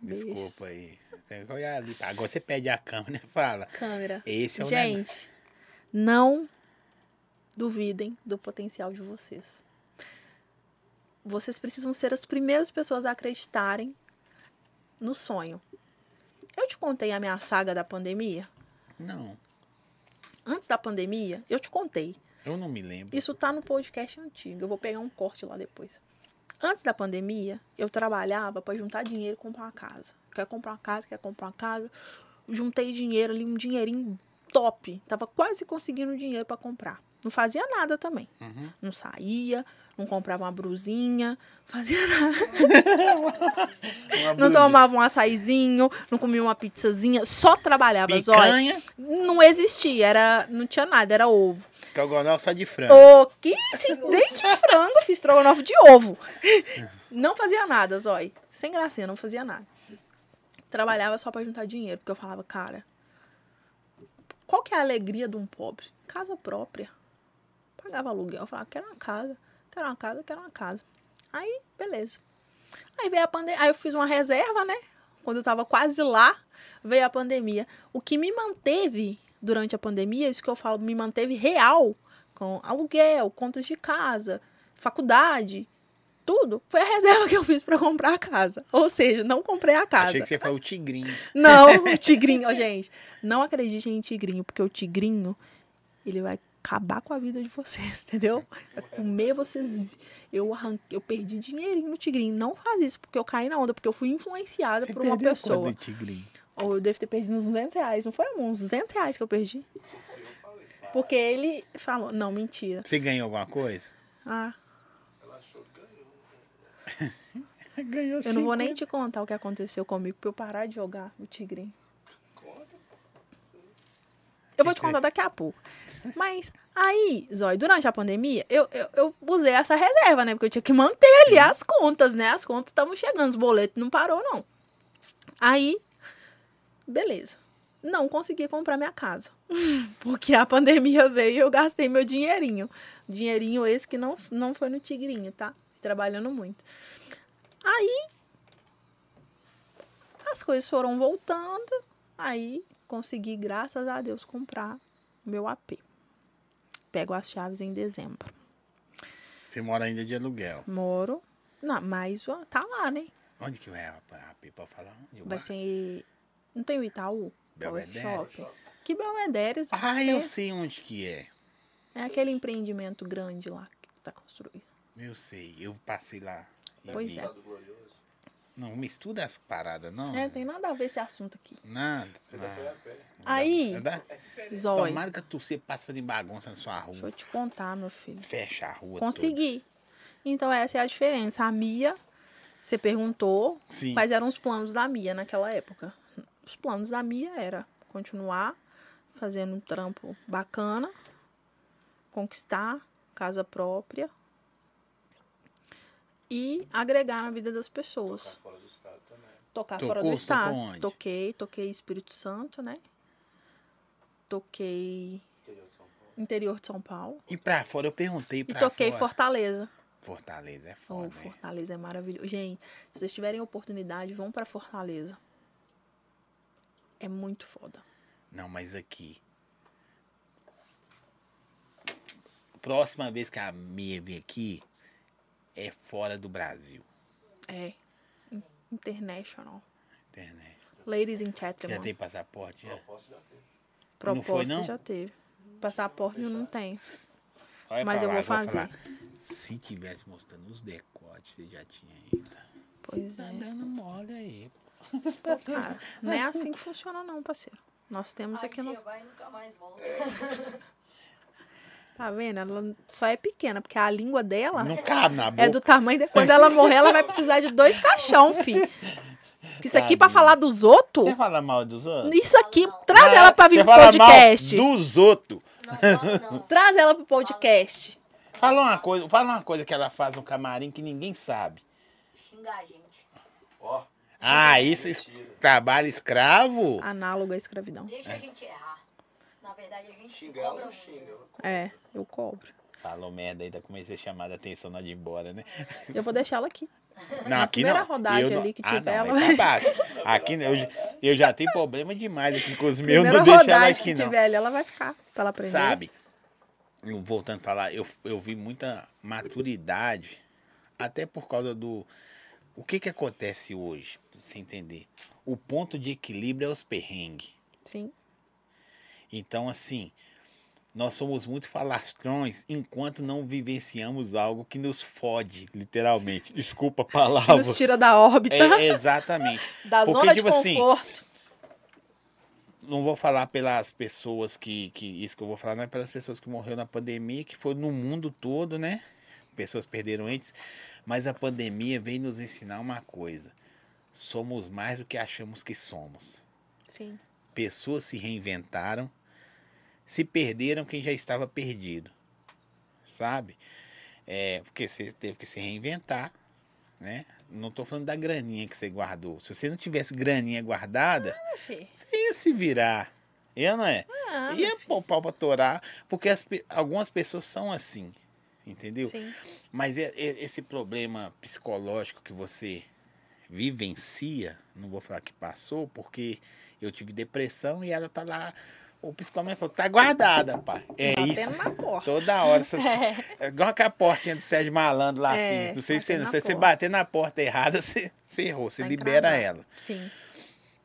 Speaker 2: Beijos.
Speaker 1: Desculpa aí. é Tem que olhar ali. Agora você pede a câmera e fala.
Speaker 2: Câmera.
Speaker 1: Esse é o negócio.
Speaker 2: Gente, não duvidem do potencial de vocês. Vocês precisam ser as primeiras pessoas a acreditarem no sonho. Eu te contei a minha saga da pandemia.
Speaker 1: Não,
Speaker 2: Antes da pandemia, eu te contei.
Speaker 1: eu não me lembro.
Speaker 2: Isso tá no podcast antigo. Eu vou pegar um corte lá depois. Antes da pandemia, eu trabalhava para juntar dinheiro e comprar uma casa. Quer comprar uma casa, quer comprar uma casa. Juntei dinheiro ali, um dinheirinho top. Tava quase conseguindo dinheiro para comprar. Não fazia nada também.
Speaker 1: Uhum.
Speaker 2: Não saía, não comprava uma brusinha,
Speaker 1: <laughs>
Speaker 2: fazia nada.
Speaker 1: Uma
Speaker 2: Não
Speaker 1: brusinha.
Speaker 2: tomava um açaizinho, não comia uma pizzazinha, só trabalhava, zóia.
Speaker 1: Picanha,
Speaker 2: Não existia, era, não tinha nada, era ovo.
Speaker 1: estrogonofe só de frango.
Speaker 2: Ô, que se nem de frango, fiz estrogonofe de ovo. Não fazia nada, Zói. Sem gracinha, não fazia nada. Trabalhava só pra juntar dinheiro, porque eu falava, cara, qual que é a alegria de um pobre? Casa própria. Pagava aluguel, eu falava, quero uma casa, quero uma casa, quero uma casa. Aí, beleza. Aí veio a pandemia, aí eu fiz uma reserva, né? Quando eu tava quase lá, veio a pandemia. O que me manteve durante a pandemia, isso que eu falo, me manteve real com aluguel, contas de casa, faculdade, tudo, foi a reserva que eu fiz pra comprar a casa. Ou seja, não comprei a casa.
Speaker 1: Achei que você falou o tigrinho.
Speaker 2: Não, o tigrinho, Ó, gente. Não acreditem em tigrinho, porque o tigrinho, ele vai acabar com a vida de vocês, <laughs> entendeu? Vai comer vocês. vi- Eu arranquei, eu perdi dinheirinho no tigrinho. Não faz isso, porque eu caí na onda, porque eu fui influenciada por uma
Speaker 1: perdeu
Speaker 2: pessoa.
Speaker 1: quanto do tigrinho?
Speaker 2: Ou eu devo ter perdido uns 200 reais, não foi amor? Uns 200 reais que eu perdi. Porque ele falou, não, mentira.
Speaker 1: Você ganhou alguma coisa? <laughs>
Speaker 2: Ah,
Speaker 1: Ganhou
Speaker 2: eu não vou nem te contar o que aconteceu comigo pra eu parar de jogar o tigrinho.
Speaker 3: É, Conta.
Speaker 2: Eu vou te contar daqui a pouco. Mas aí, Zói, durante a pandemia, eu, eu, eu usei essa reserva, né? Porque eu tinha que manter ali as contas, né? As contas estavam chegando, os boletos não parou, não. Aí, beleza. Não consegui comprar minha casa. <laughs> Porque a pandemia veio e eu gastei meu dinheirinho. Dinheirinho esse que não, não foi no tigrinho, tá? Trabalhando muito. Aí, as coisas foram voltando. Aí consegui, graças a Deus, comprar meu AP. Pego as chaves em dezembro.
Speaker 1: Você mora ainda de aluguel.
Speaker 2: Moro. Não, mas ó, tá lá, né?
Speaker 1: Onde que é, rapaz? Pode falar? Onde o
Speaker 2: Vai
Speaker 1: bar?
Speaker 2: ser. Não tem o Itaú? Power
Speaker 1: Belvedere?
Speaker 2: Shopping. Que Belvedere.
Speaker 1: Ah,
Speaker 2: é,
Speaker 1: eu sei onde que é.
Speaker 2: é aquele empreendimento grande lá que tá construído.
Speaker 1: Eu sei. Eu passei lá. e
Speaker 2: Pois
Speaker 1: vi.
Speaker 2: é.
Speaker 3: Estado tá glorioso.
Speaker 1: Não mistura as paradas, não.
Speaker 2: É, tem nada a ver esse assunto aqui.
Speaker 1: Nada.
Speaker 3: Você tá pé a pé.
Speaker 2: Aí,
Speaker 1: Nada.
Speaker 2: Zói,
Speaker 1: Tomara que a torcida passe fazendo bagunça na sua
Speaker 2: deixa
Speaker 1: rua.
Speaker 2: eu te contar, meu filho.
Speaker 1: Fecha a rua
Speaker 2: Consegui. Então, essa é a diferença. A Mia, você perguntou
Speaker 1: toda. Sim.
Speaker 2: Quais eram os planos da Mia naquela época? Os planos da Mia era continuar fazendo um trampo bacana, conquistar casa própria e agregar na vida das pessoas.
Speaker 3: Tá fora do estado também.
Speaker 2: Tocar
Speaker 1: Tocou?
Speaker 2: fora do
Speaker 1: Tocou
Speaker 2: estado.
Speaker 1: onde?
Speaker 2: Toquei, toquei Espírito Santo, né? Toquei
Speaker 3: Interior de São Paulo.
Speaker 2: interior de São Paulo
Speaker 1: E pra fora, eu perguntei
Speaker 2: e
Speaker 1: pra
Speaker 2: toquei
Speaker 1: Tá fora.
Speaker 2: Fortaleza.
Speaker 1: Fortaleza é
Speaker 2: Oh,
Speaker 1: foda, né?
Speaker 2: Fortaleza é maravilhoso. Gente, se vocês tiverem oportunidade, vão pra Fortaleza. É muito foda.
Speaker 1: Não, mas aqui. próxima vez que a Mia vir aqui, é fora do Brasil.
Speaker 2: É. In- International.
Speaker 1: Internet.
Speaker 2: Ladies and
Speaker 1: Já
Speaker 2: gentlemen.
Speaker 1: tem passaporte? Já?
Speaker 3: Proposta já teve.
Speaker 1: Não
Speaker 2: Proposta
Speaker 1: foi, não?
Speaker 2: já teve. Passaporte não tem.
Speaker 1: Olha
Speaker 2: Mas
Speaker 1: pra
Speaker 2: eu
Speaker 1: lá,
Speaker 2: vou fazer.
Speaker 1: falar. Se tivesse mostrando os decotes, você já tinha ainda.
Speaker 2: Pois
Speaker 1: Tá
Speaker 2: é.
Speaker 1: dando mole aí.
Speaker 2: Pô, cara, não é assim que funciona, não, parceiro. Nós temos
Speaker 4: Aí
Speaker 2: aqui a
Speaker 4: você
Speaker 2: nossa.
Speaker 4: vai e nunca mais volta.
Speaker 3: É.
Speaker 2: Tá vendo? Ela só é pequena, porque a língua dela
Speaker 1: Não cabe na boca.
Speaker 2: é do tamanho. de- Quando ela morrer, ela vai precisar de dois caixão,
Speaker 1: <laughs>
Speaker 2: fi. Que Isso aqui pra
Speaker 1: Tadinha.
Speaker 2: falar dos outros.
Speaker 1: Você fala mal dos outros?
Speaker 2: Isso aqui, traz ela pra vir
Speaker 1: Você
Speaker 2: pro
Speaker 1: fala mal
Speaker 2: podcast.
Speaker 1: dos outros.
Speaker 4: Não, fala não.
Speaker 2: Traz ela pro podcast.
Speaker 1: Fala uma coisa, fala uma coisa que ela faz no camarim que ninguém sabe.
Speaker 4: Xingar a gente.
Speaker 3: Ó,
Speaker 1: Ah, isso es- trabalho escravo?
Speaker 2: Análogo à escravidão.
Speaker 4: Deixa a gente errar. Na verdade, a gente se
Speaker 3: É. xingar ela
Speaker 4: cobra
Speaker 3: não
Speaker 4: muito.
Speaker 3: xinga. ela
Speaker 2: É, eu cobro.
Speaker 1: Falou merda aí, tá comecei a chamar a atenção na de ir embora,
Speaker 2: <laughs>
Speaker 1: né?
Speaker 2: Eu vou deixar ela aqui.
Speaker 1: Não, aqui
Speaker 2: primeira
Speaker 1: não.
Speaker 2: rodagem
Speaker 1: eu não...
Speaker 2: ali que
Speaker 1: ah,
Speaker 2: tiver,
Speaker 1: não,
Speaker 2: ela
Speaker 1: vai
Speaker 2: vai-
Speaker 1: pra baixo. Aqui não, eu, já- eu já tenho problema demais aqui
Speaker 2: <laughs>
Speaker 1: com os meus,
Speaker 2: Primeira
Speaker 1: não deixa ela
Speaker 2: rodagem
Speaker 1: aqui
Speaker 2: que
Speaker 1: não.
Speaker 2: tiver ali, ela vai ficar pra ela aprender.
Speaker 1: Sabe? eu- Voltando a falar, eu, eu vi muita maturidade, até por causa do. O que que acontece hoje, pra você entender? O ponto de equilíbrio é os perrengues.
Speaker 2: Sim.
Speaker 1: Então, assim, nós somos muito falastrões enquanto não vivenciamos algo que nos fode, literalmente. Desculpa a palavra.
Speaker 2: Nos tira da órbita,
Speaker 1: Ah, É, exatamente.
Speaker 2: da
Speaker 1: porque,
Speaker 2: zona de
Speaker 1: tipo assim,
Speaker 2: conforto.
Speaker 1: Não vou falar pelas pessoas que, que. Isso que eu vou falar não é pelas pessoas que morreram na pandemia, que foi no mundo todo, né? Pessoas perderam entes. Mas a pandemia veio nos ensinar uma coisa. Somos mais do que achamos que somos.
Speaker 2: Sim.
Speaker 1: pessoas se reinventaram, se perderam quem já estava perdido, sabe? É, porque você teve que se reinventar, né? Não tô falando da graninha que você guardou. Se você não tivesse graninha guardada,
Speaker 2: fi.
Speaker 1: você ia se virar. Eu não é?
Speaker 2: Ah,
Speaker 1: ia poupar pra torar, porque as pe- algumas pessoas são assim, entendeu?
Speaker 2: sim.
Speaker 1: Mas é- é- esse problema psicológico que você vivencia, não vou falar que passou, porque eu tive depressão e ela tá lá. O psicólogo falou, tá guardada, pai. É
Speaker 2: Tá Batendo
Speaker 1: isso.
Speaker 2: na porta.
Speaker 1: Toda hora. Essas... É.
Speaker 2: É,
Speaker 1: Igual aquela portinha do Sérgio Malandro lá
Speaker 2: É,
Speaker 1: assim. Não sei se
Speaker 2: batendo na
Speaker 1: se você
Speaker 2: porta.
Speaker 1: bater na porta errada, <laughs> você ferrou, você
Speaker 2: Tá
Speaker 1: libera
Speaker 2: encravado.
Speaker 1: ela.
Speaker 2: <laughs> sim.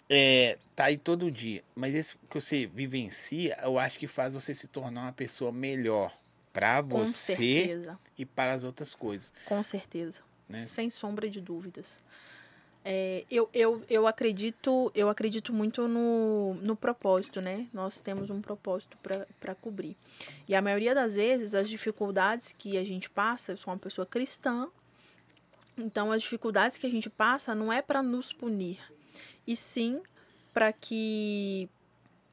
Speaker 1: É, tá aí todo dia. Mas isso que você vivencia, eu acho que faz você se tornar uma pessoa melhor. Pra
Speaker 2: Com
Speaker 1: você
Speaker 2: certeza.
Speaker 1: e para as outras coisas.
Speaker 2: Com certeza.
Speaker 1: Né?
Speaker 2: Sem sombra de dúvidas. É, eu, eu, eu acredito eu acredito muito no, no propósito, né? Nós temos um propósito para cobrir. E a maioria das vezes, as dificuldades que a gente passa, eu sou uma pessoa cristã, então as dificuldades que a gente passa não é para nos punir, e sim para que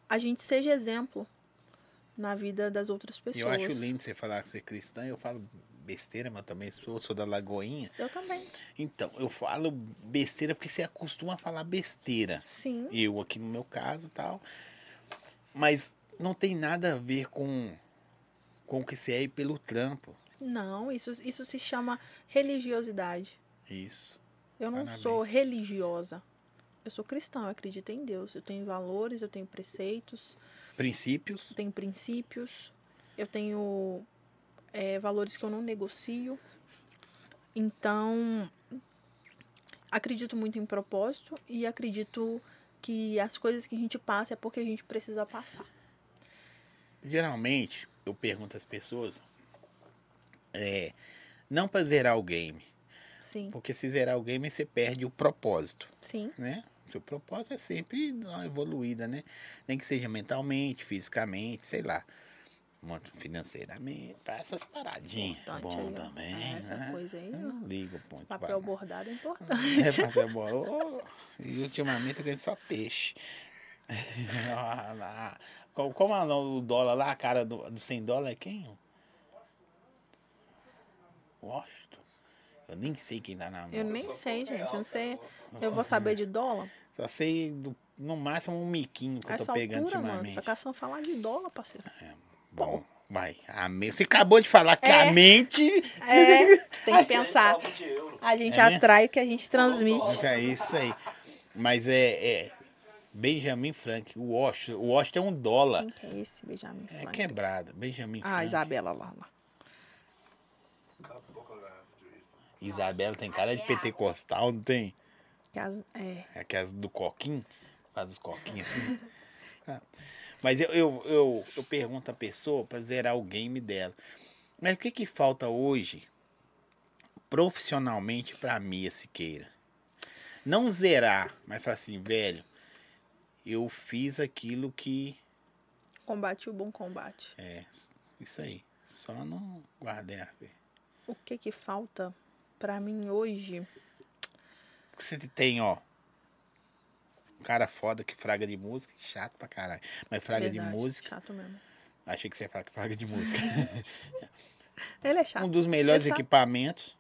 Speaker 2: a gente seja exemplo na vida das outras
Speaker 1: E
Speaker 2: pessoas.
Speaker 1: Eu acho lindo você falar que você é cristã, eu falo besteira, mas eu também sou, sou da Lagoinha.
Speaker 2: Eu também,
Speaker 1: Então, eu falo besteira porque você acostuma a falar besteira.
Speaker 2: sim.
Speaker 1: Eu aqui no meu caso tal. Mas não tem nada a ver com, com o que você é e pelo trampo.
Speaker 2: Não, isso, isso se chama religiosidade.
Speaker 1: Isso.
Speaker 2: Eu não
Speaker 1: Parabéns.
Speaker 2: sou religiosa. Eu sou cristã, eu acredito em Deus. Eu tenho valores, eu tenho preceitos,
Speaker 1: Princípios.
Speaker 2: eu tenho princípios, eu tenho é, valores que eu não negocio. Então, acredito muito em propósito e acredito que as coisas que a gente passa é porque a gente precisa passar.
Speaker 1: Geralmente, eu pergunto às pessoas. É. Não pra zerar o game.
Speaker 2: Sim,
Speaker 1: Porque se zerar o game, você perde o propósito.
Speaker 2: sim,
Speaker 1: né? Seu propósito é sempre dar uma evoluída, né? Nem que seja mentalmente, fisicamente, sei lá. Monte financeiramente, pá, essas paradinhas.
Speaker 2: importante
Speaker 1: Bom
Speaker 2: Então, aí, ó. Ah,
Speaker 1: também,
Speaker 2: Essa
Speaker 1: né?
Speaker 2: coisa aí,
Speaker 1: Eu
Speaker 2: ó.
Speaker 1: não ligo, ponto.
Speaker 2: papel
Speaker 1: banana.
Speaker 2: bordado é importante.
Speaker 1: <laughs> É,
Speaker 2: <laughs>
Speaker 1: papel bola. Ô, e ultimamente eu ganho só peixe. <laughs> Ah, lá. Como, como é o nome do dólar lá, a cara do, do 100 dólar é quem? Washington? Eu nem sei quem tá na mão.
Speaker 2: Eu nem
Speaker 3: só
Speaker 2: sei,
Speaker 3: quando é
Speaker 2: gente. Eu não
Speaker 3: alta,
Speaker 2: sei.
Speaker 3: pô.
Speaker 2: Eu vou saber de dólar?
Speaker 1: Só sei do- no máximo um miquinho <laughs> que eu tô
Speaker 2: Essa
Speaker 1: pegando
Speaker 2: altura, mano. tá
Speaker 1: ultimamente.
Speaker 2: Essa caçamba falar de dólar,
Speaker 1: <laughs>
Speaker 2: parceiro.
Speaker 1: Bom, vai. A me... Você acabou de falar que a
Speaker 2: É.
Speaker 1: mente.
Speaker 2: É, tem que
Speaker 3: Nem
Speaker 2: pensar.
Speaker 3: papo de euro.
Speaker 2: A gente
Speaker 1: É, né?
Speaker 2: atrai o que a gente transmite.
Speaker 1: É isso aí. Mas é. é Benjamin Frank, o Washington. O Washington é um dólar.
Speaker 2: Quem que é esse Benjamin
Speaker 1: É
Speaker 2: Franklin?
Speaker 1: quebrado. Benjamin
Speaker 2: Ah,
Speaker 1: Frank.
Speaker 2: Isabela lá, lá.
Speaker 1: Isabela tem cara de pentecostal, não tem?
Speaker 2: Que as- É.
Speaker 1: É Aquelas do coquinho, faz os coquinhos
Speaker 2: <laughs>
Speaker 1: assim. Ah, Mas eu, eu, eu, eu pergunto à pessoa pra zerar o game dela. Mas o que que falta hoje, profissionalmente, pra Mia Siqueira? Não zerar, mas falar assim, velho, eu fiz aquilo que...
Speaker 2: Combate o bom combate.
Speaker 1: É, isso aí. Só não guardei a fé.
Speaker 2: O que que falta pra mim hoje?
Speaker 1: Porque você tem, ó. Um cara foda que fraga de música, chato pra caralho. Mas fraga
Speaker 2: Verdade,
Speaker 1: de música.
Speaker 2: Chato mesmo.
Speaker 1: Achei que você ia falar que fraga de
Speaker 2: <laughs>
Speaker 1: música.
Speaker 2: Ele é chato.
Speaker 1: um dos melhores
Speaker 2: Exato.
Speaker 1: equipamentos.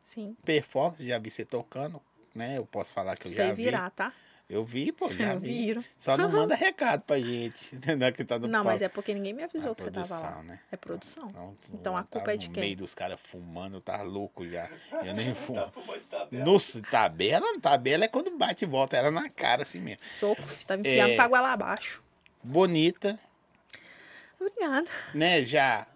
Speaker 2: Sim.
Speaker 1: Performance, já vi você tocando, né? Eu posso falar que eu já
Speaker 2: Sei
Speaker 1: vi.
Speaker 2: virar, tá?
Speaker 1: Eu vi,
Speaker 2: <laughs>
Speaker 1: pô, já
Speaker 2: eu
Speaker 1: vi.
Speaker 2: viro.
Speaker 1: Só
Speaker 2: <laughs>
Speaker 1: não manda recado pra gente. <laughs> Entendeu? Que tá no
Speaker 2: Não, mas
Speaker 1: palco.
Speaker 2: é porque ninguém me avisou
Speaker 1: Ah,
Speaker 2: que você tava lá.
Speaker 1: produção, né?
Speaker 2: É produção.
Speaker 1: Então,
Speaker 2: Então, a
Speaker 1: eu
Speaker 2: culpa
Speaker 1: tava
Speaker 2: é de
Speaker 1: no
Speaker 2: quem?
Speaker 1: meio dos caras fumando, tá louco já. Eu nem
Speaker 3: Tá
Speaker 1: fumo.
Speaker 3: fumando de tabela.
Speaker 1: Nossa, tabela? Tabela é quando bate e volta, era na cara assim mesmo.
Speaker 2: Soco, tá me enfiando
Speaker 1: É.
Speaker 2: pra goela abaixo.
Speaker 1: Bonita,
Speaker 2: Obrigada.
Speaker 1: né, já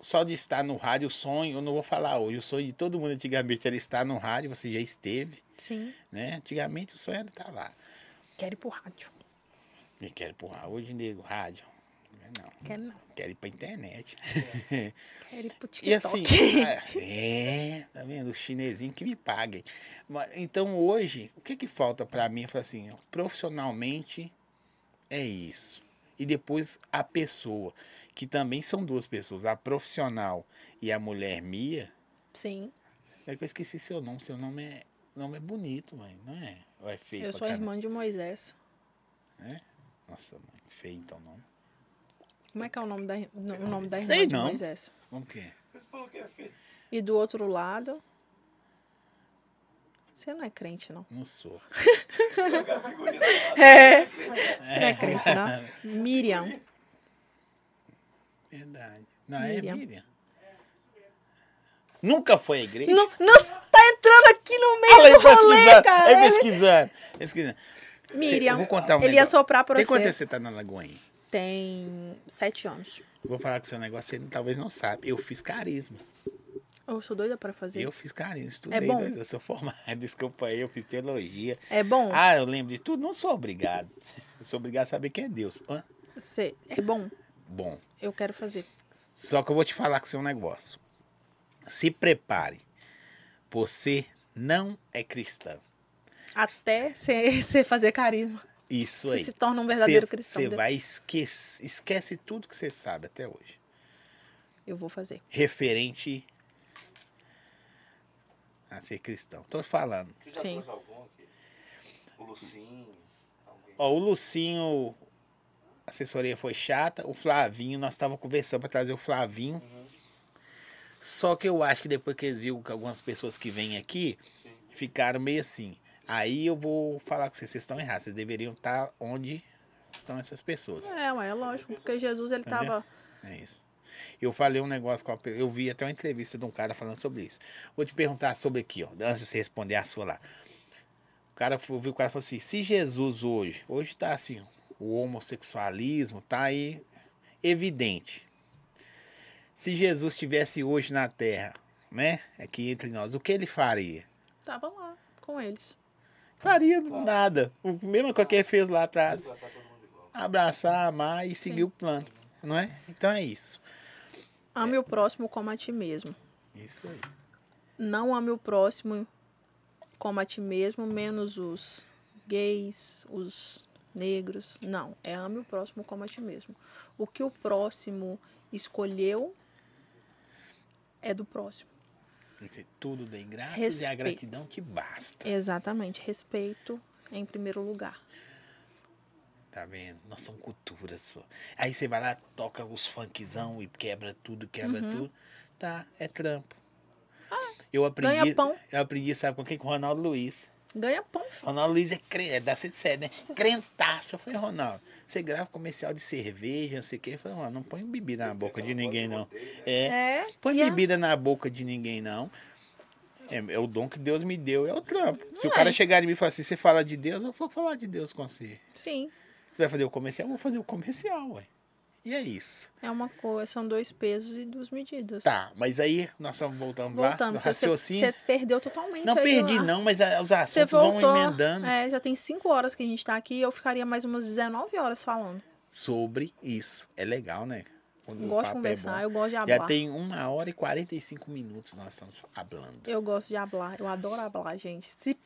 Speaker 1: só de estar no rádio, o sonho, eu não vou falar hoje, o sonho de todo mundo antigamente era estar no rádio, você já esteve,
Speaker 2: Sim.
Speaker 1: né? Antigamente o sonho era estar lá.
Speaker 2: Quero ir pro rádio.
Speaker 1: E quero ir pro rádio, hoje, nego, rádio. Não,
Speaker 2: Quero não.
Speaker 1: quero ir pra internet.
Speaker 2: Quero ir pro TikTok. <laughs>
Speaker 1: E assim, ah, é, tá vendo? O chinesinho que me paguem. Ma- Então hoje, o que que falta pra mim? Eu falo assim, ó, profissionalmente é isso. E depois a pessoa, que também são duas pessoas, a profissional e a mulher Mia.
Speaker 2: Sim.
Speaker 1: É que eu esqueci seu nome, seu nome é, nome é bonito, mãe, não é? Ou é feio?
Speaker 2: Eu
Speaker 1: pra
Speaker 2: sou a
Speaker 1: caramba?
Speaker 2: irmã de Moisés.
Speaker 1: Nossa, mãe, feio então o nome.
Speaker 2: Como é que é o nome da, o nome da irmã
Speaker 1: Sei
Speaker 2: de
Speaker 1: não.
Speaker 2: Moisés?
Speaker 1: Como que é?
Speaker 3: Você falou que é feio.
Speaker 2: E do outro lado. Você não é crente, não.
Speaker 1: Não sou.
Speaker 3: Jogar figurinha na tabela.
Speaker 2: É. Você não é crente, não. Miriam.
Speaker 1: Verdade. Não, é
Speaker 2: Miriam.
Speaker 1: Miriam. Nunca foi à igreja? <laughs>
Speaker 2: Não, não você tá entrando aqui no meio
Speaker 1: Olha aí,
Speaker 2: do rolê,
Speaker 1: pesquisando.
Speaker 2: cara.
Speaker 1: Aí pesquisando. pesquisando.
Speaker 2: Miriam.
Speaker 1: Eu vou contar um
Speaker 2: Ele ia
Speaker 1: negócio.
Speaker 2: soprar pra
Speaker 1: Tem quanto
Speaker 2: você.
Speaker 1: tempo você tá na Lagoinha?
Speaker 2: Tem sete anos.
Speaker 1: Eu Vou falar com o seu negócio, você talvez não sabe. Eu fiz carisma.
Speaker 2: Eu sou doida pra fazer.
Speaker 1: Eu fiz carisma, estudei.
Speaker 2: É bom?
Speaker 1: né? Eu sou formado, <laughs> desculpa aí, eu fiz teologia.
Speaker 2: É bom?
Speaker 1: Ah, eu lembro de tudo, não sou obrigado. <laughs> Eu sou obrigado a saber quem é Deus. Hã?
Speaker 2: Você- É bom?
Speaker 1: Bom,
Speaker 2: Eu quero fazer.
Speaker 1: só que eu vou te falar com o seu negócio. Se prepare. Você não é cristã.
Speaker 2: Até você fazer carisma.
Speaker 1: Isso
Speaker 2: Você
Speaker 1: aí.
Speaker 2: se torna um verdadeiro cristão.
Speaker 1: Você
Speaker 2: né?
Speaker 1: vai esquecer, esquece tudo que você sabe até hoje.
Speaker 2: Eu vou fazer.
Speaker 1: referente a ser cristão. Tô falando.
Speaker 3: Tu já
Speaker 2: Sim.
Speaker 3: trouxe algum aqui? O Lucinho. Alguém.
Speaker 1: Ó, o Lucinho, a assessoria foi chata. O Flavinho, nós estávamos conversando para trazer o Flavinho.
Speaker 3: Uhum.
Speaker 1: Só que eu acho que depois que eles viram que algumas pessoas que vêm aqui
Speaker 3: Sim.
Speaker 1: ficaram meio assim. Aí eu vou falar com vocês, vocês estão errados. Vocês deveriam estar onde estão essas pessoas.
Speaker 2: É, ué, é lógico. Porque Jesus, ele
Speaker 1: Entendeu?
Speaker 2: tava...
Speaker 1: É isso. Eu falei um negócio com a, pe- Eu vi até uma entrevista de um cara falando sobre isso. Vou te perguntar sobre aqui, ó. Antes de você responder a sua lá. O cara foi- eu vi o cara falou assim: se Jesus hoje, hoje tá assim, o homossexualismo tá aí evidente. Se Jesus estivesse hoje na Terra, né? Aqui entre nós, o que ele faria?
Speaker 2: Tava lá com eles.
Speaker 1: Faria nada. O mesmo que ele fez lá atrás
Speaker 3: Já tá todo mundo igual.
Speaker 1: abraçar, amar e seguir o plano, não é? Então é isso.
Speaker 2: Ame o próximo como a ti mesmo.
Speaker 1: É Isso aí.
Speaker 2: Não ame o próximo como a ti mesmo, menos os gays, os negros. Não, é ame o próximo como a ti mesmo. O que o próximo escolheu é do próximo.
Speaker 1: Dizer, tudo dei graças e a
Speaker 2: Respeito.
Speaker 1: gratidão te basta.
Speaker 2: Exatamente. Respeito em primeiro lugar.
Speaker 1: Tá vendo? Nós somos cultura só. Aí você vai lá, toca os funkzão e quebra tudo, quebra
Speaker 2: Uhum.
Speaker 1: tudo. Tá, é trampo. eu aprendi.
Speaker 2: Ah, ganha pão.
Speaker 1: Eu aprendi, sabe com quem? Com o Ronaldo Luiz.
Speaker 2: Ganha pão, filho.
Speaker 1: Ronaldo Luiz é, cre... é da 107, né? Crentaço. Eu falei, Ronaldo, você grava comercial de cerveja, não sei o quê. Eu falei, Ronaldo, não põe bebida na boca de ninguém, não. É.
Speaker 2: É.
Speaker 1: Põe
Speaker 2: e é-
Speaker 1: bebida na boca de ninguém, não. É, é o dom que Deus me deu, é o trampo. Se o
Speaker 2: Não é.
Speaker 1: cara chegar em mim e falar assim, você fala de Deus, eu vou falar de Deus com você.
Speaker 2: Sim.
Speaker 1: Você vai fazer o comercial, eu vou fazer o comercial, ué. E é isso.
Speaker 2: É uma coisa, são dois pesos e duas medidas.
Speaker 1: Tá, mas aí nós só voltamos lá
Speaker 2: Voltando,
Speaker 1: do
Speaker 2: porque então você-
Speaker 1: raciocínio.
Speaker 2: Você perdeu totalmente.
Speaker 1: Não
Speaker 2: aí
Speaker 1: perdi,
Speaker 2: lá.
Speaker 1: não, mas ah, os
Speaker 2: Você
Speaker 1: assuntos vão
Speaker 2: voltou.
Speaker 1: emendando
Speaker 2: É, já tem cinco horas que a gente tá aqui e eu ficaria mais umas 19 horas falando.
Speaker 1: sobre isso. É legal, né? Quando
Speaker 2: Eu
Speaker 1: o
Speaker 2: gosto
Speaker 1: papo
Speaker 2: de
Speaker 1: é
Speaker 2: conversar,
Speaker 1: bom.
Speaker 2: eu gosto de
Speaker 1: Já
Speaker 2: hablar.
Speaker 1: tem uma hora e 45 minutos nós estamos falando.
Speaker 2: Eu gosto de hablar, eu adoro hablar, gente. Se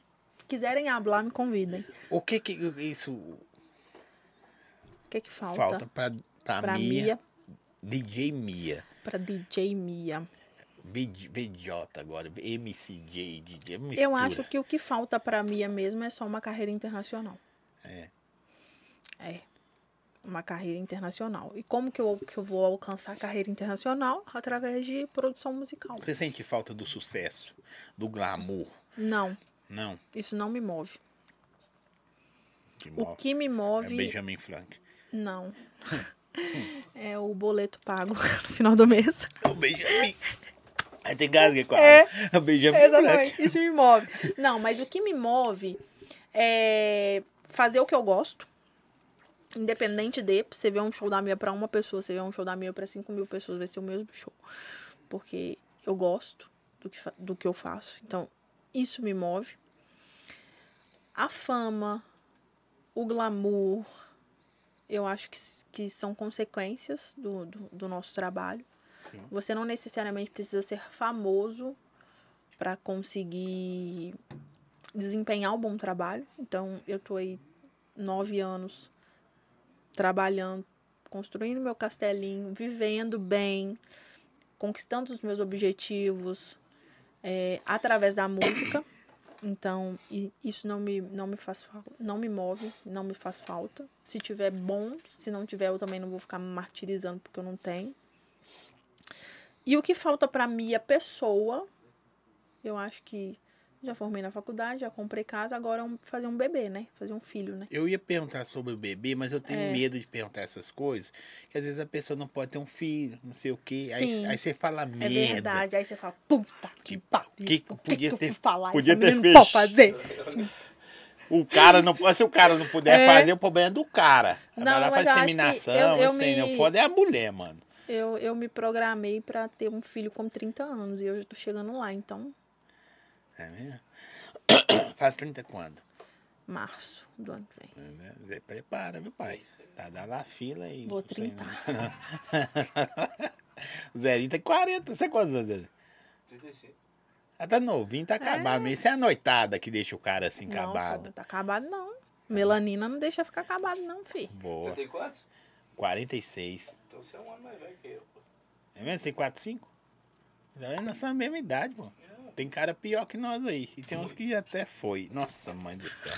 Speaker 2: quiserem hablar, me convidem.
Speaker 1: O que que isso
Speaker 2: O que que falta?
Speaker 1: falta, pra, pra,
Speaker 2: pra
Speaker 1: Mia,
Speaker 2: Mia,
Speaker 1: DJ Mia.
Speaker 2: pra DJ Mia.
Speaker 1: VJ VJ agora, MCJ, DJ, é mistura.
Speaker 2: Eu acho que o que falta pra Mia mesmo é só uma carreira internacional.
Speaker 1: É.
Speaker 2: É. Uma carreira internacional. E como que eu, que eu vou alcançar a carreira internacional? Através de produção musical.
Speaker 1: Você sente falta do sucesso, do glamour,
Speaker 2: Não,
Speaker 1: não?
Speaker 2: isso não me move.
Speaker 1: Que
Speaker 2: O
Speaker 1: mó-
Speaker 2: que me
Speaker 1: É
Speaker 2: move.
Speaker 1: Benjamin Frank.
Speaker 2: não.
Speaker 1: Hum.
Speaker 2: <laughs> é o boleto pago <laughs> no final do mês.
Speaker 1: É o Benjamin. Aí tem gasga com a
Speaker 2: É.
Speaker 1: água. É o Benjamin Frank.
Speaker 2: Exatamente, isso me move. Não, mas o que me move é fazer o que eu gosto. Independente de, você ver um show da minha pra uma pessoa, você ver um show da minha pra cinco mil pessoas, vai ser o mesmo show. Porque eu gosto do que, fa- do que eu faço. Então, isso me move. A fama, o glamour, eu acho que, s- que são consequências do, do, do nosso trabalho.
Speaker 1: Sim.
Speaker 2: Você não necessariamente precisa ser famoso para conseguir desempenhar um bom trabalho. Então, eu tô aí nove anos trabalhando, construindo meu castelinho, vivendo bem, conquistando os meus objetivos é, através da música. Então, i- isso não me, não me faz fal- não me move, não me faz falta. Se tiver bom, se não tiver, eu também não vou ficar me martirizando porque eu não tenho. E o que falta para mim, é a pessoa, eu acho que já formei na faculdade, já comprei casa, agora é um- fazer um bebê, né? Fazer um filho, né?
Speaker 1: Eu ia perguntar sobre o bebê, mas eu
Speaker 2: É.
Speaker 1: tenho medo de perguntar essas coisas. Que às vezes a pessoa não pode ter um filho, não sei o quê. Aí,
Speaker 2: Sim.
Speaker 1: aí você fala
Speaker 2: É
Speaker 1: merda.
Speaker 2: verdade. Aí você fala, puta que
Speaker 1: Que
Speaker 2: pariu.
Speaker 1: que que
Speaker 2: o
Speaker 1: podia
Speaker 2: eu
Speaker 1: ter-
Speaker 2: fui falar?
Speaker 1: podia
Speaker 2: Essa
Speaker 1: ter
Speaker 2: menina não pode
Speaker 1: feito.
Speaker 2: fazer.
Speaker 1: O cara não, se o cara não puder
Speaker 2: É.
Speaker 1: fazer, o problema é do cara.
Speaker 2: Não,
Speaker 1: Agora
Speaker 2: mas
Speaker 1: faz
Speaker 2: eu acho que
Speaker 1: inseminação,
Speaker 2: eu- eu
Speaker 1: assim,
Speaker 2: me-
Speaker 1: não pode é a mulher, mano.
Speaker 2: Eu, eu me programei pra ter um filho com 30 anos e eu já tô chegando lá, então,
Speaker 1: É mesmo? <coughs> Faz 30 quando?
Speaker 2: março do ano que vem.
Speaker 1: É, né? Zé, prepara, meu pai. Tá dá lá a fila aí.
Speaker 2: Vou 30.
Speaker 1: <laughs> Zerinho tem 40. Você é quantos anos, Zerinho?
Speaker 3: 35.
Speaker 1: Ah, tá novinho, tá acabado mesmo. Isso é a noitada que deixa o cara assim,
Speaker 2: Não, pô,
Speaker 1: acabado.
Speaker 2: tá acabado não. Melanina não deixa ficar acabado não, fi.
Speaker 1: Boa.
Speaker 3: Você tem quantos?
Speaker 1: 46.
Speaker 3: Então você é um ano mais velho que eu, pô.
Speaker 1: É mesmo? Você tem 4, 5? Nós somos da é mesma idade, pô. Tem cara pior que nós aí. E tem uns que até foi. Nossa, mãe do céu.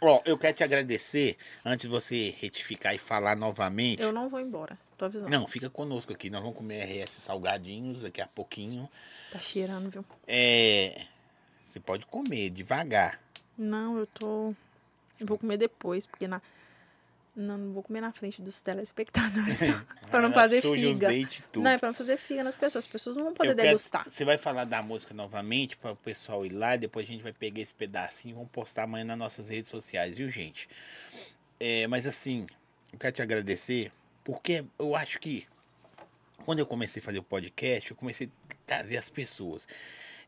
Speaker 1: Ó, eu quero te agradecer, antes de você retificar e falar novamente.
Speaker 2: Eu não vou embora, tô avisando.
Speaker 1: Não, fica conosco aqui. Nós vamos comer RS salgadinhos daqui a pouquinho.
Speaker 2: Tá cheirando, viu?
Speaker 1: É. Você pode comer devagar.
Speaker 2: Não, eu tô... Eu vou comer depois, porque na... Não, não vou comer na frente dos
Speaker 1: <laughs>
Speaker 2: telespectadores. <laughs> pra não
Speaker 1: Ah,
Speaker 2: fazer
Speaker 1: suja os
Speaker 2: figa.
Speaker 1: dentes e tudo.
Speaker 2: Não, é pra não fazer figa nas pessoas. As pessoas não vão poder
Speaker 1: Eu quero-
Speaker 2: degustar.
Speaker 1: Você vai falar da música novamente para o pessoal ir lá. e Depois a gente vai pegar esse pedacinho e vamos postar amanhã nas nossas redes sociais, viu, gente? É, mas assim, eu quero te agradecer porque eu acho que quando eu comecei a fazer o podcast, eu comecei a trazer as pessoas.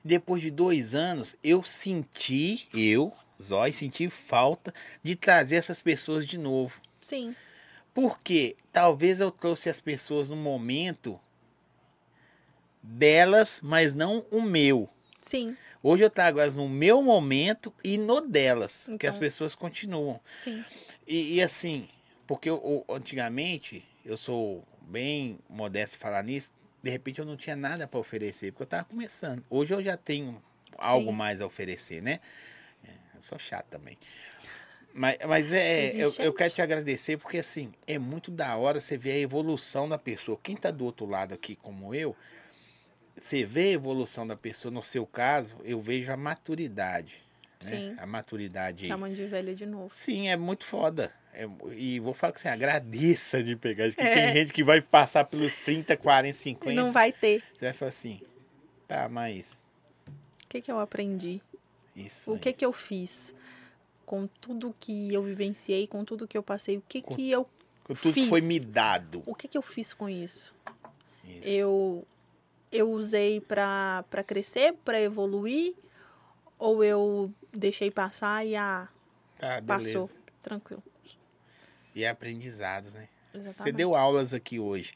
Speaker 1: Depois de dois anos, eu senti, eu, Zói, senti falta de trazer essas pessoas de novo.
Speaker 2: Sim,
Speaker 1: Porque talvez eu trouxe as pessoas no momento delas, mas não o meu.
Speaker 2: sim,
Speaker 1: Hoje eu trago elas no meu momento e no delas, que
Speaker 2: Então.
Speaker 1: as pessoas continuam.
Speaker 2: sim.
Speaker 1: E, e assim, porque eu- eu- antigamente, eu sou bem modesto em falar nisso, de repente eu não tinha nada para oferecer, porque eu tava começando. Hoje eu já tenho algo
Speaker 2: Sim.
Speaker 1: mais a oferecer, né? É, eu sou chato também. Mas, mas é, eu, eu quero
Speaker 2: Exigente.
Speaker 1: te agradecer, porque assim, é muito da hora você ver a evolução da pessoa. Quem tá do outro lado aqui, como eu, você vê a evolução da pessoa. No seu caso, eu vejo a maturidade. né?
Speaker 2: Sim.
Speaker 1: A maturidade.
Speaker 2: Chamando de velha de novo.
Speaker 1: Sim, é muito foda. É mu- e vou falar que você agradeça de pegar isso, que
Speaker 2: É.
Speaker 1: tem gente que vai passar pelos 30, 40, 50.
Speaker 2: Não vai ter.
Speaker 1: Você vai falar assim, tá, mas
Speaker 2: O que, que eu aprendi?
Speaker 1: isso
Speaker 2: O
Speaker 1: aí.
Speaker 2: que, que eu fiz? Com tudo que eu vivenciei, com tudo que eu passei, o que,
Speaker 1: Com-
Speaker 2: que eu
Speaker 1: Com tudo que
Speaker 2: Fiz.
Speaker 1: foi me dado.
Speaker 2: O que, que eu fiz com isso?
Speaker 1: Isso.
Speaker 2: Eu, eu usei pra pra crescer, pra evoluir? Ou eu deixei passar e ah,
Speaker 1: Tá, beleza.
Speaker 2: passou? Tranquilo.
Speaker 1: E aprendizados, né? Você
Speaker 2: Exatamente.
Speaker 1: deu aulas aqui hoje.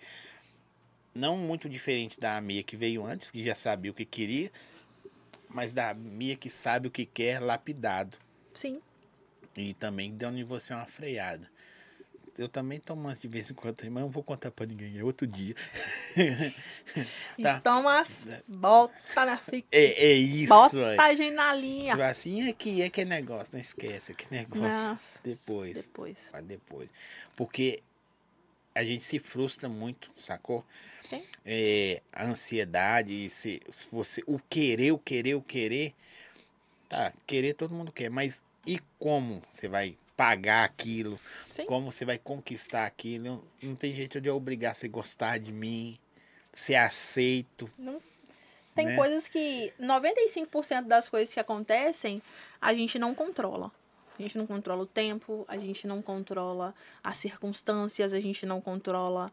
Speaker 1: Não muito diferente da Mia que veio antes, que já sabia o que queria, mas da Mia que sabe o que quer lapidado.
Speaker 2: Sim.
Speaker 1: E também deu em você é uma freada. Eu também tomo umas de vez em quando, mas não vou contar pra ninguém, é outro dia. Tá.
Speaker 2: Então, mas bota na ficha.
Speaker 1: É, é isso,
Speaker 2: Bota
Speaker 1: aí.
Speaker 2: a gente na linha.
Speaker 1: Tipo assim, aqui é que é negócio, não esquece, é que negócio.
Speaker 2: Nossa,
Speaker 1: Depois.
Speaker 2: Depois.
Speaker 1: Faz depois. Porque a gente se frustra muito, sacou?
Speaker 2: Sim.
Speaker 1: É, a ansiedade, se, se você, o querer, o querer, o querer. Tá, querer todo mundo quer, mas e como você vai pagar aquilo?
Speaker 2: Sim.
Speaker 1: Como você vai conquistar aquilo? Não, não tem jeito de eu obrigar você a gostar de mim, ser aceito.
Speaker 2: Tem
Speaker 1: né?
Speaker 2: coisas que 95% das coisas que acontecem, a gente não controla. A gente não controla o tempo, a gente não controla as circunstâncias, a gente não controla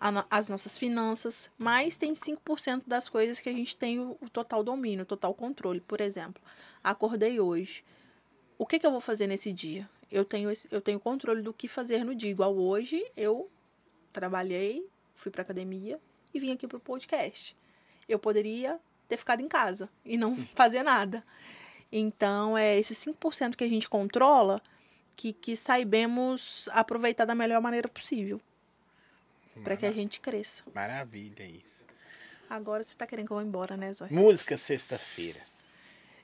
Speaker 2: a no- as nossas finanças, mas tem 5% das coisas que a gente tem o, o total domínio, o total controle. Por exemplo, acordei hoje. O que, que eu vou fazer nesse dia? Eu tenho, esse- eu tenho controle do que fazer no dia. Igual hoje, eu trabalhei, fui pra academia e vim aqui pro podcast eu poderia ter ficado em casa e não fazer nada. Então, é esses 5% que a gente controla que, que saibamos aproveitar da melhor maneira possível
Speaker 1: é
Speaker 2: para que a gente cresça.
Speaker 1: Maravilha isso.
Speaker 2: Agora você tá querendo que eu vá embora, né, Zóia?
Speaker 1: Música sexta-feira.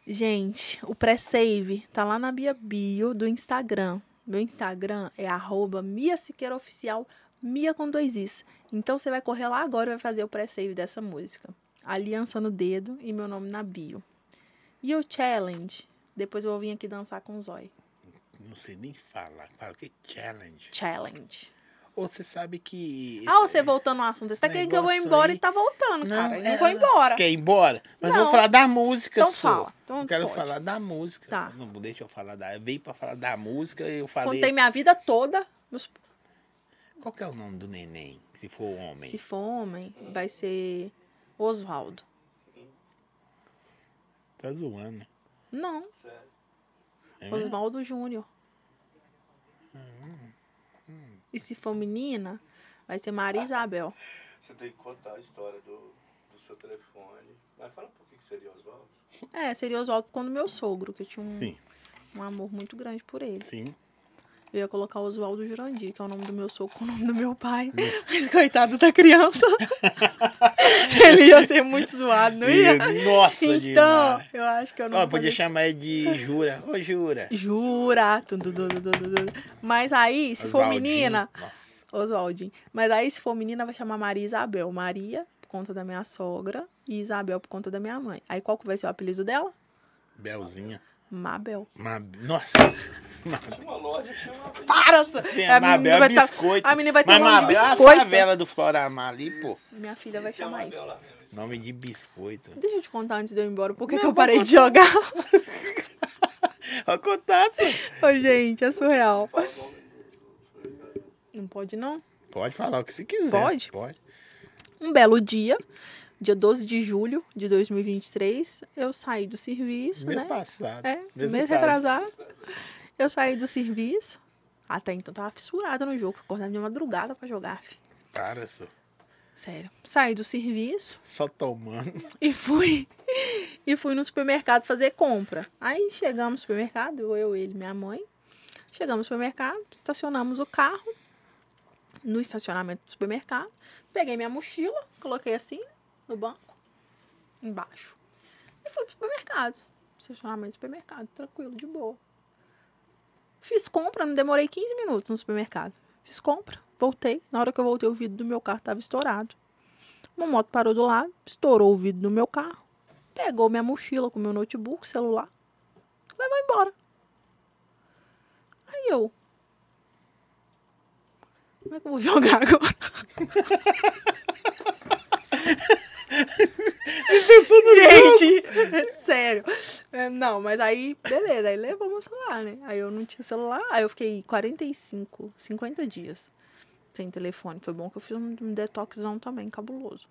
Speaker 2: Gente, o pré-save tá lá na minha bio do Instagram. Meu Instagram é arroba Mia Siqueira Oficial, Mia com dois Is. Então você vai correr lá agora e vai fazer o pré-save dessa música. Aliança no dedo e meu nome na bio. E o challenge? Depois eu vou vir aqui dançar com o Zói.
Speaker 1: Não sei nem falar. Fala que challenge.
Speaker 2: Challenge.
Speaker 1: Ou você sabe que.
Speaker 2: Ah, você voltando ao assunto. Você tá
Speaker 1: esse
Speaker 2: querendo que eu vou
Speaker 1: é um negócio
Speaker 2: embora
Speaker 1: aí-
Speaker 2: e tá voltando, cara. Eu não vou
Speaker 1: é- Você
Speaker 2: embora.
Speaker 1: quer ir embora? Mas eu
Speaker 2: Não.
Speaker 1: vou falar da música
Speaker 2: Então
Speaker 1: sua.
Speaker 2: fala. Então
Speaker 1: Eu quero
Speaker 2: pode.
Speaker 1: falar da música.
Speaker 2: Tá.
Speaker 1: Não deixa eu falar da. Eu veio pra falar da música e eu falei.
Speaker 2: Contei minha vida toda. meus-
Speaker 1: Qual que é o nome do neném? Se for homem.
Speaker 2: Se for homem, vai ser Oswaldo.
Speaker 1: Tá zoando. né?
Speaker 2: Não.
Speaker 3: Sério.
Speaker 1: É mesmo? Hum,
Speaker 2: Oswaldo Júnior. E se for menina, vai ser Maria Isabel.
Speaker 3: Você tem que contar a história do, do seu telefone. Mas fala por que que seria Oswaldo.
Speaker 2: É, seria Oswaldo quando meu sogro, que eu tinha um,
Speaker 1: Sim,
Speaker 2: um amor muito grande por ele.
Speaker 1: sim.
Speaker 2: Eu ia colocar Oswaldo Jurandir, que é o nome do meu sogro com o nome do meu pai. <laughs> Mas coitado da criança. <laughs> ele ia ser muito zoado, não ia?
Speaker 1: E- nossa,
Speaker 2: Então,
Speaker 1: demais.
Speaker 2: eu acho que eu não
Speaker 1: Ó,
Speaker 2: vou
Speaker 1: podia
Speaker 2: fazer
Speaker 1: chamar ele de Jura. Ô, Jura.
Speaker 2: Jura. tum, tum, tum, tum, tum, tum, tum. Mas aí, se for
Speaker 1: Oswaldinho.
Speaker 2: menina,
Speaker 1: Nossa.
Speaker 2: Oswaldinho. Mas aí, se for menina, vai chamar Maria Isabel. Maria, por conta da minha sogra, e Isabel, por conta da minha mãe. Aí, qual que vai ser o apelido dela?
Speaker 1: Belzinha.
Speaker 2: Mabel.
Speaker 1: Mab... Nossa.
Speaker 3: Tinha uma loja que chamava isso.
Speaker 2: Para! sua-
Speaker 1: Tem
Speaker 2: a
Speaker 1: a
Speaker 2: menina
Speaker 1: Mabel é
Speaker 2: vai tá-
Speaker 1: biscoito.
Speaker 2: a menina vai ter
Speaker 1: Mas
Speaker 2: um nome de
Speaker 1: Mabel é a
Speaker 2: biscoito.
Speaker 1: favela do Floramar ali, pô.
Speaker 2: Minha filha vai
Speaker 3: Tinha
Speaker 2: chamar
Speaker 3: uma
Speaker 2: isso.
Speaker 3: dela.
Speaker 1: Nome de biscoito.
Speaker 2: Deixa eu te contar antes de eu ir embora, por que que eu parei de jogar? <laughs>
Speaker 1: Ó, contar, pô.
Speaker 2: Ô, gente, é surreal.
Speaker 3: Fala o nome do- do- do-
Speaker 2: Não pode, não?
Speaker 1: Pode falar o que você quiser.
Speaker 2: Pode?
Speaker 1: Pode.
Speaker 2: Um belo dia, dia 12 de julho de 2023, eu saí do serviço,
Speaker 1: mês
Speaker 2: né?
Speaker 1: passado.
Speaker 2: É,
Speaker 1: Mesmo
Speaker 2: mês
Speaker 1: caso.
Speaker 2: retrasado. Eu saí do serviço. Até então tava fissurada no jogo, acordava de madrugada pra jogar, fi.
Speaker 1: Para, só.
Speaker 2: Sério. Saí do serviço
Speaker 1: Só tomando.
Speaker 2: e fui e fui no supermercado fazer compra. Aí chegamos no supermercado, eu, eu, ele, minha mãe. Chegamos no supermercado, estacionamos o carro no estacionamento do supermercado. Peguei minha mochila, coloquei assim no banco embaixo. E fui pro supermercado. Estacionamento do supermercado, tranquilo, de boa. Fiz compra, não demorei 15 minutos no supermercado. Fiz compra, voltei. Na hora que eu voltei, o vidro do meu carro estava estourado. Uma moto parou do lado, estourou o vidro do meu carro, pegou minha mochila com meu notebook, celular, levou embora. Aí eu. Como é que eu vou <laughs> jogar agora? Gente, <laughs> sério. É, Não, mas aí, beleza, aí levou meu celular, né? Aí eu não tinha celular, aí eu fiquei 45, 50 dias sem telefone. Foi bom que eu fiz um um detoxão também, cabuloso.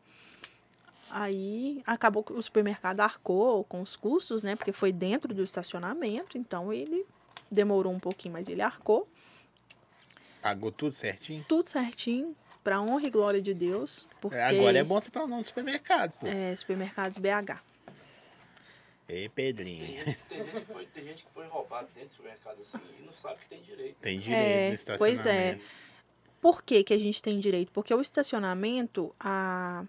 Speaker 2: Aí acabou que o supermercado arcou com os custos, né? Porque foi dentro do estacionamento, então ele demorou um pouquinho, mas ele arcou.
Speaker 1: Pagou tudo certinho?
Speaker 2: Tudo certinho, pra honra e glória de Deus. Porque
Speaker 1: Agora é bom você falar o nome do supermercado, pô.
Speaker 2: é, supermercados BH.
Speaker 1: Ei,
Speaker 3: Tem
Speaker 1: Pedrinho.
Speaker 3: gente, tem gente que foi, tem gente que foi roubado dentro do supermercado assim e não sabe que tem direito.
Speaker 1: Tem direito
Speaker 2: É,
Speaker 1: no estacionamento.
Speaker 2: pois é. Por que, que a gente tem direito? Porque o estacionamento, a,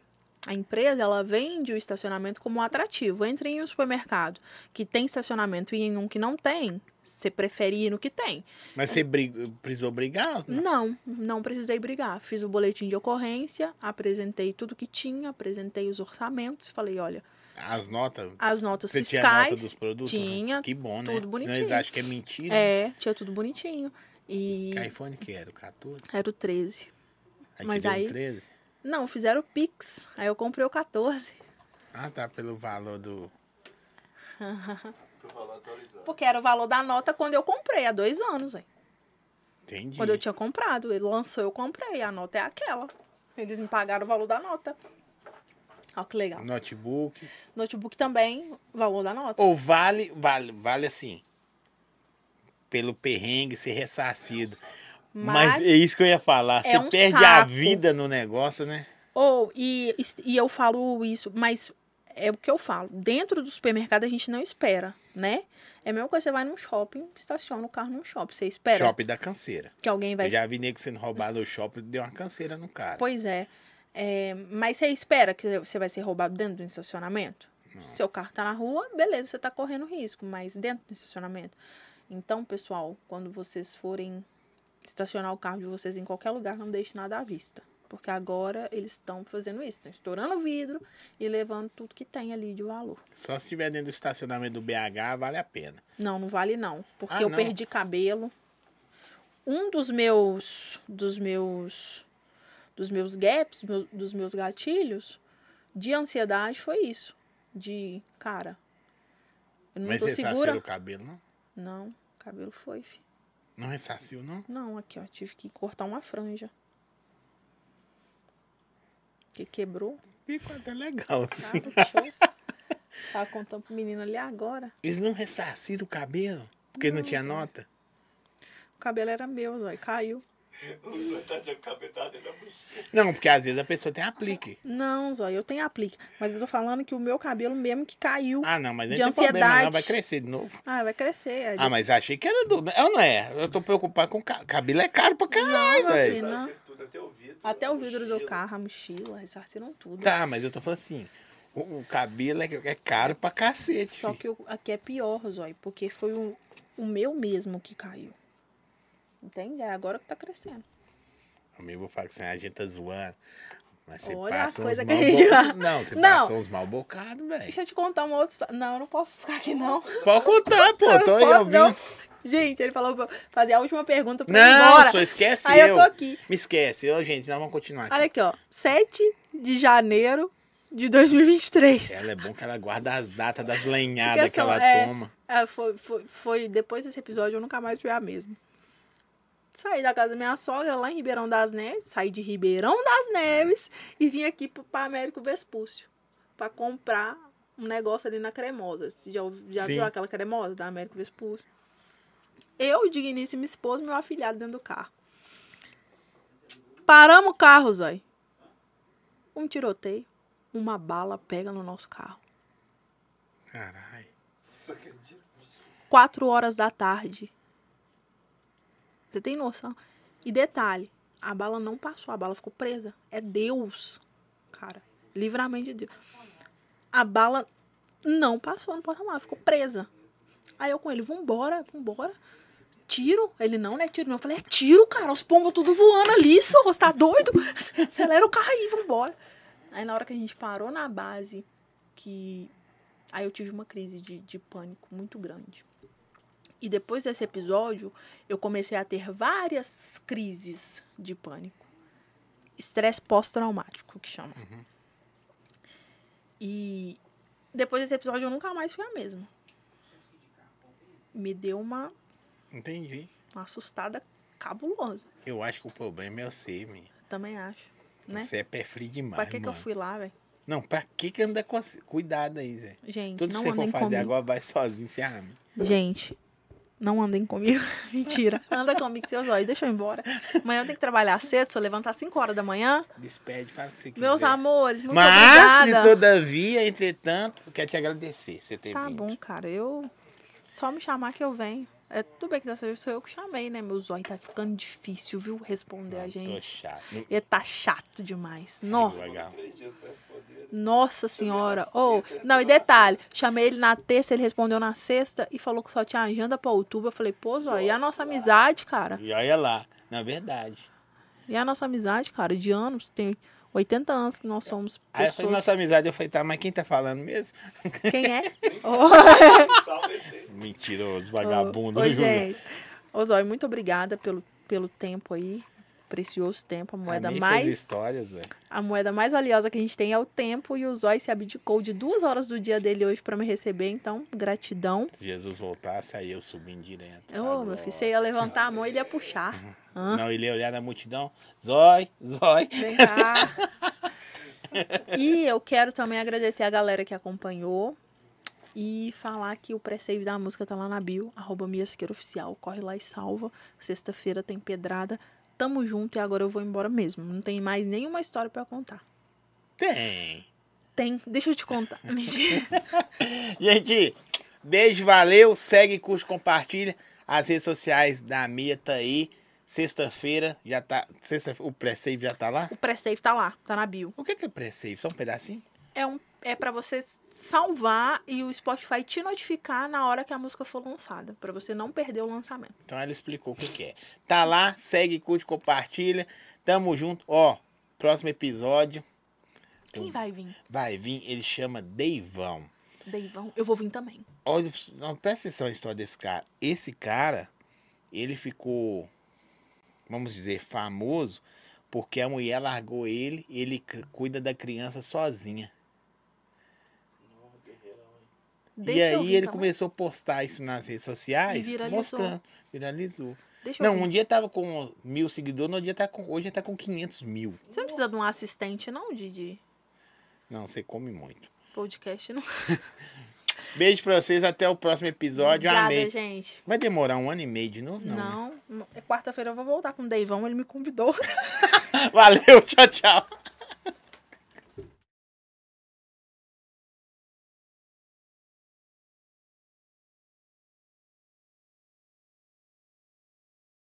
Speaker 2: a empresa, ela vende o estacionamento como um atrativo. Entre em um supermercado que tem estacionamento e em um que não tem, você prefere ir no que tem.
Speaker 1: Mas você brig... precisou brigar? Não.
Speaker 2: Não, não precisei brigar. Fiz o boletim de ocorrência, apresentei tudo que tinha, apresentei os orçamentos, falei, olha,
Speaker 1: As notas.
Speaker 2: as notas
Speaker 1: Você tinha a nota
Speaker 2: fiscais.
Speaker 1: dos produtos?
Speaker 2: tinha,
Speaker 1: Que bom, né?
Speaker 2: tudo bonitinho.
Speaker 1: Senão Eles acham que é mentira.
Speaker 2: é, tinha tudo bonitinho. E
Speaker 1: Que iPhone que era? O 14?
Speaker 2: era o 13.
Speaker 1: Aí
Speaker 2: Mas
Speaker 1: que deu um
Speaker 2: aí-
Speaker 1: 13?
Speaker 2: Não, fizeram o Pix. Aí eu comprei o 14.
Speaker 1: Ah, tá. Pelo valor do...
Speaker 3: Porque eu valor atualizado.
Speaker 2: Porque era o valor da nota quando eu comprei, há dois anos, velho.
Speaker 1: Entendi.
Speaker 2: Quando eu tinha comprado. Ele lançou, eu comprei. A nota é aquela. Eles me pagaram o valor da nota. Ó, que legal.
Speaker 1: Notebook.
Speaker 2: Notebook também, valor da nota.
Speaker 1: Ou vale, vale, vale assim. Pelo perrengue ser ressarcido. Mas,
Speaker 2: Mas,
Speaker 1: é isso que eu ia falar.
Speaker 2: é
Speaker 1: você
Speaker 2: um
Speaker 1: perde a
Speaker 2: saco.
Speaker 1: vida no negócio, né?
Speaker 2: ou, e, e eu falo isso, mas é o que eu falo. Dentro do supermercado a gente não espera, né? É a mesma coisa, você vai num shopping, estaciona o carro num shopping. Você espera
Speaker 1: Shopping da canseira.
Speaker 2: que alguém vai
Speaker 1: Eu já vi nego sendo roubado no shopping, deu uma canseira no cara.
Speaker 2: Pois é. É, Mas você espera que você vai ser roubado dentro do estacionamento? Seu carro tá na rua, beleza, você tá correndo risco, mas dentro do estacionamento. Então, pessoal, quando vocês forem estacionar o carro de vocês em qualquer lugar, não deixe nada à vista. Porque agora eles estão fazendo isso, estão estourando o vidro e levando tudo que tem ali de valor.
Speaker 1: Só se tiver dentro do estacionamento do BH, vale a pena.
Speaker 2: Não, não vale não, porque
Speaker 1: Ah,
Speaker 2: eu
Speaker 1: não.
Speaker 2: perdi cabelo. Um dos meus dos meus dos meus gaps, meus- dos meus gatilhos de ansiedade foi isso, de cara. Eu não
Speaker 1: Mas
Speaker 2: tô
Speaker 1: você tá
Speaker 2: segura.
Speaker 1: ressarciu o cabelo, não?
Speaker 2: Não, o cabelo foi, fi.
Speaker 1: Não ressarciu, não?
Speaker 2: Não, aqui ó, tive que cortar uma franja. Que quebrou.
Speaker 1: Ficou até legal,
Speaker 2: Tá,
Speaker 1: assim. <laughs>
Speaker 2: Tava tá contando pro menino ali agora.
Speaker 1: Eles não ressarciram o cabelo? Porque não, tinha nota?
Speaker 2: O cabelo era meu, zói, caiu.
Speaker 3: Você <laughs> tá de cabelo tá dentro da mochila.
Speaker 1: Não, porque às vezes a pessoa tem aplique.
Speaker 2: Não, Zóia, eu tenho aplique. Mas eu tô falando que o meu cabelo mesmo que caiu.
Speaker 1: Ah, não, mas não
Speaker 2: De
Speaker 1: tem problema, não.
Speaker 2: ansiedade.
Speaker 1: Vai crescer de novo.
Speaker 2: Ah, vai crescer.
Speaker 1: Ah, mas achei que era do. Eu não é. Eu tô preocupado com. ca- Cabelo é caro pra caralho,
Speaker 2: meu
Speaker 1: velho.
Speaker 2: filho. assim, Não.
Speaker 3: Ressarcir tudo até o vidro.
Speaker 2: Até
Speaker 3: a
Speaker 2: o vidro do
Speaker 3: mochila.
Speaker 2: carro, a mochila, ressarciram tudo.
Speaker 1: Tá, mas eu tô falando assim. O, o cabelo é, é caro pra cacete.
Speaker 2: Só
Speaker 1: fi.
Speaker 2: que o- aqui é pior, Zóia, porque foi o, o meu mesmo que caiu. Entende? É agora que tá crescendo.
Speaker 1: Eu mesmo vou falar que assim, a gente tá zoando. Mas você
Speaker 2: Olha
Speaker 1: passa
Speaker 2: as
Speaker 1: uns
Speaker 2: coisas
Speaker 1: mal
Speaker 2: que a gente
Speaker 1: bocados.
Speaker 2: fala.
Speaker 1: Não, você
Speaker 2: Não.
Speaker 1: passou uns mal bocados, velho.
Speaker 2: Deixa eu te contar uma outra história. Não, eu não posso ficar aqui, não.
Speaker 1: Pode contar, pô.
Speaker 2: <laughs> Eu
Speaker 1: Tô então
Speaker 2: não
Speaker 1: aí
Speaker 2: posso, não.
Speaker 1: ouvindo.
Speaker 2: Gente, ele falou pra eu fazer a última pergunta pra ele ir
Speaker 1: Não, é
Speaker 2: embora.
Speaker 1: só esquece
Speaker 2: Aí
Speaker 1: eu.
Speaker 2: eu tô aqui.
Speaker 1: Me esquece. Eu, gente, nós vamos continuar aqui.
Speaker 2: Olha aqui, ó. 7 de janeiro de 2023.
Speaker 1: Ela é bom que ela guarda as datas das lenhadas
Speaker 2: Fica
Speaker 1: que
Speaker 2: só,
Speaker 1: ela
Speaker 2: é.
Speaker 1: toma.
Speaker 2: Ah, foi, foi, foi depois desse episódio, eu nunca mais fui a mesma. Saí da casa da minha sogra, lá em Ribeirão das Neves, saí de Ribeirão das Neves e vim aqui pro- pra Américo Vespúcio pra comprar um negócio ali na cremosa. Você já, ouvi- já
Speaker 1: Sim.
Speaker 2: viu aquela cremosa da Américo Vespúcio? Eu, digníssima esposa, e meu afilhado dentro do carro. Paramos o carro, Zói. Um tiroteio, uma bala pega no nosso carro.
Speaker 1: Caralho.
Speaker 3: Você acredita?
Speaker 2: quatro horas da tarde. Você tem noção? E detalhe, a bala não passou, a bala ficou presa. É Deus, cara. Livramento de Deus. A bala não passou no porta-malas, ficou presa. Aí eu com ele, vambora, vambora. Tiro? Ele não, não é tiro, não. Eu falei, é tiro, cara. Os pombos tudo voando ali, só você tá doido? <laughs> Acelera o carro aí, vambora. Aí na hora que a gente parou na base, que. Aí eu tive uma crise de, de pânico muito grande. E depois desse episódio, eu comecei a ter várias crises de pânico. Estresse pós-traumático, que chama.
Speaker 1: Uhum.
Speaker 2: E depois desse episódio, eu nunca mais fui a mesma. Me deu uma
Speaker 1: Entendi.
Speaker 2: uma assustada cabuloso.
Speaker 1: Eu acho que o problema é você, menino.
Speaker 2: Também acho. Né?
Speaker 1: Você é pé frio demais,
Speaker 2: Pra que, que eu
Speaker 1: mano.
Speaker 2: fui lá, velho?
Speaker 1: Não, pra que que anda com... você? Cuidado aí, Zé.
Speaker 2: Gente,
Speaker 1: Tudo que
Speaker 2: não
Speaker 1: você for
Speaker 2: andem
Speaker 1: fazer
Speaker 2: comigo.
Speaker 1: agora, vai sozinho, se arme.
Speaker 2: Gente, não andem comigo. <laughs> Mentira. Anda comigo, seus olhos. Deixa eu ir embora. Amanhã eu tenho que trabalhar cedo, se eu levantar 5 horas da manhã.
Speaker 1: Despede, faz o que você quiser.
Speaker 2: Meus amores, muito
Speaker 1: Mas, se
Speaker 2: obrigada.
Speaker 1: todavia, entretanto, eu quero te agradecer você ter
Speaker 2: Tá
Speaker 1: vindo.
Speaker 2: bom, cara. Eu. Só me chamar que eu venho. É, tudo bem que dessa vez sou eu que chamei, né? Meu zóio tá ficando difícil, viu? Responder a
Speaker 1: Tô
Speaker 2: gente.
Speaker 1: chato.
Speaker 2: E tá chato demais. Nó.
Speaker 1: Legal.
Speaker 3: Três dias pra responder.
Speaker 2: Nossa senhora.
Speaker 3: na
Speaker 2: Ou.
Speaker 3: sexta, ele
Speaker 2: não, e
Speaker 3: respondeu na
Speaker 2: detalhe. Chamei ele na terça, ele respondeu na sexta e falou que só tinha agenda pra outubro. Eu falei, pô, zóio, e a nossa amizade, cara?
Speaker 1: E olha lá, na verdade.
Speaker 2: E a nossa amizade, cara? De anos, tem 80 anos que nós somos
Speaker 1: Aí eu falei,
Speaker 2: pessoas.
Speaker 1: nossa amizade, eu falei, tá, mas quem tá falando mesmo? <laughs>
Speaker 2: Quem é? <laughs>
Speaker 3: Salve aí.
Speaker 1: Mentiroso, vagabundo. <laughs>
Speaker 2: Ô,
Speaker 1: viu, Júlia?
Speaker 2: gente. Ô, Zói, muito obrigada pelo, pelo tempo aí. Precioso tempo, a moeda
Speaker 1: Amei suas
Speaker 2: mais.
Speaker 1: histórias, velho.
Speaker 2: A moeda mais valiosa que a gente tem é o tempo. E o Zói se abdicou de duas horas do dia dele hoje pra me receber. Então, gratidão.
Speaker 1: Se Jesus voltasse, aí eu subindo direto. tá
Speaker 2: Ô, meu filho, você ia levantar a mão e ele ia puxar. Hã?
Speaker 1: Não, ele ia olhar na multidão. Zói, zói.
Speaker 2: Vem cá. e eu quero também agradecer a galera que acompanhou. E falar que o pre-save da música tá lá na bio, arroba Mia Siqueira Oficial. Corre lá e salva. Sexta-feira tem pedrada. Tamo junto e agora eu vou embora mesmo. Não tem mais nenhuma história pra contar.
Speaker 1: Tem.
Speaker 2: Tem, deixa eu te contar. <laughs> Mentira.
Speaker 1: Gente, beijo, valeu. Segue, curte, compartilha. As redes sociais da Mia tá aí. Sexta-feira já tá. Sexta, o pré-save já tá lá?
Speaker 2: O pre-save tá lá, tá na bio.
Speaker 1: O que que é pré-save? Só um pedacinho?
Speaker 2: É, um, é para você salvar e o Spotify te notificar na hora que a música for lançada. Pra você não perder o lançamento.
Speaker 1: Então ela explicou o que, que é. Tá lá, segue, curte, compartilha. Tamo junto. Ó, próximo episódio
Speaker 2: Quem
Speaker 1: Hum.
Speaker 2: vai vir?
Speaker 1: vai vir. Ele chama Deivão.
Speaker 2: Deivão. Eu vou vir também.
Speaker 1: Olha, não, presta atenção a história desse cara. Esse cara, ele ficou, vamos dizer, famoso porque a mulher largou ele e ele c- cuida da criança sozinha.
Speaker 3: Não, guerreirão, hein?
Speaker 1: e
Speaker 2: Deixa eu
Speaker 1: aí
Speaker 2: vir
Speaker 1: ele
Speaker 2: também.
Speaker 1: começou a postar isso nas redes sociais,
Speaker 2: E viralizou.
Speaker 1: mostrando, viralizou.
Speaker 2: Deixa eu
Speaker 1: Não,
Speaker 2: ver.
Speaker 1: um dia tava com mil seguidores, no outro dia tá com, hoje tá com 500 mil.
Speaker 2: Você não precisa de um assistente, não, de, de
Speaker 1: Não, você come muito.
Speaker 2: podcast, não.
Speaker 1: Beijo pra vocês, até o próximo episódio.
Speaker 2: Obrigada,
Speaker 1: Amei.
Speaker 2: gente.
Speaker 1: Vai demorar um ano e meio de novo? Não. né?
Speaker 2: Não, é quarta-feira eu vou voltar com o Deivão, ele me convidou.
Speaker 1: <laughs> Valeu, tchau, tchau.